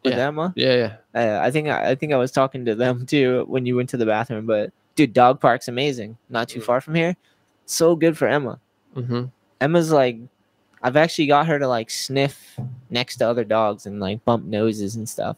B: With
C: Yeah.
B: Emma,
C: yeah, yeah.
B: uh, I think I, I think I was talking to them too when you went to the bathroom. But dude, dog park's amazing. Not too
C: Mm.
B: far from here. So good for Emma.
C: Mm-hmm.
B: Emma's like, I've actually got her to like sniff next to other dogs and like bump noses and stuff.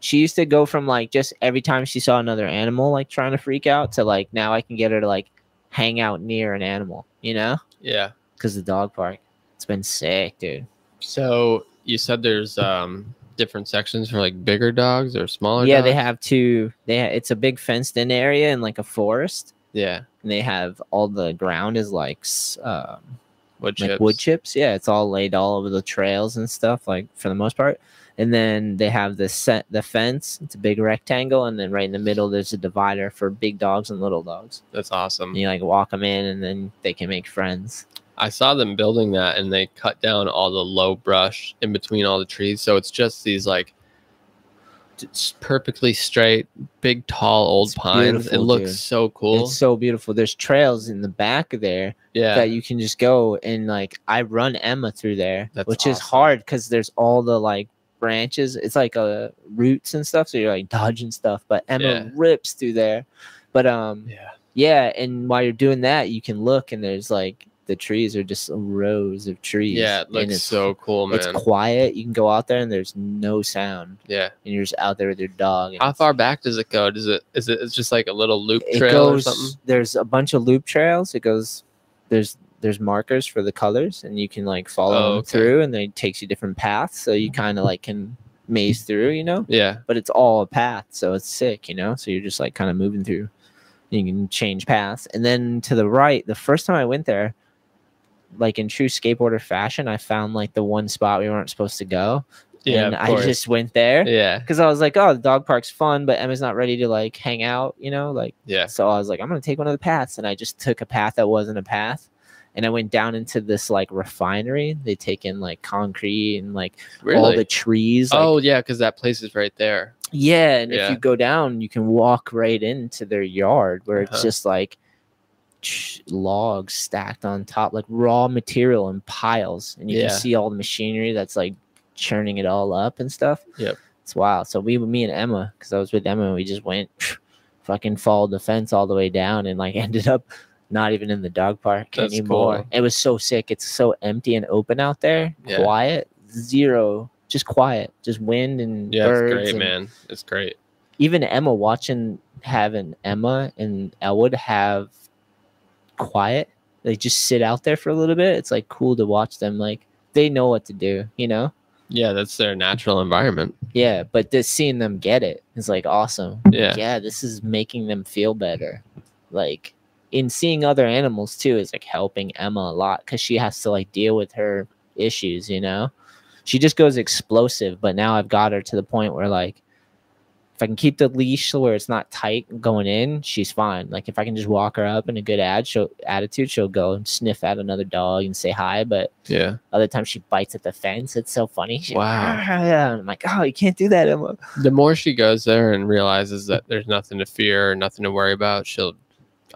B: She used to go from like just every time she saw another animal, like trying to freak out, to like now I can get her to like hang out near an animal, you know?
C: Yeah.
B: Because the dog park, it's been sick, dude.
C: So you said there's um different sections for like bigger dogs or smaller
B: yeah,
C: dogs?
B: they have two. They ha- it's a big fenced in area and like a forest,
C: Yeah.
B: and they have all the ground is like s- um,
C: Wood
B: like
C: chips.
B: wood chips. Yeah, it's all laid all over the trails and stuff, like for the most part. And then they have the set the fence. It's a big rectangle, and then right in the middle there's a divider for big dogs and little dogs.
C: That's awesome.
B: And you like walk them in, and then they can make friends.
C: I saw them building that and they cut down all the low brush in between all the trees. So it's just these like s- perfectly straight, big, tall old
B: It's
C: pines. It
B: beautiful,
C: looks
B: dude.
C: so cool.
B: It's so beautiful. There's trails in the back of there
C: yeah.
B: that you can just go and like I run Emma through there,
C: That's
B: which is
C: awesome.
B: hard because there's all the like branches. It's like uh, roots and stuff, so you're like dodging stuff. But Emma
C: Yeah.
B: rips through there. But um,
C: yeah.
B: Yeah, and while you're doing that, you can look and there's like the trees are just rows of trees.
C: Yeah. It
B: and
C: looks
B: it's-
C: so cool, man.
B: It's quiet. You can go out there and there's no sound,
C: Yeah.
B: and you're just out there with your dog. and
C: How
B: it's-
C: far back does it go? Does it, is it, it's just like a little loop
B: It
C: trail
B: goes.
C: or something?
B: There's a bunch of loop trails. It goes. There's there's markers for the colors, and you can like follow
C: Oh,
B: them
C: okay.
B: through, and they takes you different paths. So you kind of like can maze through, you know.
C: Yeah.
B: But it's all a path, so it's sick, you know. So you're just like kind of moving through. you can change paths. And then to the right, the first time I went there, like in true skateboarder fashion, I found like the one spot we weren't supposed to go.
C: Yeah.
B: and
C: of
B: I
C: course.
B: just went there
C: yeah.
B: because I was like, oh, the dog park's fun, but Emma's not ready to like hang out, you know? Like,
C: Yeah.
B: so I was like, I'm going to take one of the paths. And I just took a path that wasn't a path. And I went down into this like refinery. They take in like concrete and like all
C: Really?
B: the trees. Like,
C: oh, yeah. Cause that place is right there.
B: yeah, and if
C: Yeah.
B: you go down, you can walk right into their yard where it's
C: Uh-huh.
B: just like ch- logs stacked on top, like raw material in piles, and you
C: Yeah.
B: can see all the machinery that's like churning it all up and stuff.
C: Yep.
B: it's wild. So we, me and Emma, because I was with Emma, we just went, fucking followed the fence all the way down, and like ended up not even in the dog park
C: That's
B: anymore.
C: cool.
B: It was so sick. It's so empty and open out there,
C: Yeah.
B: quiet, zero. Just quiet, just wind and
C: Yeah.
B: birds
C: It's great,
B: and
C: man. It's great.
B: even Emma watching having Emma and Elwood have quiet. They just sit out there for a little bit. It's like cool to watch them. Like they know what to do, you know?
C: Yeah. That's their natural environment.
B: Yeah, but just seeing them get it is like awesome.
C: Yeah.
B: Yeah, this is making them feel better. Like in seeing other animals too is like helping Emma a lot because she has to like deal with her issues, you know? She just goes explosive, but now I've got her to the point where like if I can keep the leash where it's not tight going in, she's fine. Like if I can just walk her up in a good ad she'll, attitude, she'll go and sniff at another dog and say hi. But
C: Yeah.
B: other times she bites at the fence. It's so funny. She,
C: Wow.
B: yeah. I'm like, oh, you can't do that, Emma.
C: The more she goes there and realizes that there's nothing to fear, nothing to worry about, she'll,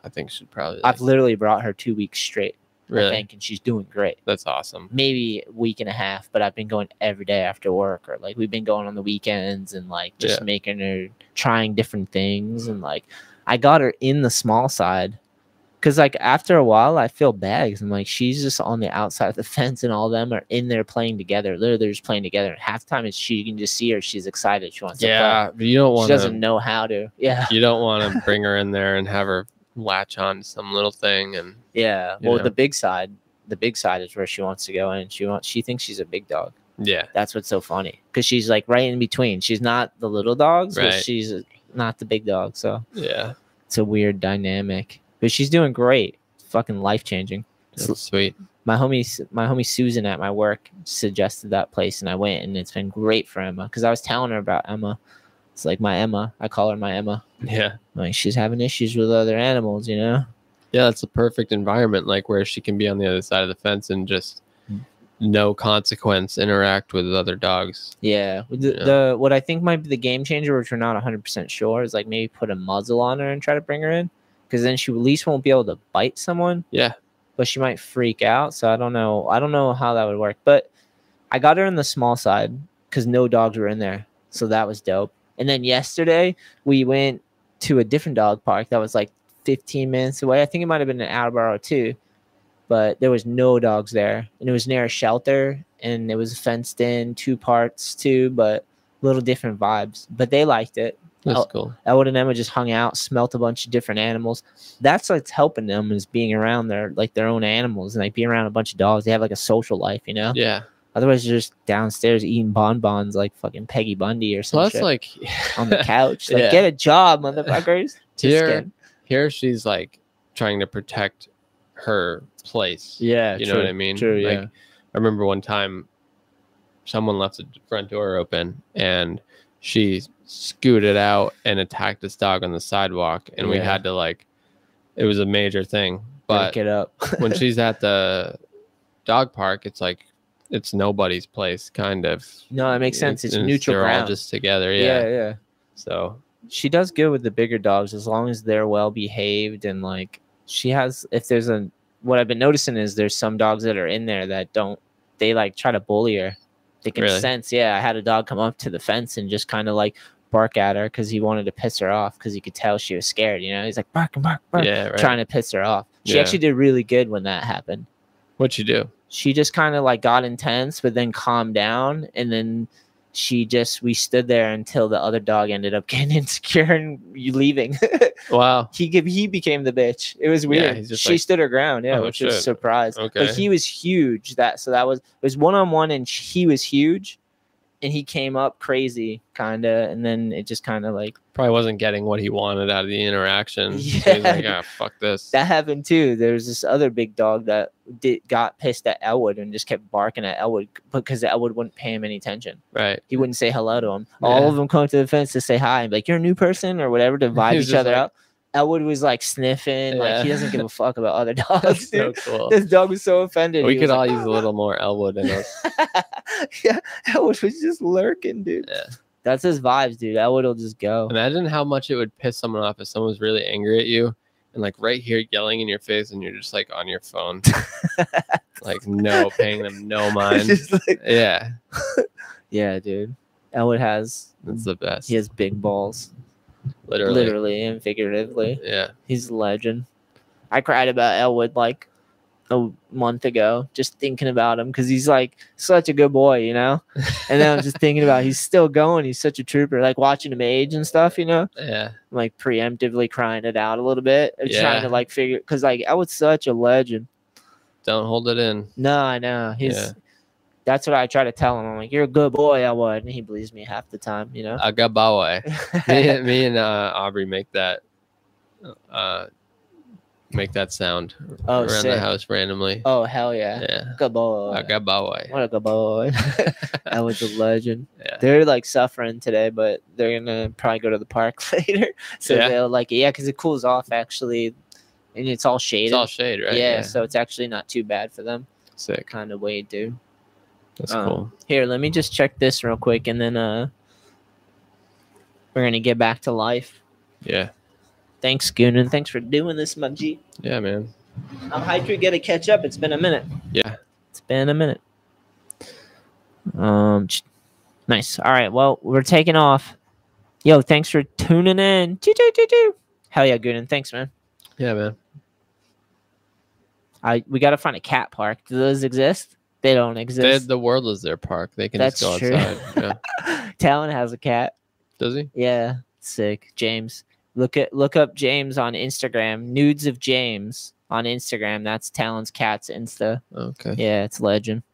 C: I think, she'll probably.
B: I've literally brought her two weeks straight, I
C: really.
B: think, and she's doing great.
C: That's awesome.
B: maybe a week and a half, but I've been going every day after work or like we've been going on the weekends and like just
C: Yeah.
B: making her trying different things and like I got her in the small side cuz like after a while I feel bad 'cause I'm like she's just on the outside of the fence and all them are in there playing together. Literally they're just playing together. And half the time it's she you can just see her she's excited she wants
C: Yeah, but you don't
B: to play. She
C: want
B: doesn't
C: to.
B: know how to. Yeah.
C: You don't want to bring her in there and have her latch on to some little thing and
B: Yeah.
C: You
B: Well,
C: know.
B: the big side, the big side is where she wants to go and she wants she thinks she's a big dog.
C: yeah,
B: That's what's so funny because she's like right in between. She's not the little dogs, but
C: Right.
B: she's not the big dog. So
C: yeah.
B: it's a weird dynamic, but she's doing great. Fucking life changing.
C: That's sweet.
B: My homie, my homie Susan at my work suggested that place, and I went, and it's been great for Emma because I was telling her about Emma. It's like my Emma. I call her my Emma.
C: Yeah.
B: Like she's having issues with other animals, you know.
C: Yeah, that's the perfect environment, like where she can be on the other side of the fence and just no consequence interact with other dogs.
B: Yeah. with The,
C: Yeah.
B: the what I think might be the game changer, which we're not 100% sure, is like maybe put a muzzle on her and try to bring her in because then she at least won't be able to bite someone.
C: Yeah.
B: But she might freak out. So I don't know. I don't know how that would work. But I got her in the small side because no dogs were in there. So that was dope. And then yesterday we went to a different dog park that was like 15 minutes away. I think it might have been in Attleboro too, but there was no dogs there. And it was near a shelter and it was fenced in two parts too, but little different vibes. But they liked it.
C: That's
B: Oh.
C: cool.
B: Elwood and Emma just hung out, smelt a bunch of different animals. That's what's helping them is being around their like their own animals and like being around a bunch of dogs. They have like a social life, you know?
C: Yeah.
B: Otherwise you're just downstairs eating bonbons like fucking Peggy Bundy or
C: Plus,
B: something
C: like
B: on the couch. Like
C: Yeah.
B: get a job, motherfuckers. Just
C: here,
B: kidding.
C: here she's like trying to protect her place.
B: Yeah.
C: you know what I mean?
B: True,
C: Like,
B: yeah.
C: I remember one time someone left the front door open and she scooted out and attacked this dog on the sidewalk and we
B: Yeah.
C: had to like it was a major thing.
B: Gotta
C: But
B: get up.
C: when she's at the dog park, it's like it's nobody's place kind of.
B: No, that makes sense. It's neutral
C: they're all
B: ground.
C: just together.
B: yeah. yeah,
C: yeah. So
B: She does good with the bigger dogs as long as they're well behaved and like she has. If there's a what I've been noticing is there's some dogs that are in there that don't. They like try to bully her. They can
C: Really?
B: sense. Yeah, I had a dog come up to the fence and just kind of like bark at her because he wanted to piss her off because he could tell she was scared. You know, he's like bark, bark, bark,
C: yeah, right.
B: trying to piss her off. She
C: Yeah.
B: actually did really good when that happened.
C: what you do?
B: she just kind of like got intense but then calmed down and then she just we stood there until the other dog ended up getting insecure and you leaving
C: Wow.
B: he gave he became the bitch it was
C: Yeah,
B: weird
C: he's just
B: she
C: like,
B: stood her ground yeah
C: "Oh,
B: which
C: shit."
B: was surprised
C: Okay.
B: but he was huge that so that was it was one-on-one and sh- he was huge and he came up crazy kind of and then it just kind of like
C: Probably wasn't getting what he wanted out of the interaction. So he's like,
B: Yeah.
C: ah, fuck this.
B: that happened too. There was this other big dog that did, got pissed at Elwood and just kept barking at Elwood because Elwood wouldn't pay him any attention.
C: right.
B: He wouldn't say hello to him. All
C: Yeah.
B: of them come up to the fence to say hi and be like, You're a new person or whatever to vibe
C: He's
B: each
C: just
B: other
C: like-
B: out. Elwood was like sniffing, like he
C: Yeah.
B: doesn't give a fuck about other dogs.
C: That's
B: Dude.
C: so cool.
B: This dog was so offended.
C: We
B: He
C: could
B: was
C: all
B: like, "Ah."
C: use a little more Elwood in us.
B: yeah, Elwood was just lurking, dude.
C: Yeah.
B: That's his vibes, dude. Elwood will just go.
C: Imagine how much it would piss someone off if someone was really angry at you and like right here yelling in your face and you're just like on your phone. like no paying them no mind.
B: Just like-
C: Yeah.
B: yeah, dude. Elwood has
C: That's the best.
B: he has big balls,
C: literally.
B: literally, and figuratively.
C: Yeah.
B: He's a legend. I cried about Elwood like a month ago, just thinking about him because he's like such a good boy, you know. And then I was just thinking about he's still going. He's such a trooper. Like watching him age and stuff, you know.
C: Yeah.
B: I'm, like preemptively crying it out a little bit, and trying
C: Yeah.
B: to like figure because like Elwood's such a legend.
C: Don't hold it in.
B: No, I know he's.
C: Yeah.
B: That's what I try to tell him. I'm like, you're a good boy, Elwood, and he believes me half the time, you know.
C: Agabawe. me, me and uh, Aubrey make that uh, make that sound
B: Oh,
C: around the
B: sick.
C: house randomly.
B: Oh hell yeah,
C: yeah.
B: good boy.
C: I got boy.
B: What a good boy. that was a legend.
C: Yeah.
B: They're like suffering today, but they're gonna probably go to the park later. So
C: Yeah.
B: they'll like it. Yeah, because it cools off actually, and it's all shaded.
C: It's all shade, right?
B: yeah, so it's actually not too bad for them.
C: Sick.
B: Kind of way, dude.
C: That's
B: Um,
C: cool.
B: Here, let me just check this real quick, and then uh, we're gonna get back to life.
C: Yeah.
B: Thanks, Goonan. Thanks for doing this, my G.
C: Yeah, man.
B: I'm hyped to get a catch up. It's been a minute.
C: Yeah.
B: It's been a minute. Um, ch- nice. All right. Well, we're taking off. Yo, thanks for tuning in. Choo, choo, choo, choo. Hell yeah, Goonan. Thanks, man.
C: Yeah, man.
B: I we gotta find a cat park. Do those exist? They don't
C: They,
B: exist.
C: the world is their park. They can just go
B: That's true.
C: outside. yeah.
B: Talon has a cat.
C: Does he?
B: Yeah, sick. James. Look at look up James on Instagram. Nudes of James on Instagram. That's Talon's cat's Insta.
C: Okay.
B: Yeah, it's legend.